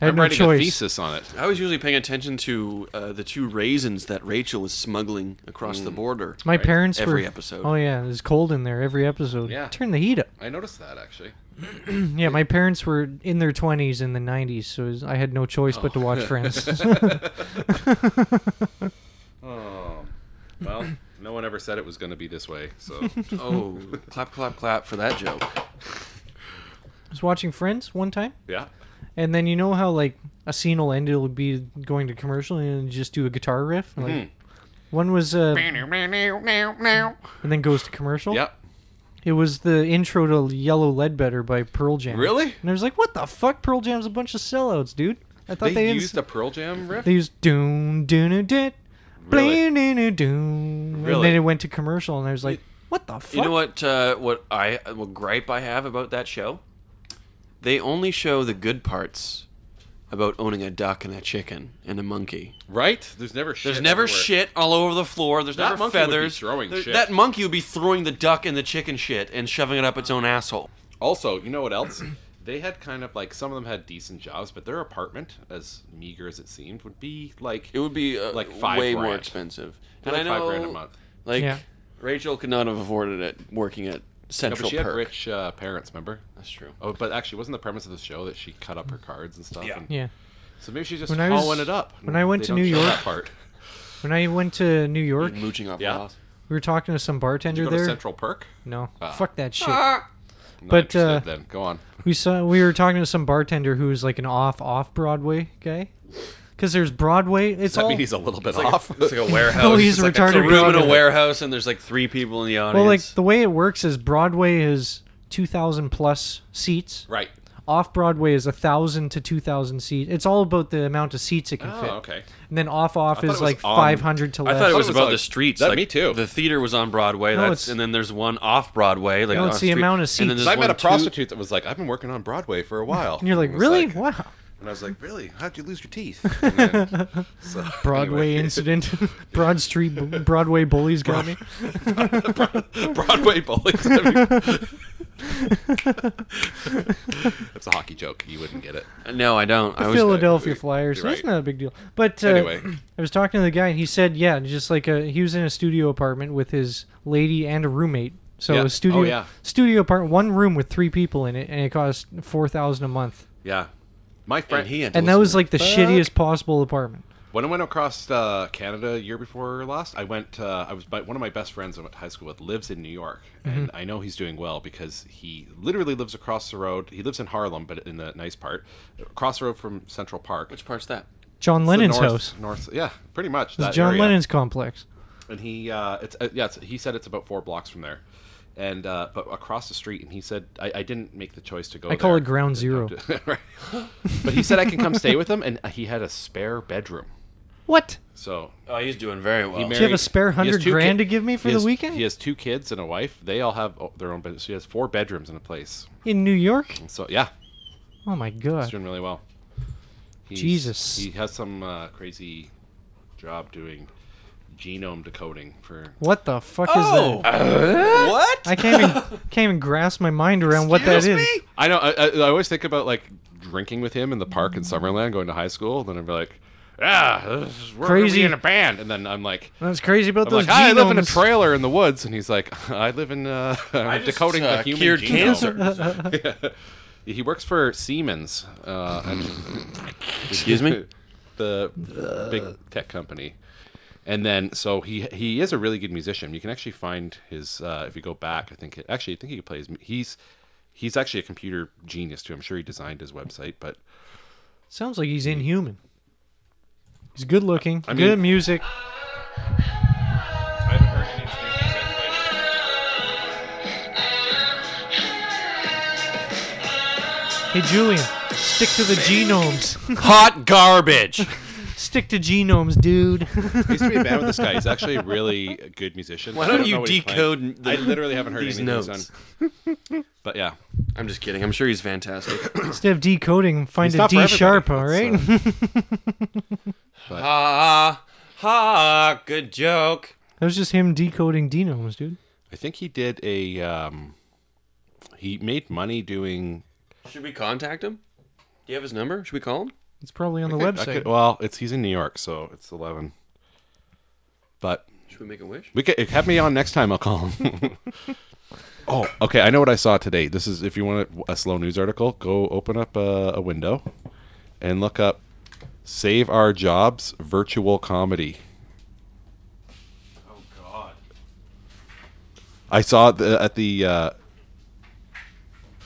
S3: I had
S16: I'm
S3: no
S16: writing
S3: choice.
S16: a thesis on it.
S4: I was usually paying attention to uh, the two raisins that Rachel was smuggling across
S16: Mm.
S4: the border.
S3: My
S4: Right.
S3: parents
S4: every
S3: were,
S4: episode.
S3: Oh yeah, there's cold in there every episode.
S16: Yeah.
S3: Turn the heat up.
S16: I noticed that actually.
S3: yeah, my parents were in their 20s in the 90s, so it was- I had no choice but to watch
S16: [laughs]
S3: Friends.
S16: Oh,
S3: [laughs]
S16: well, no one ever said it was going to be this way. So,
S4: Oh, clap, clap, clap for that joke.
S3: I was watching Friends one time.
S16: Yeah.
S3: And then you know how like a scene will end, it'll be going to commercial and just do a guitar riff. Like
S16: Mhm.
S3: one was uh,
S16: yeah.
S3: and then goes to commercial. It was the intro to Yellow Ledbetter by Pearl Jam.
S16: Really?
S3: And I was like, what the fuck? Pearl Jam's a bunch of sellouts, dude. I thought
S16: They,
S3: they, didn't-
S16: used a Pearl Jam riff.
S3: They used doon doon doon
S16: Really?
S3: doon doon doon.
S4: Really?
S3: And then it went to commercial, and I was like, what the fuck?
S4: You know what? Uh, what I what gripe I have about that show? They only show the good parts about owning a duck and a chicken and a monkey.
S16: Right? There's never shit.
S4: There's never
S16: everywhere.
S4: shit all over the floor. There's
S16: That
S4: never
S16: monkey would be
S4: feathers.
S16: throwing
S4: There-
S16: shit.
S4: That monkey would be throwing the duck and the chicken shit and shoving it up its own asshole.
S16: Also, you know what else? [clears throat] They had kind of like some of them had decent jobs, but their apartment, as meager as it seemed, would be like
S4: It would be uh,
S16: like five
S4: way more
S16: grand.
S4: expensive.
S16: Be like five grand a month.
S4: Like
S3: Yeah.
S4: Rachel could not have afforded it working at
S16: No,
S4: Central
S16: but she
S4: Perk.
S16: had rich uh, parents, remember?
S4: That's true.
S16: Oh, but actually, wasn't the premise of the show that she cut up her cards and stuff?
S4: Yeah.
S16: And,
S3: Yeah.
S16: So maybe she's just
S3: When I was-
S16: hollowing it up.
S3: when I went
S16: They
S3: to
S16: don't
S3: New
S16: show
S3: York- [laughs]
S16: that part.
S3: When I went to New York,
S4: Mooching off
S16: Yeah.
S4: the house.
S3: we were talking to some
S16: Did you
S3: bartender
S16: go to
S3: there.
S16: Central Perk?
S3: No,
S16: Ah.
S3: fuck that shit.
S16: Not
S3: But, uh,
S16: interested then
S3: [laughs]
S16: go on.
S3: We saw we were talking to some bartender who was like an off off Broadway guy. Because there's Broadway. It's
S16: Does that
S3: all
S16: mean he's a little bit
S4: It's like,
S16: off?
S4: A, it's
S16: [laughs]
S4: like a warehouse.
S3: he's
S4: it's like
S3: retarded
S4: It's Oh, a room in a
S3: broken.
S4: warehouse, and there's like three people in the audience.
S3: well, like the way it works is Broadway is two thousand plus seats.
S16: right.
S3: Off Broadway is a thousand to two thousand seats. It's all about the amount of seats it can
S16: Oh,
S3: fit.
S16: okay.
S3: And then off
S16: I
S3: off
S16: thought
S3: is
S16: it was
S3: like
S16: on-
S3: five hundred to
S4: I
S3: less.
S4: thought it was about
S16: like-
S4: the streets.
S16: that-
S4: like,
S16: me too.
S4: The theater was on Broadway.
S3: No,
S4: that's
S3: it's-
S4: and then there's one off Broadway. Like
S3: No,
S4: on
S3: it's the
S4: street,
S3: amount of
S4: And
S3: seats.
S4: then there's
S16: So I
S4: one
S16: met a
S4: two-
S16: prostitute that was like, I've been working on Broadway for a while.
S3: And you're like,
S16: I was
S3: really?
S16: like- [laughs]
S3: wow.
S16: And I was like, really? How'd you lose
S3: [laughs]
S16: your teeth? And then- so, anyway.
S3: Broadway incident. Broad Street bu- Broadway bullies got me.
S16: [laughs] Broadway bullies. I
S3: [laughs]
S16: mean- That's a hockey joke. You wouldn't get it.
S4: No, I don't. I was
S3: Philadelphia Flyers.
S16: You're
S3: That's
S16: right.
S3: not a big deal. But uh,
S16: Anyway.
S3: I was talking to the guy, and he said, yeah, just like a, he was in a studio apartment with his lady and a roommate. So
S16: Yeah.
S3: a studio
S16: Oh, yeah.
S3: studio apartment, one room with three people in it, and it cost four thousand a month.
S16: Yeah. My friend,
S4: he had to
S3: And that
S4: listen
S3: was
S4: to
S3: like the
S16: Fuck.
S3: shittiest possible apartment.
S16: When I went across uh, Canada year before last, I went. Uh, I was by, one of my best friends I went to high school with lives in New York, and
S3: Mm-hmm.
S16: I know he's doing well because he literally lives across the road. He lives in Harlem, but in the nice part, across the road from Central Park.
S4: Which part's that?
S3: John
S16: It's the
S3: Lennon's
S16: north,
S3: house.
S16: North, yeah, pretty much.
S3: It was
S16: that
S3: John
S16: area.
S3: Lennon's complex.
S16: and he uh, it's uh, yeah it's, he said it's about four blocks from there and uh, but across the street, and he said I, I didn't make the choice to go.
S3: I call
S16: there.
S3: it ground zero.
S16: [laughs] Right. but he said I can come stay with him, and he had a spare bedroom.
S3: What?
S16: So
S4: oh, he's doing very well.
S3: Do you have a spare
S16: he has
S3: 100
S16: two
S3: grand to give me for
S16: he
S3: the
S16: has-
S3: weekend?
S16: He has two kids and a wife. They all have oh, their own bedrooms. So he has four bedrooms in a place.
S3: In New York?
S16: And so yeah,
S3: Oh my
S16: he's
S3: god.
S16: doing really well. He's-
S3: Jesus.
S16: He has some uh, crazy job doing genome decoding for.
S3: What the fuck
S16: Oh.
S4: [laughs]
S3: is that?
S16: Uh, what?
S3: I can't
S16: [laughs]
S3: even can't even grasp my mind around what that is.
S16: I know. I, I, I always think about like drinking with him in the park in Summerland, going to high school. And then I'm like, ah, this is- we're gonna be
S3: Crazy.
S16: in a band. And then I'm like,
S3: That's crazy about
S16: I'm
S3: those
S16: like, "Hi, I live in a
S3: genomes."
S16: trailer in the woods, and he's like, [laughs] I live in uh, I'm
S4: just,
S16: decoding
S4: uh,
S16: the human
S4: cured
S16: [laughs] genome." Yeah. He works for Siemens. Uh, and-
S4: [laughs] Excuse me?
S16: [laughs] the big tech company. And then, so he he is a really good musician. You can actually find his uh, if you go back. I think actually I think he could play his. He's he's actually a computer genius too. I'm sure he designed his website, but
S3: Sounds like he's inhuman. He's good looking,
S16: I
S3: good at
S16: mean-
S3: music. Hey Julian, stick to the genomes.
S16: [laughs]
S3: [laughs]
S4: Hot garbage.
S3: stick to genomes,
S16: [laughs]
S3: dude.
S16: I used to be a band with this guy. He's actually a really good musician.
S4: Why
S16: I
S4: don't
S16: know
S4: you
S16: what he's playing.
S4: decode? The,
S16: I literally haven't heard
S4: these
S16: anything he's
S4: notes.
S16: But yeah,
S4: I'm just kidding. I'm sure
S16: [coughs]
S4: he's fantastic.
S3: Instead of decoding, find
S4: He's
S3: a
S4: not for
S3: D
S4: everybody.
S3: sharp, all
S16: uh,
S3: right?
S4: ha ha! Good joke.
S3: [laughs] that was just him decoding genomes, dude.
S16: I think he did a. Um, he made money doing.
S4: Should we contact him? Do you have his number? Should we call him?
S3: It's probably on the
S16: I could- I
S3: website.
S4: oh.
S16: could- well, it's he's in New York, so it's eleven. But
S4: Should we make a wish?
S16: We could have me on next time. I'll call him. [laughs] oh, okay. I know what I saw today. This is if you want a, a slow news article, go open up a, a window and look up "Save Our Jobs" virtual comedy.
S6: Oh,
S16: I saw it the, at the. Uh,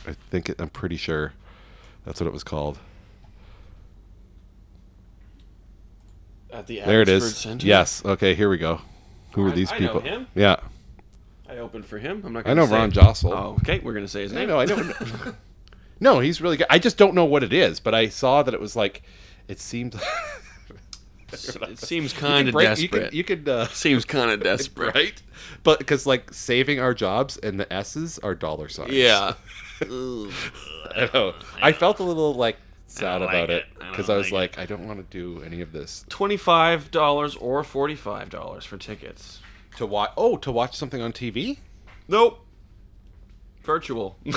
S16: I think it, I'm pretty sure that's what it was called.
S4: At the
S16: there it is.
S4: Abbotsford Center?
S16: Yes. Okay. Here we go. Who are
S4: I-
S16: these
S4: I know
S16: people?
S4: him.
S16: Yeah.
S4: I opened for him. I'm not.
S16: I
S4: Gonna
S16: know
S4: say
S16: Ron
S4: it.
S16: Jossel.
S4: Oh, okay, we're gonna say his
S16: I
S4: name. [laughs]
S16: know, I know. No, he's really good. I just don't know what it is, but I saw that it was like. It seemed. [laughs]
S4: it seems
S16: You could
S4: kind of
S16: break- you could-
S4: desperate.
S16: You could. uh, [laughs]
S4: seems kind of desperate,
S16: right? But because like saving our jobs and the S's are dollar signs.
S4: [laughs] Yeah.
S16: [laughs] I don't know. I felt a little like sad
S4: like
S16: about
S4: it.
S16: it
S4: I don't
S16: because I, was
S4: like
S16: like, I don't want to do any of this
S4: Twenty-five dollars or forty-five dollars for tickets.
S16: to watch. Oh, to watch something on TV.
S4: Nope. Virtual.
S16: [laughs]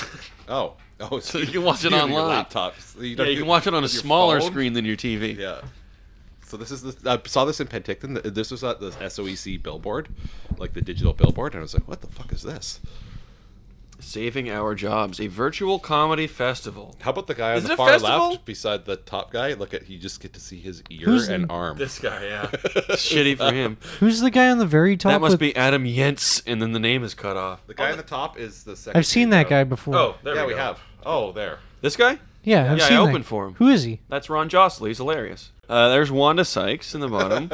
S16: Oh, oh, [laughs]
S4: so you can watch it online.
S16: Laptops.
S4: yeah, you can watch it on a smaller screen than your TV.
S16: Yeah. So this is the I saw this in Penticton. Th- This was at the SOEC billboard, like the digital billboard, and I was like, "What the fuck is this?"
S4: Saving Our Jobs, a virtual comedy festival.
S16: How about the guy on
S4: Is it
S16: the
S4: a
S16: far
S4: festival?
S16: left beside the top guy? Look at you just get to see his ear
S3: Who's
S16: and
S3: the-
S16: arm. [laughs]
S4: This guy, yeah. [laughs] Shitty for him.
S3: Who's the guy on the very top?
S4: That must
S3: with-
S4: be Adam Yentz, and then the name is cut off.
S16: The guy on the top is the second. E
S3: I've seen that guy before.
S4: Oh, there
S16: yeah,
S4: we,
S16: we,
S4: go.
S16: have. Oh, there.
S4: This guy?
S3: Yeah, I've
S4: yeah,
S3: seen
S4: I
S3: that.
S4: opened for him.
S3: Who is he?
S4: That's Ron Jostley. He's hilarious. Uh, there's Wanda Sykes in the bottom.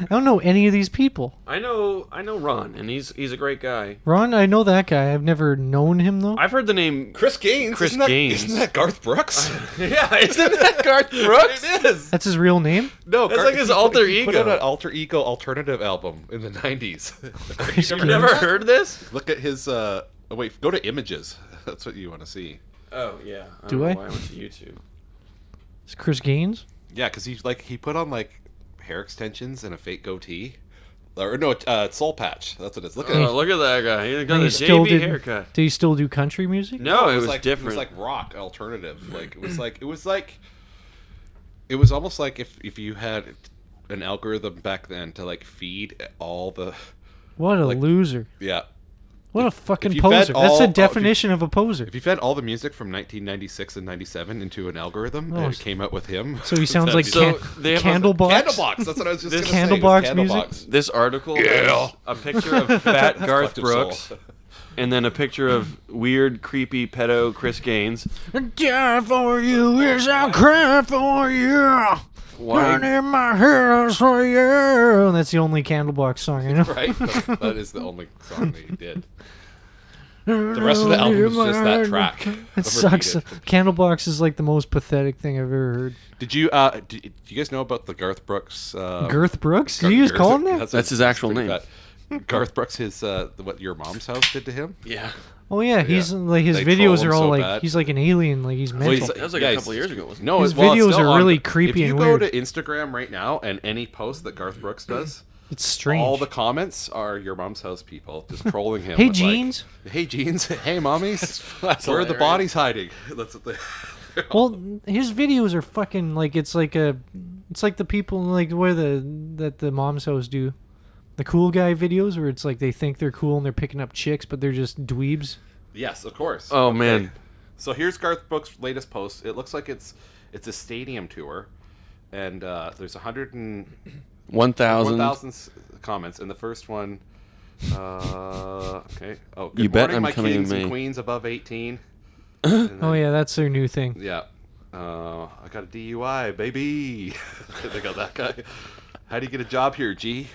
S3: I don't know any of these people.
S4: [laughs] I know, I know Ron, and he's he's a great guy.
S3: Ron, I know that guy. I've never known him though.
S4: I've heard the [laughs] name
S16: Chris Gaines.
S4: Chris
S16: isn't that,
S4: Gaines.
S16: Isn't that Garth [laughs] Brooks?
S4: yeah, isn't that Garth [laughs] Brooks?
S16: it is.
S3: That's his real name.
S16: No,
S4: That's
S16: Gar-
S4: like his
S16: he put-
S4: alter
S16: he Put
S4: ego.
S16: out an alter ego alternative album in the nineties. [laughs]
S3: Chris
S4: [laughs] You've never heard this?
S16: Look at his. uh oh, Wait, go to images. [laughs] That's what you want to see.
S4: Oh yeah. I
S3: Do
S4: don't know
S3: I?
S4: Why I went to YouTube.
S3: It's Chris Gaines.
S16: Yeah, because he's like he put on like hair extensions and a fake goatee, or no, uh, soul patch. That's what it is. Look at
S4: Oh,
S16: it.
S4: look at that guy. He's got
S3: And
S4: a
S3: he still
S4: JB
S3: did.
S4: haircut.
S3: Did he still do country music?
S4: No, it was,
S16: like,
S4: different.
S16: It was like rock alternative. Like it was like it was like it was almost like if if you had an algorithm back then to like feed all the
S3: What a loser.
S16: yeah.
S3: What a fucking
S16: if you fed
S3: poser. That's
S16: all-
S3: the
S16: oh, if you-
S3: definition of a poser.
S16: If you fed all the music from 1996 and 97 into an algorithm,
S3: Oh,
S16: and it
S3: so-
S16: came out with him.
S3: So he
S16: [laughs]
S3: sounds like
S4: So
S3: can-
S4: they have a-
S3: Candlebox.
S16: Candlebox. That's what I was just
S4: This-
S16: gonna say.
S3: Candlebox
S16: Candlebox
S3: music?
S4: This article
S16: Yeah.
S4: is a
S16: [laughs]
S4: picture of fat Garth
S16: Collective
S4: Brooks
S16: soul.
S4: and then a picture of weird, creepy pedo Chris Gaines.
S3: Die for you, here's I'll cry for you. Burn
S4: Why?
S3: in my heroes for you. And that's the only Candlebox song I know.
S16: Right. That- that is the only song that he did. [laughs] The rest of the album is just that track.
S3: It sucks. Candlebox is like the most pathetic thing I've ever heard.
S16: Did you uh do, do you guys know about the Garth Brooks uh
S3: Garth Brooks? Did you just call him that?
S4: That's his actual name.
S16: that. Garth Brooks his uh what your mom's house did to him? Yeah.
S3: Oh yeah, he's like his
S16: They troll
S3: videos
S16: him
S3: are all
S16: so
S3: like
S16: bad.
S3: he's like an alien, like he's mental.
S16: he's- yeah, he's- No,
S3: no, his
S16: it- well, it's
S3: videos are
S16: still on,
S3: really
S16: but
S3: creepy
S16: If you
S3: and
S16: go
S3: weird.
S16: to Instagram right now and any post that Garth Brooks does,
S3: It's strange.
S16: All the comments are your mom's house people
S3: [laughs]
S16: just trolling him.
S3: Hey,
S16: with, like,
S3: Jeans.
S16: hey jeans. [laughs] Hey mommies.
S3: [laughs]
S4: that's
S16: Where are the bodies
S4: hilarious.
S16: hiding? [laughs] That's what they.
S3: well, his videos are fucking like it's like a, it's like the people like where the that the mom's house do, the cool guy videos where it's like they think they're cool and they're picking up chicks but they're just dweebs.
S16: Yes, of course.
S4: Oh,
S16: Okay.
S4: man.
S16: So here's Garth Brooks' latest post. It looks like it's it's a stadium tour, and uh, there's a hundred and
S4: 1,000.
S16: 1,000 s- comments, and the first one. Uh, okay. Oh, good
S4: You bet
S16: morning,
S4: I'm
S16: my
S4: coming to
S16: kings and
S4: May.
S16: queens above eighteen.
S3: oh yeah, that's their new thing.
S16: Yeah. Uh, I got a DUI, baby. [laughs] they got that guy. How do you get a job here, G?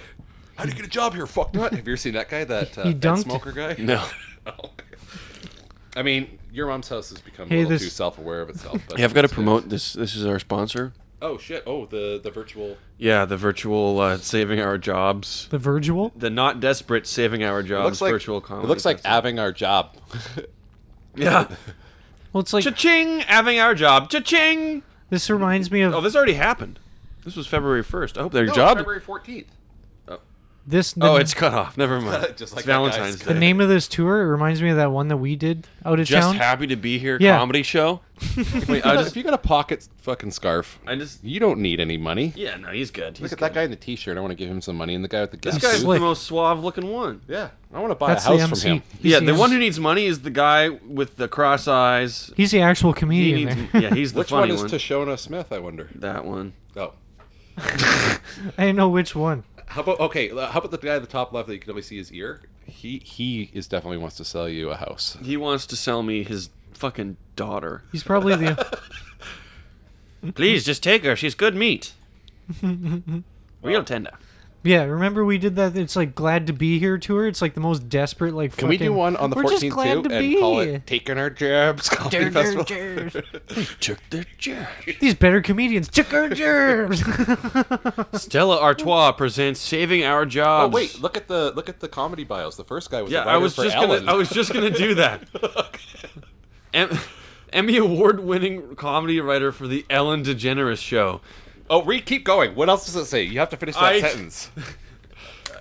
S16: How do you get a job here? Fuck nut. Have you ever seen that guy? That uh,
S3: He
S16: fed
S3: dunked.
S16: smoker guy?
S4: [laughs] No.
S16: Oh. I mean, your mom's house has become
S3: Hey,
S16: a little
S3: this-
S16: too self-aware of itself. But
S4: Yeah, I've got to promote this. This is our sponsor.
S16: Oh shit! Oh, the the virtual.
S4: Yeah, the virtual uh, saving our jobs.
S3: The virtual.
S4: The not desperate saving our
S16: It
S4: jobs.
S16: looks like
S4: virtual comedy.
S16: It looks like having our job. [laughs]
S4: yeah.
S3: Well, it's like
S4: cha-ching, having our job. Cha-ching.
S3: This reminds me of
S4: Oh, this already happened. This was February first. I hope their
S16: No,
S4: job.
S16: February fourteenth.
S3: this.
S4: oh, it's cut off. Never
S16: [laughs]
S4: mind.
S16: Just
S4: Just
S16: like
S4: like
S16: that guy's
S4: Valentine's
S3: the
S4: Day.
S3: name of this tour. It reminds me of that one that we did out of
S4: Just
S3: town.
S4: happy to be here.
S3: Yeah.
S4: Comedy [laughs] show.
S16: Wait, I Uh, just, if you got a pocket fucking scarf,
S4: I just
S16: you don't need any money.
S4: Yeah, no, he's good.
S16: Look
S4: He's
S16: at that guy in the t-shirt. I want to give him some money, and the guy with the
S4: This
S16: gas
S4: guy's
S16: suit.
S4: the most suave looking one.
S16: Yeah, I want to buy a house from him.
S4: Yeah, the one who needs money is the guy with the cross eyes.
S3: He's the actual comedian.
S4: He needs-
S3: there. [laughs]
S4: yeah, he's the
S16: Which
S4: funny
S16: one is
S4: one.
S16: Tashona Smith? I wonder.
S4: That one.
S16: Oh,
S3: I didn't know which one.
S16: how about okay? uh, How about the guy at the top left that you can only see his ear? He he is definitely wants to sell you a house.
S4: He wants to sell me his fucking daughter.
S3: He's probably
S4: [laughs]
S3: the.
S4: Please just take her. She's good meat. Real tender.
S3: Yeah, remember we did that? It's like glad to be here tour. It's like the most desperate, like.
S16: Can we do
S3: fucking,
S16: one on the
S3: We're just
S16: fourteenth
S3: glad
S16: too
S3: to
S16: and
S3: be
S16: call
S3: here."
S16: it "Taking Our Jabs"
S3: Dur,
S16: Comedy
S3: dur,
S16: Festival? [laughs]
S3: dur.
S4: Jerk their jerk.
S3: These better comedians took our germs. [laughs]
S4: Stella Artois presents Saving Our
S16: Oh
S4: Jobs.
S16: wait, look at the look at the comedy bios. The first guy was
S4: Yeah,
S16: the
S4: I
S16: writer
S4: was
S16: for
S4: just
S16: Ellen. [laughs]
S4: gonna. I was just gonna do that. Em- Emmy award-winning comedy writer for the Ellen DeGeneres show.
S16: Oh, read. Keep going. What else does it say? You have to finish that [laughs]
S4: I-
S16: sentence.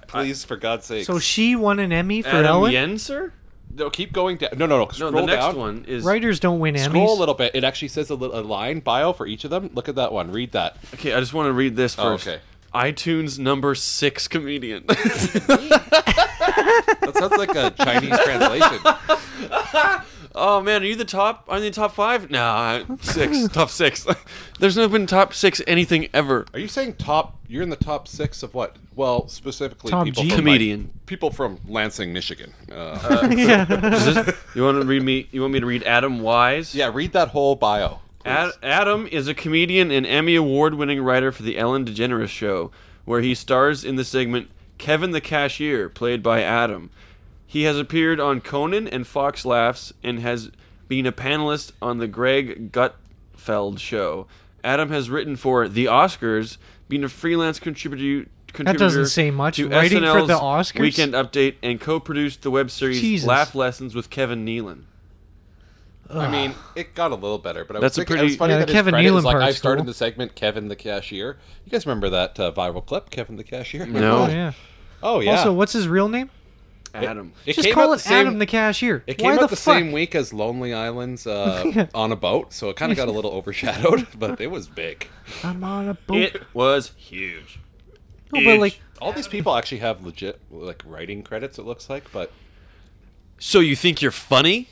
S16: Please, for God's sake.
S3: so she won an Emmy for
S4: Adam
S3: Ellen.
S4: Yenser?
S16: no, keep going down. No, no, no.
S4: No,
S16: Scroll
S4: the next
S16: down.
S4: one is
S3: Writers don't win
S16: Scroll a
S3: Emmys.
S16: little bit. It actually says a, li- a line bio for each of them. Look at that one. Read that.
S4: Okay, I just want to read this
S16: Oh,
S4: first.
S16: okay.
S4: iTunes number six comedian. [laughs]
S16: That sounds like [laughs] a Chinese translation.
S4: oh man, are you the top? Are you the top five? No, I-
S3: [laughs]
S4: six. top six. [laughs] There's never been top six anything ever.
S16: Are you saying top? You're in the top six of what? Well, specifically
S3: Top
S16: people
S3: G.
S16: from like-
S4: Comedian.
S16: people from Lansing, Michigan. Uh,
S3: yeah.
S4: Is this- you want to read me? You want me to read Adam Wise?
S16: yeah, read that whole bio.
S4: Ad, Adam is a comedian and Emmy award winning writer for The Ellen DeGeneres Show, where he stars in the segment Kevin the Cashier, played by Adam. He has appeared on Conan and Fox Laughs and has been a panelist on The Greg Gutfeld Show. Adam has written for The Oscars, been a freelance contributor.
S3: doesn't
S4: contributor
S3: say much.
S4: To
S3: Writing for
S4: SNL's
S3: The Oscars?
S4: Weekend Update and co produced the web series
S3: Jesus.
S4: Laugh Lessons with Kevin Nealon.
S3: Ah.
S16: I mean, it got a little better, but I
S4: That's a
S16: was thinking,
S4: pretty-
S16: it was funny
S3: Yeah,
S16: that his
S3: Kevin
S16: credit is
S3: Nealon
S16: like I
S3: part's
S16: started
S3: cool.
S16: the segment Kevin the Cashier. You guys remember that uh, viral clip, Kevin
S3: [laughs]
S16: the Cashier?
S4: No.
S3: Oh, yeah.
S16: [laughs] Oh yeah.
S3: Also, what's his real name?
S4: Adam.
S16: it
S3: Just
S16: came
S3: call
S16: out
S3: it
S16: the same-
S3: Adam the cashier.
S16: It
S3: Why
S16: came out the,
S3: the fuck?
S16: same week as Lonely
S3: [laughs]
S16: Islands uh, on a boat, so it kind of got a little overshadowed, [laughs] but it was big.
S3: I'm on a boat.
S4: It was huge.
S3: no, but like
S16: All these
S3: [laughs]
S16: people actually have legit like writing credits. It looks like, but
S4: So you think you're funny?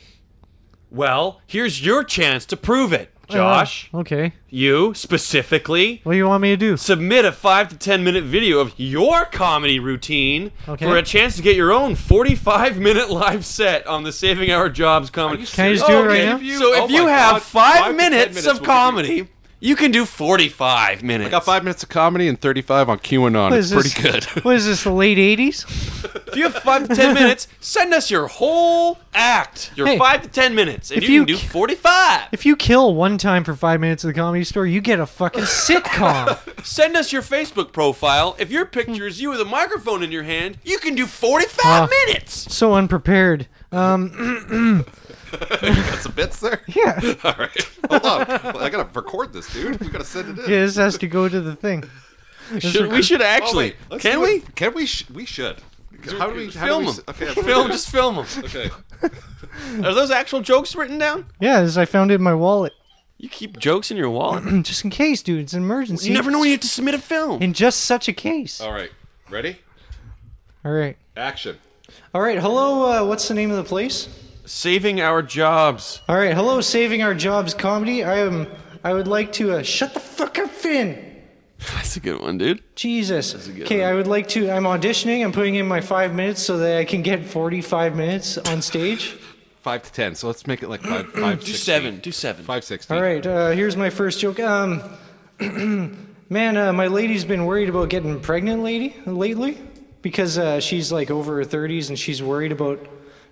S4: Well, here's your chance to prove it, Josh.
S3: Uh, okay.
S4: You specifically
S3: What do you want me to
S16: [laughs]
S3: do?
S4: submit a 5 to 10 minute video of your comedy routine
S3: Okay.
S4: for a chance to get your own 45 minute live set on the Saving Our Jobs comedy.
S3: Can I just do it right
S4: Okay,
S3: now?
S4: So
S16: Oh
S4: if you
S16: my
S4: have
S16: God,
S4: 5
S16: five to 10
S4: minutes,
S16: minutes
S4: of
S16: will give you-
S4: comedy, You can do 45 minutes.
S16: I got five minutes of comedy and 35 on QAnon.
S3: What
S16: It's
S3: is
S16: pretty
S3: this?
S16: good. [laughs]
S3: What is this? The late '80s?
S4: If you have five to [laughs] ten minutes, send us your whole act. Your
S3: Hey,
S4: five to ten minutes, and
S3: if
S4: you,
S3: you
S4: can do forty-five.
S3: If you kill one time for five minutes at the comedy store, you get a fucking
S16: [laughs]
S3: sitcom.
S4: Send us your Facebook profile. If your picture is you with a microphone in your hand, you can do forty-five
S3: Ah,
S4: minutes.
S3: So unprepared. Uh, Um,
S16: got some bits there?
S3: [laughs] Yeah.
S16: All right. Hold on. Well, I got to record this, dude. We got to send
S3: [laughs]
S16: it in.
S3: yeah, this has to go to the thing. This
S16: Should-
S3: is-
S16: we should actually-
S3: Oh, wait.
S16: Can
S3: Let's do
S16: we?
S3: it.
S16: Can we? Sh- we should. How do we how
S4: film
S16: do we,
S4: them?
S16: s- [laughs] Okay,
S4: film, just film them.
S16: Okay.
S4: Are those actual jokes written down?
S3: Yeah, this I found it in my wallet. [clears throat]
S4: You keep jokes in your wallet. [clears throat]
S3: just in case, dude. It's an emergency.
S4: You never know when Oh. you have to submit a film.
S3: In just such a case.
S16: All right. Ready?
S3: All right.
S16: Action.
S3: All right. Hello. Uh, what's the name of the place?
S4: Saving our jobs.
S3: All right. Hello, Saving Our Jobs Comedy. I am. I would like to uh, shut the fuck up, Finn.
S4: [laughs] That's a good one, dude.
S3: Jesus.
S4: good
S3: Okay, I would like to. I'm auditioning. I'm putting in my five minutes so that I can get 45 minutes on stage.
S16: Five to ten. So let's make it like five. five
S4: Do seven. Do seven.
S16: Five sixty.
S3: All right. Uh, here's my first joke. Um, [clears throat] man, uh, my lady's been worried about getting pregnant, lady, lately, because uh, she's like over her 30s and she's worried about.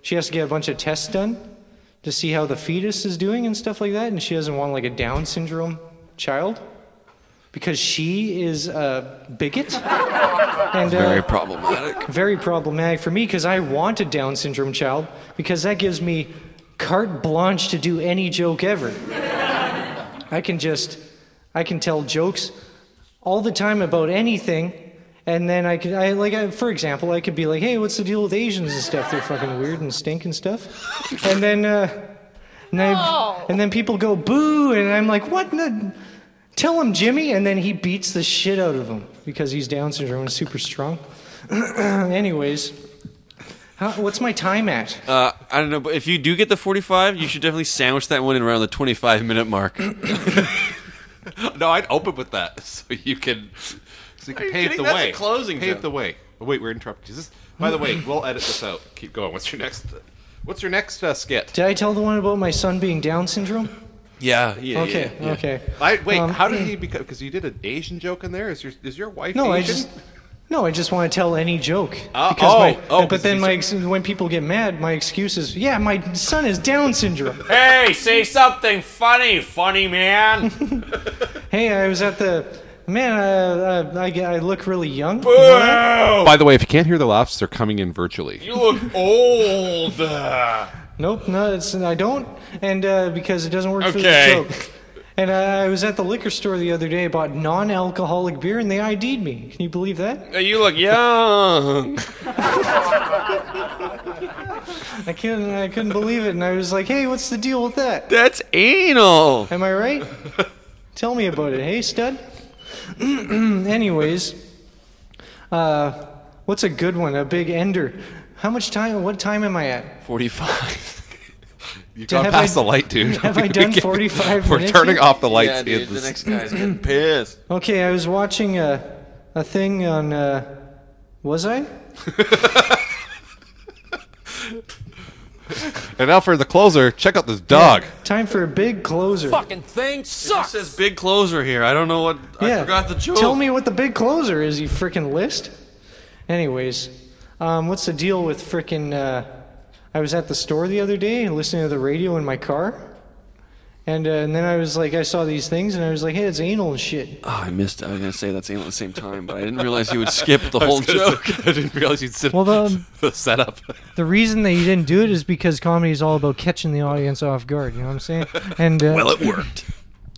S3: She has to get a bunch of tests done to see how the fetus is doing and stuff like that, and she doesn't want like a Down syndrome child because she is a bigot. [laughs] And,
S4: Very
S3: uh,
S4: problematic. [laughs]
S3: very problematic for me because I want a Down syndrome child because that gives me carte blanche to do any joke ever. I can just, I can tell jokes all the time about anything, and then I could, I like, I, for example, I could be like, hey, what's the deal with Asians and stuff? They're fucking weird and stink and stuff, and then, uh, and, I- and then people go boo, and I'm like, what? in the Tell him, Jimmy, and then he beats the shit out of him because he's Down syndrome and super strong. Anyways, how, what's my time at?
S4: Uh, I don't know, but if you do get the 45, you should definitely sandwich that one in around the 25 minute mark.
S16: No, I'd open with that [laughs] so you can so you
S4: Are
S16: can
S4: you
S16: pave
S4: kidding?
S16: the
S4: That's
S16: way.
S4: a closing
S16: Pave
S4: joke.
S16: the way. Oh, wait, we're interrupting. Is this- By the way, we'll edit this out. Keep going. What's your next? What's your next uh, skit?
S3: Did I tell the one about my son being Down syndrome?
S4: Yeah. Yeah.
S3: Okay, yeah, yeah. okay.
S16: I, wait,
S3: Um,
S16: how did he become? Because you did an Asian joke in there. Is your is your wife
S3: No,
S16: Asian?
S3: I just no, I just want to tell any joke.
S16: Uh,
S3: because
S16: oh,
S3: my,
S16: oh, 'cause
S3: but then my ex- when people get mad, my excuse is, yeah, my son is Down syndrome.
S4: Hey, say something funny, funny man.
S3: hey, I was at the man. Uh, uh, I, get- I look really young.
S16: By the way, if you can't hear the laughs, they're coming in virtually.
S4: you look old.
S3: Nope, no, it's, I don't, and uh, because it doesn't work for
S4: Okay.
S3: the joke. And uh, I was at the liquor store the other day, bought non-alcoholic beer, and they ID'd me. Can you believe that?
S4: You look young.
S3: I couldn't, I couldn't believe it, and I was like, "Hey, what's the deal with that?"
S4: That's anal.
S3: Am I
S4: [laughs]
S3: right? Tell me about it, hey, stud. [clears throat] Anyways, uh, what's a good one? A big ender. How much time? What time am I at?
S4: [laughs] 45.
S16: You've
S3: To
S16: gone
S3: have
S16: past
S3: I-
S16: the light, dude.
S3: [laughs] have I
S16: [laughs] We
S3: done
S16: can't-
S3: 45
S16: We're
S3: minutes
S16: turning
S3: yet?
S16: off the lights.
S4: Yeah, dude,
S16: It
S4: the
S16: was-
S4: next
S3: [clears throat]
S4: guy's getting pissed.
S3: Okay, I was watching a, a thing on. Uh, was I?
S16: And now for the closer, check out this dog. [laughs]
S3: Time for a big closer.
S4: Fucking thing sucks. It just says big closer here. I don't know what. I forgot the joke.
S3: Tell me what the big closer is, you frickin' list. Anyways, um, what's the deal with frickin' Uh, I was at the store the other day listening to the radio in my car. And, uh, and then I was like, I saw these things and I was like, hey, it's anal and shit.
S4: Oh, I missed. it. I was gonna say that's anal at the same time, but I didn't realize you would skip [laughs] the
S16: I was
S4: whole
S16: gonna
S4: joke.
S16: say- I didn't realize you'd sit
S3: Well,
S16: [laughs]
S3: the- um,
S16: the setup.
S3: The reason that you didn't do it is because comedy is all about catching the audience off guard. You know what I'm saying? And uh,
S16: Well, it worked.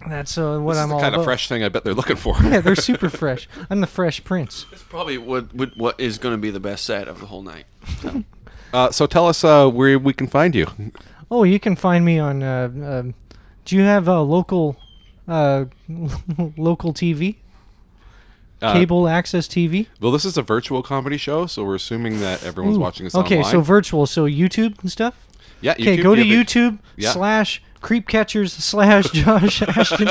S3: That's uh, what
S16: This is
S3: I'm
S16: the
S3: all
S16: kind
S3: about.
S16: of fresh thing I bet they're looking for.
S3: [laughs] Yeah, they're super fresh. I'm the Fresh Prince.
S4: It's probably what, what what is gonna be the best set of the whole night.
S16: Uh, so tell us uh, where we can find you.
S3: Oh, you can find me on. Uh, um do you have a local, uh, [laughs] local TV,
S16: Uh,
S3: cable access TV?
S16: Well, this is a virtual comedy show, so we're assuming that everyone's
S3: Ooh,
S16: watching us
S3: okay,
S16: online.
S3: so virtual, so YouTube and stuff.
S16: Yeah,
S3: Okay,
S16: YouTube,
S3: go to
S16: you have a-
S3: YouTube
S16: yeah.
S3: slash creep catchers
S16: [laughs]
S3: slash Josh Ashton.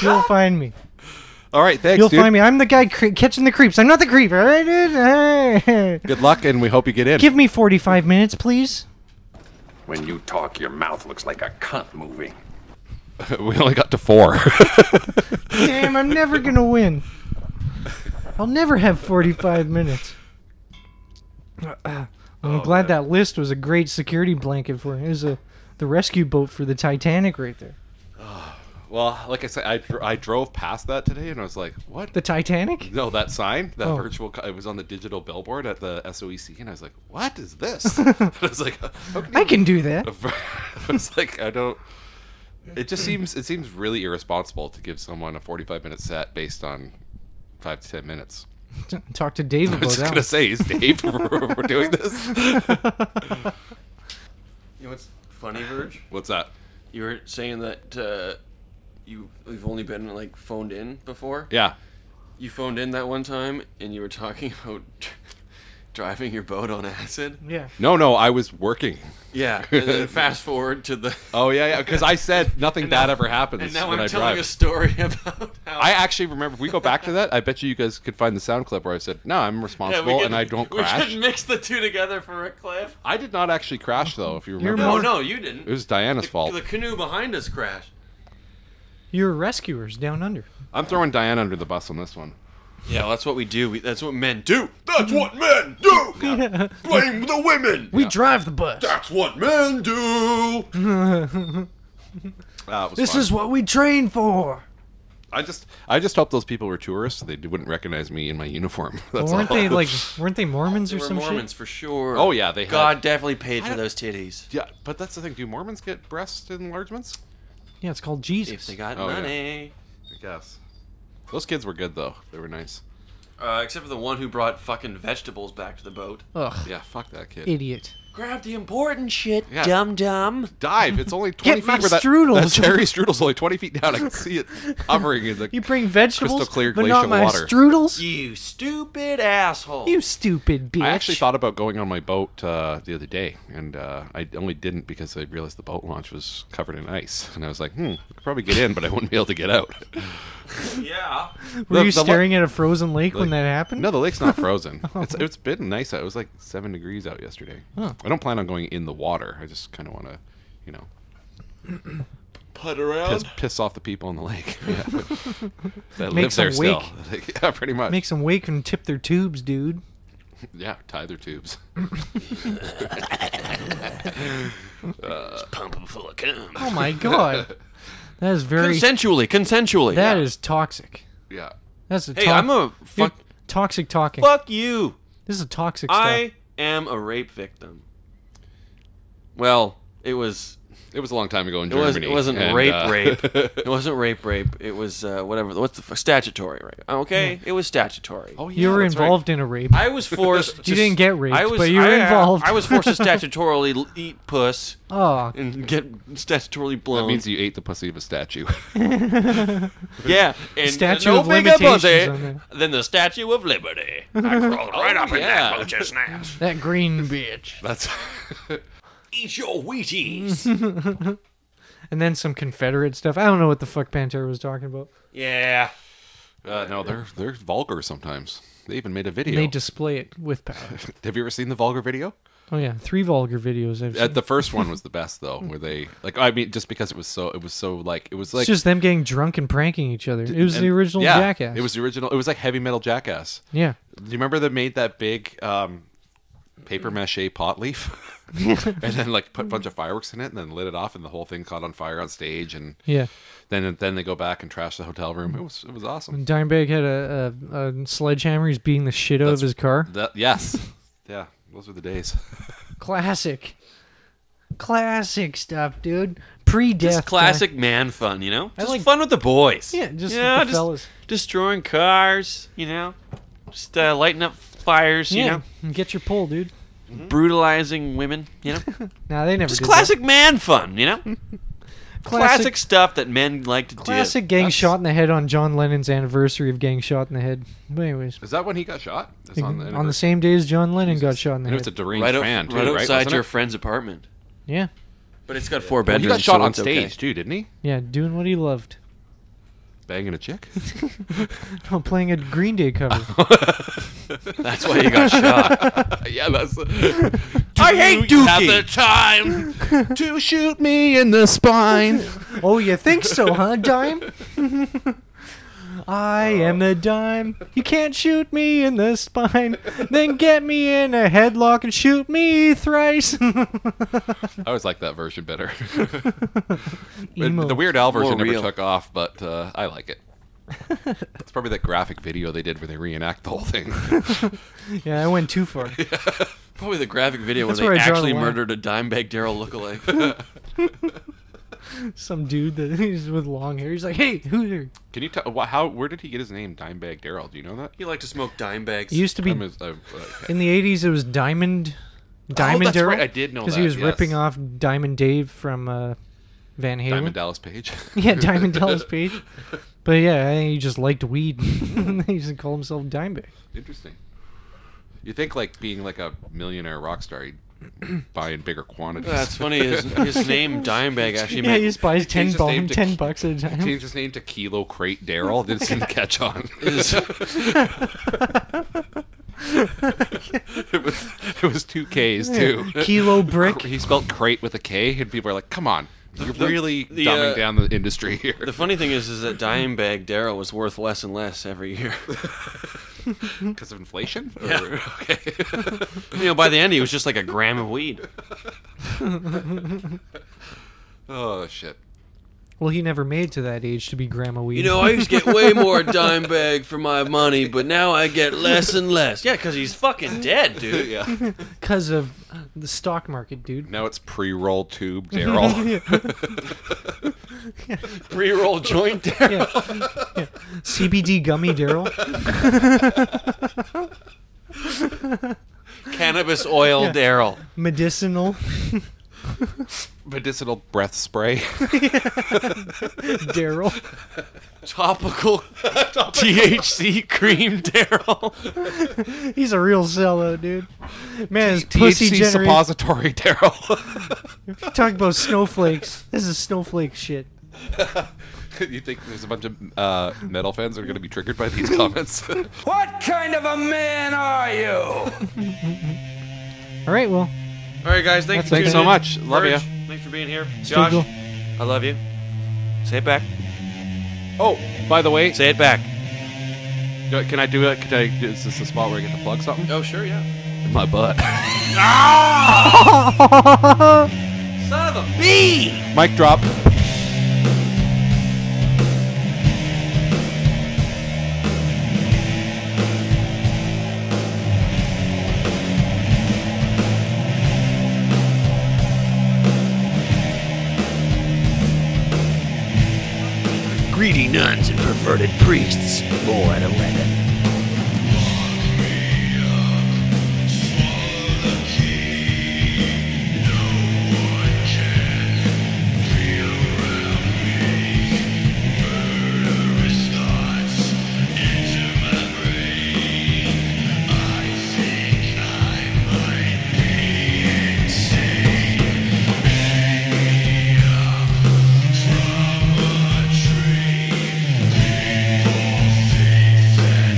S3: You'll find me.
S16: all right, thanks,
S3: You'll
S16: dude.
S3: find me. I'm the guy cre- catching the creeps. I'm not the creeper. All right, dude?
S16: Good luck, and we hope you get in.
S3: Give me 45 minutes, please.
S21: When you talk, your mouth looks like a cunt moving.
S16: [laughs] we only got to four. [laughs]
S3: Damn, I'm never going to win. I'll never have 45 minutes. I'm glad that list was a great security blanket for him. It was a, the rescue boat for the Titanic right there.
S16: well, like I said, I, dr- I drove past that today and I was like, what?
S3: The Titanic?
S16: No, that sign, that
S3: Oh.
S16: virtual, co- it was on the digital billboard at the SOEC, and I was like, "What
S3: [laughs]
S16: is this?" I was like, "How you-
S3: I can do that.
S16: [laughs] I was like, "I don't." It just seems it seems really irresponsible to give someone a forty-five minute set based on five to ten minutes. [laughs]
S3: Talk to Dave
S16: I
S3: about
S16: was just
S3: that.
S16: gonna say, is Dave [laughs] we're doing this?
S3: [laughs]
S4: You know what's funny, Verge?
S16: What's that?
S4: You were saying that uh, you you've only been like phoned in before.
S16: Yeah.
S4: You phoned in that one time, and you were talking [laughs] about driving your boat on acid.
S3: Yeah.
S16: No, no, I was working.
S4: Yeah. And then fast forward [laughs] to the.
S16: Oh yeah, yeah. Because I said nothing
S4: And
S16: bad
S4: now-
S16: ever happens.
S4: And now
S16: when
S4: I'm
S16: I
S4: telling
S16: drive.
S4: a story [laughs] about how
S16: I actually remember. If we go back to that, I bet you you guys could find the sound clip where I said, "No, I'm responsible
S4: Yeah, we
S16: and
S4: could-
S16: I don't
S4: we
S16: crash."
S4: should mix the two together for a cliff.
S16: I did not actually crash though. If you
S4: You're
S16: remember,
S4: more- No, no, you
S16: It
S4: didn't.
S16: was Diana's fault.
S4: The canoe behind us crashed.
S3: You're rescuers down under.
S16: I'm throwing Diana under the bus on this one.
S4: Yeah, well, that's what we do. We, that's what men do. That's
S16: Mm-hmm.
S4: what men do. Blame the women.
S3: We drive the bus.
S4: That's what
S3: [laughs]
S4: men do.
S3: this is what we train for.
S16: I just I just hoped those people were tourists. So they wouldn't recognize me in my uniform. [laughs]
S3: But
S16: That's
S3: weren't
S16: all.
S3: they like weren't they Mormons
S4: They
S3: or
S4: were
S3: some
S4: Mormons
S3: shit?
S4: for sure.
S16: Oh yeah, they.
S4: God
S16: had-
S4: definitely paid
S16: I
S4: for
S16: don't-
S4: those titties.
S16: Yeah, but that's the thing. Do Mormons get breast enlargements?
S3: Yeah, it's called Jesus.
S4: If they got
S16: Oh, yeah.
S4: money.
S16: I guess. Those kids were good though. They were nice.
S4: Uh, except for the one who brought fucking vegetables back to the boat.
S16: Oh.
S3: Ugh.
S16: Yeah, fuck that kid.
S3: Idiot.
S4: Grab the important shit,
S16: Yeah.
S4: dum dum.
S16: Dive. It's only
S4: Get
S16: twenty
S4: my
S16: feet. Where that, that
S4: strudels.
S16: cherry strudel's only twenty feet down. I can see it hovering in the.
S3: You bring vegetables,
S16: crystal clear
S3: but
S16: glacial
S3: not my
S16: water.
S3: strudels.
S4: You stupid asshole.
S3: You stupid bitch.
S16: I actually thought about going on my boat uh, the other day, and uh, I only didn't because I realized the boat launch was covered in ice, and I was like, "Hmm, I could probably get in, but I wouldn't be able to get out."
S4: yeah.
S3: [laughs] Were
S16: The-
S3: you
S16: the la-
S3: staring at a frozen lake when
S16: Like-
S3: that happened?
S16: No, the lake's
S3: [laughs]
S16: not frozen. it's, it's been nice. out. It was like seven degrees out yesterday.
S3: Huh.
S16: I don't plan on going in the water. I just kind of want to, you know,
S4: Put
S16: piss, piss off the people in the lake. [laughs]
S3: [laughs]
S16: Yeah. that
S3: Make
S16: live there
S3: some wake.
S16: still. [laughs] Like, yeah, pretty much.
S3: Makes them wake and tip their tubes, dude.
S16: yeah, tie their tubes.
S3: Mm.
S4: Just pump 'em full of cum.
S3: Oh my god. That is very
S4: Consensually, consensually.
S3: That is toxic.
S16: Yeah.
S3: That's a
S4: Hey,
S3: toxic.
S4: I'm a fuck-
S3: toxic talking.
S4: Fuck you.
S3: This is toxic stuff.
S4: I am a rape victim. Well, it was.
S16: It was a long time ago in
S4: It, was,
S16: Germany.
S4: it wasn't
S16: and,
S4: rape,
S16: uh, [laughs]
S4: rape. It wasn't rape, rape. It was uh, whatever. What's the f- statutory rape? Oh, Okay, it was statutory.
S16: Oh
S3: you were involved in a rape.
S4: I was
S3: [laughs]
S4: forced.
S3: You
S4: to-
S3: didn't get raped,
S4: I was,
S3: but you were
S4: I- I-
S3: involved.
S4: I was
S3: [laughs]
S4: forced to statutorily l- eat puss
S3: Oh.
S4: and get statutorily blown.
S16: That means you ate the pussy of a statue. [laughs]
S4: yeah, and
S3: Statue
S4: no
S3: of
S4: bigger pussy
S3: limitations on there.
S4: than the Statue
S3: [laughs]
S4: of Liberty. I crawled right up in
S16: yeah.
S4: that bunch of snaps.
S3: That green bitch.
S16: That's
S4: Eat your Wheaties.
S3: and then some Confederate stuff. I don't know what the fuck Pantera was talking about.
S4: yeah.
S16: uh, no, they're they're vulgar sometimes. They even made a
S3: And
S16: video.
S3: they display it with power.
S16: Have you ever seen the vulgar video?
S3: Oh yeah, three vulgar videos I've
S16: Uh,
S3: seen.
S16: the first one was the best though, where they like I mean just because it was so it was so like it was like
S3: it's just them getting drunk and pranking each other. It was the
S16: and-
S3: original
S16: yeah,
S3: Jackass.
S16: It was the original. It was like heavy metal Jackass.
S3: Yeah.
S16: Do you remember that made that big um, paper mache
S3: [laughs]
S16: pot leaf, and then like put a bunch of fireworks in it, and then lit it off, and the whole thing caught on fire on stage, and
S3: Yeah.
S16: then then they go back and trash the hotel room. It was it was awesome.
S3: When Dimebag had a, a, a sledgehammer, he's beating the shit out of his car.
S16: That, yes, [laughs] yeah, those were the days.
S3: Classic. Classic stuff, dude. Pre death.
S4: Just classic man fun, you know?
S3: I
S4: Just
S3: like-
S4: fun with the boys.
S3: Yeah, just
S4: You
S3: with
S4: know,
S3: the fellas.
S4: Destroying cars, you know? Just uh, lighting up fires, you
S3: Yeah. Get your pull, dude.
S4: know? Brutalizing women, you know?
S3: [laughs] Nah, they never
S4: just
S3: did
S4: classic man fun, you know? classic,
S3: that.
S4: stuff that men like to
S3: classic
S4: do.
S3: getting shot in the head on John Lennon's anniversary of getting shot in the head. But anyways,
S16: Is that when he got shot? That's
S3: on the,
S16: anniversary.
S3: same day as John Lennon got shot in the
S16: And it was
S3: head.
S16: a deranged
S4: Right, o-
S16: fan too,
S4: right
S16: right?
S4: outside
S16: Wasn't
S4: your
S16: it?
S4: friend's apartment.
S3: yeah,
S4: But it's got four
S16: Well, he
S4: bedrooms.
S16: got shot
S4: so
S16: on
S4: it's okay.
S16: stage too, didn't he?
S3: yeah, doing what he loved. [laughs]
S16: [laughs] Banging a chick. Oh,
S3: No, playing a Green Day cover.
S4: That's why you
S16: [laughs]
S3: [laughs]
S4: got shot.
S17: yeah, that's.
S4: I hate
S17: Do you Have
S4: Dookie.
S17: the
S16: [laughs]
S17: time.
S3: to shoot me in the spine. oh, you think so, huh, dime? I
S16: Oh.
S3: am the dime. You can't shoot me in the spine. Then get me in a headlock and shoot me
S16: [laughs]
S3: thrice.
S16: I always like that version better. [laughs]
S3: Emo.
S16: the Weird Al version
S3: More
S16: never
S3: real.
S16: took off, but uh, I
S3: [laughs]
S16: like it. it's probably that graphic video they did where they reenact the whole thing.
S3: yeah, I went too far.
S4: Probably the graphic video
S3: That's
S4: where
S3: where
S4: they
S3: I draw the
S4: actually
S3: line.
S4: murdered a Dimebag Daryl
S3: [laughs]
S4: lookalike. [laughs]
S3: Some dude that he's with long hair. He's like, "Hey, who's here?"
S16: [laughs] Can you tell wh- how? Where did he get his name, Dimebag Daryl? Do you know that?
S4: He liked to smoke
S3: It
S4: Dimebags.
S3: used to be
S16: I'm a- I'm, uh,
S3: in the '80s. It was Diamond,
S4: Oh,
S3: Diamond
S16: that's
S3: Daryl.
S16: right, I did know
S3: because he
S16: that,
S3: was
S16: yes.
S3: ripping off Diamond Dave from uh, Van Halen.
S16: Diamond Dallas Page.
S3: [laughs] yeah,
S16: [laughs]
S3: Diamond Dallas Page. But yeah, I think he just liked weed. [laughs] and he just called himself Dimebag.
S16: Interesting. You think like being like a millionaire rock star, he'd [clears throat] buy in bigger quantities.
S4: That's funny, his- his name,
S3: [laughs]
S4: Dimebag, actually Yeah, meant-
S3: he just buys
S16: [laughs] He changed
S3: 10
S16: his
S3: bone-
S16: name to
S3: 10
S16: Ki-
S3: bucks at a time.
S16: [laughs] He changed his name to Kilo Crate Daryl. This didn't catch [laughs] on.
S4: Is-
S3: [laughs]
S4: [laughs]
S16: it was it was two K's too.
S3: Yeah, Kilo Brick.
S16: [laughs] He spelled crate with a K, and people are like, "Come on, you're really
S4: the,
S16: dumbing
S4: uh,
S16: down the industry [laughs] here."
S4: The funny thing is, is that Dimebag Daryl was worth less and less every year. [laughs]
S16: Because of [laughs] inflation?
S4: Yeah.
S16: Or- okay.
S4: you know, by the end, he was just like a gram of weed.
S16: Oh shit.
S3: Well, he never made to that age to be grandma weed.
S4: You know, I used to get way more Dimebag for my money, but now I get less and less. Yeah, because he's fucking dead, [laughs] dude.
S16: yeah.
S3: because of uh, the stock market, dude.
S16: Now it's pre-roll
S3: [laughs]
S16: tube Daryl.
S3: Yeah.
S4: Pre-roll joint Daryl.
S3: Yeah. Yeah. CBD gummy Daryl.
S4: [laughs] Cannabis oil
S3: Yeah.
S4: Daryl.
S3: Medicinal.
S16: [laughs] Medicinal
S3: [laughs]
S16: breath spray.
S3: Daryl.
S4: [laughs] Topical THC cream [laughs] Daryl.
S3: He's a real sellout, dude. Man, his pussy
S16: THC
S3: genera-
S16: suppository [laughs] Daryl.
S3: If you talk about snowflakes, this is snowflake shit.
S16: you think there's a bunch of uh, metal fans that are going to be triggered by these [laughs] comments?
S21: What kind of a man are you?
S3: All right, well,
S4: All right,
S3: That's it.
S4: guys. Thanks, for tuning
S3: Thanks so
S4: in.
S3: much. Love
S4: Verge,
S3: ya.
S4: Thanks for being here.
S3: Stay
S4: Josh,
S3: cool.
S4: I love you. Say it back.
S16: Oh, by the way,
S4: say it back.
S16: Can I do it? Can I? Is this a spot where I get to plug something?
S4: Oh, sure, yeah.
S16: My butt.
S4: Son of a bee!
S16: Mic drop.
S22: Greedy nuns and perverted priests. More at 11.
S23: From a tree, people think that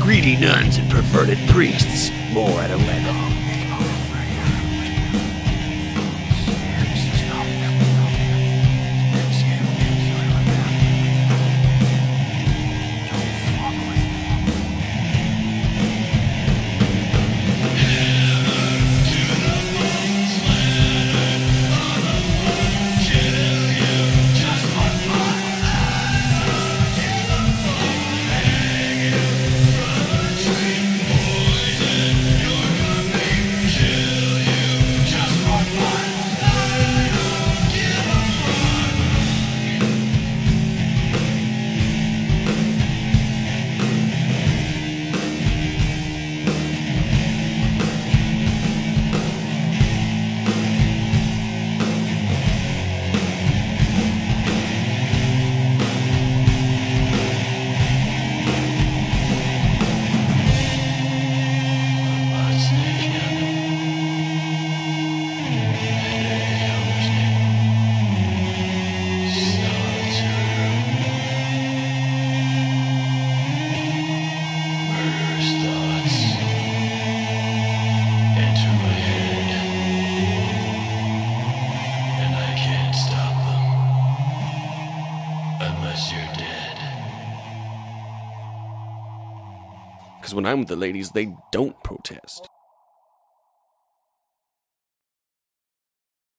S24: Greedy nuns and perverted priests. More at 11.
S23: Because when I'm with the ladies, they don't protest.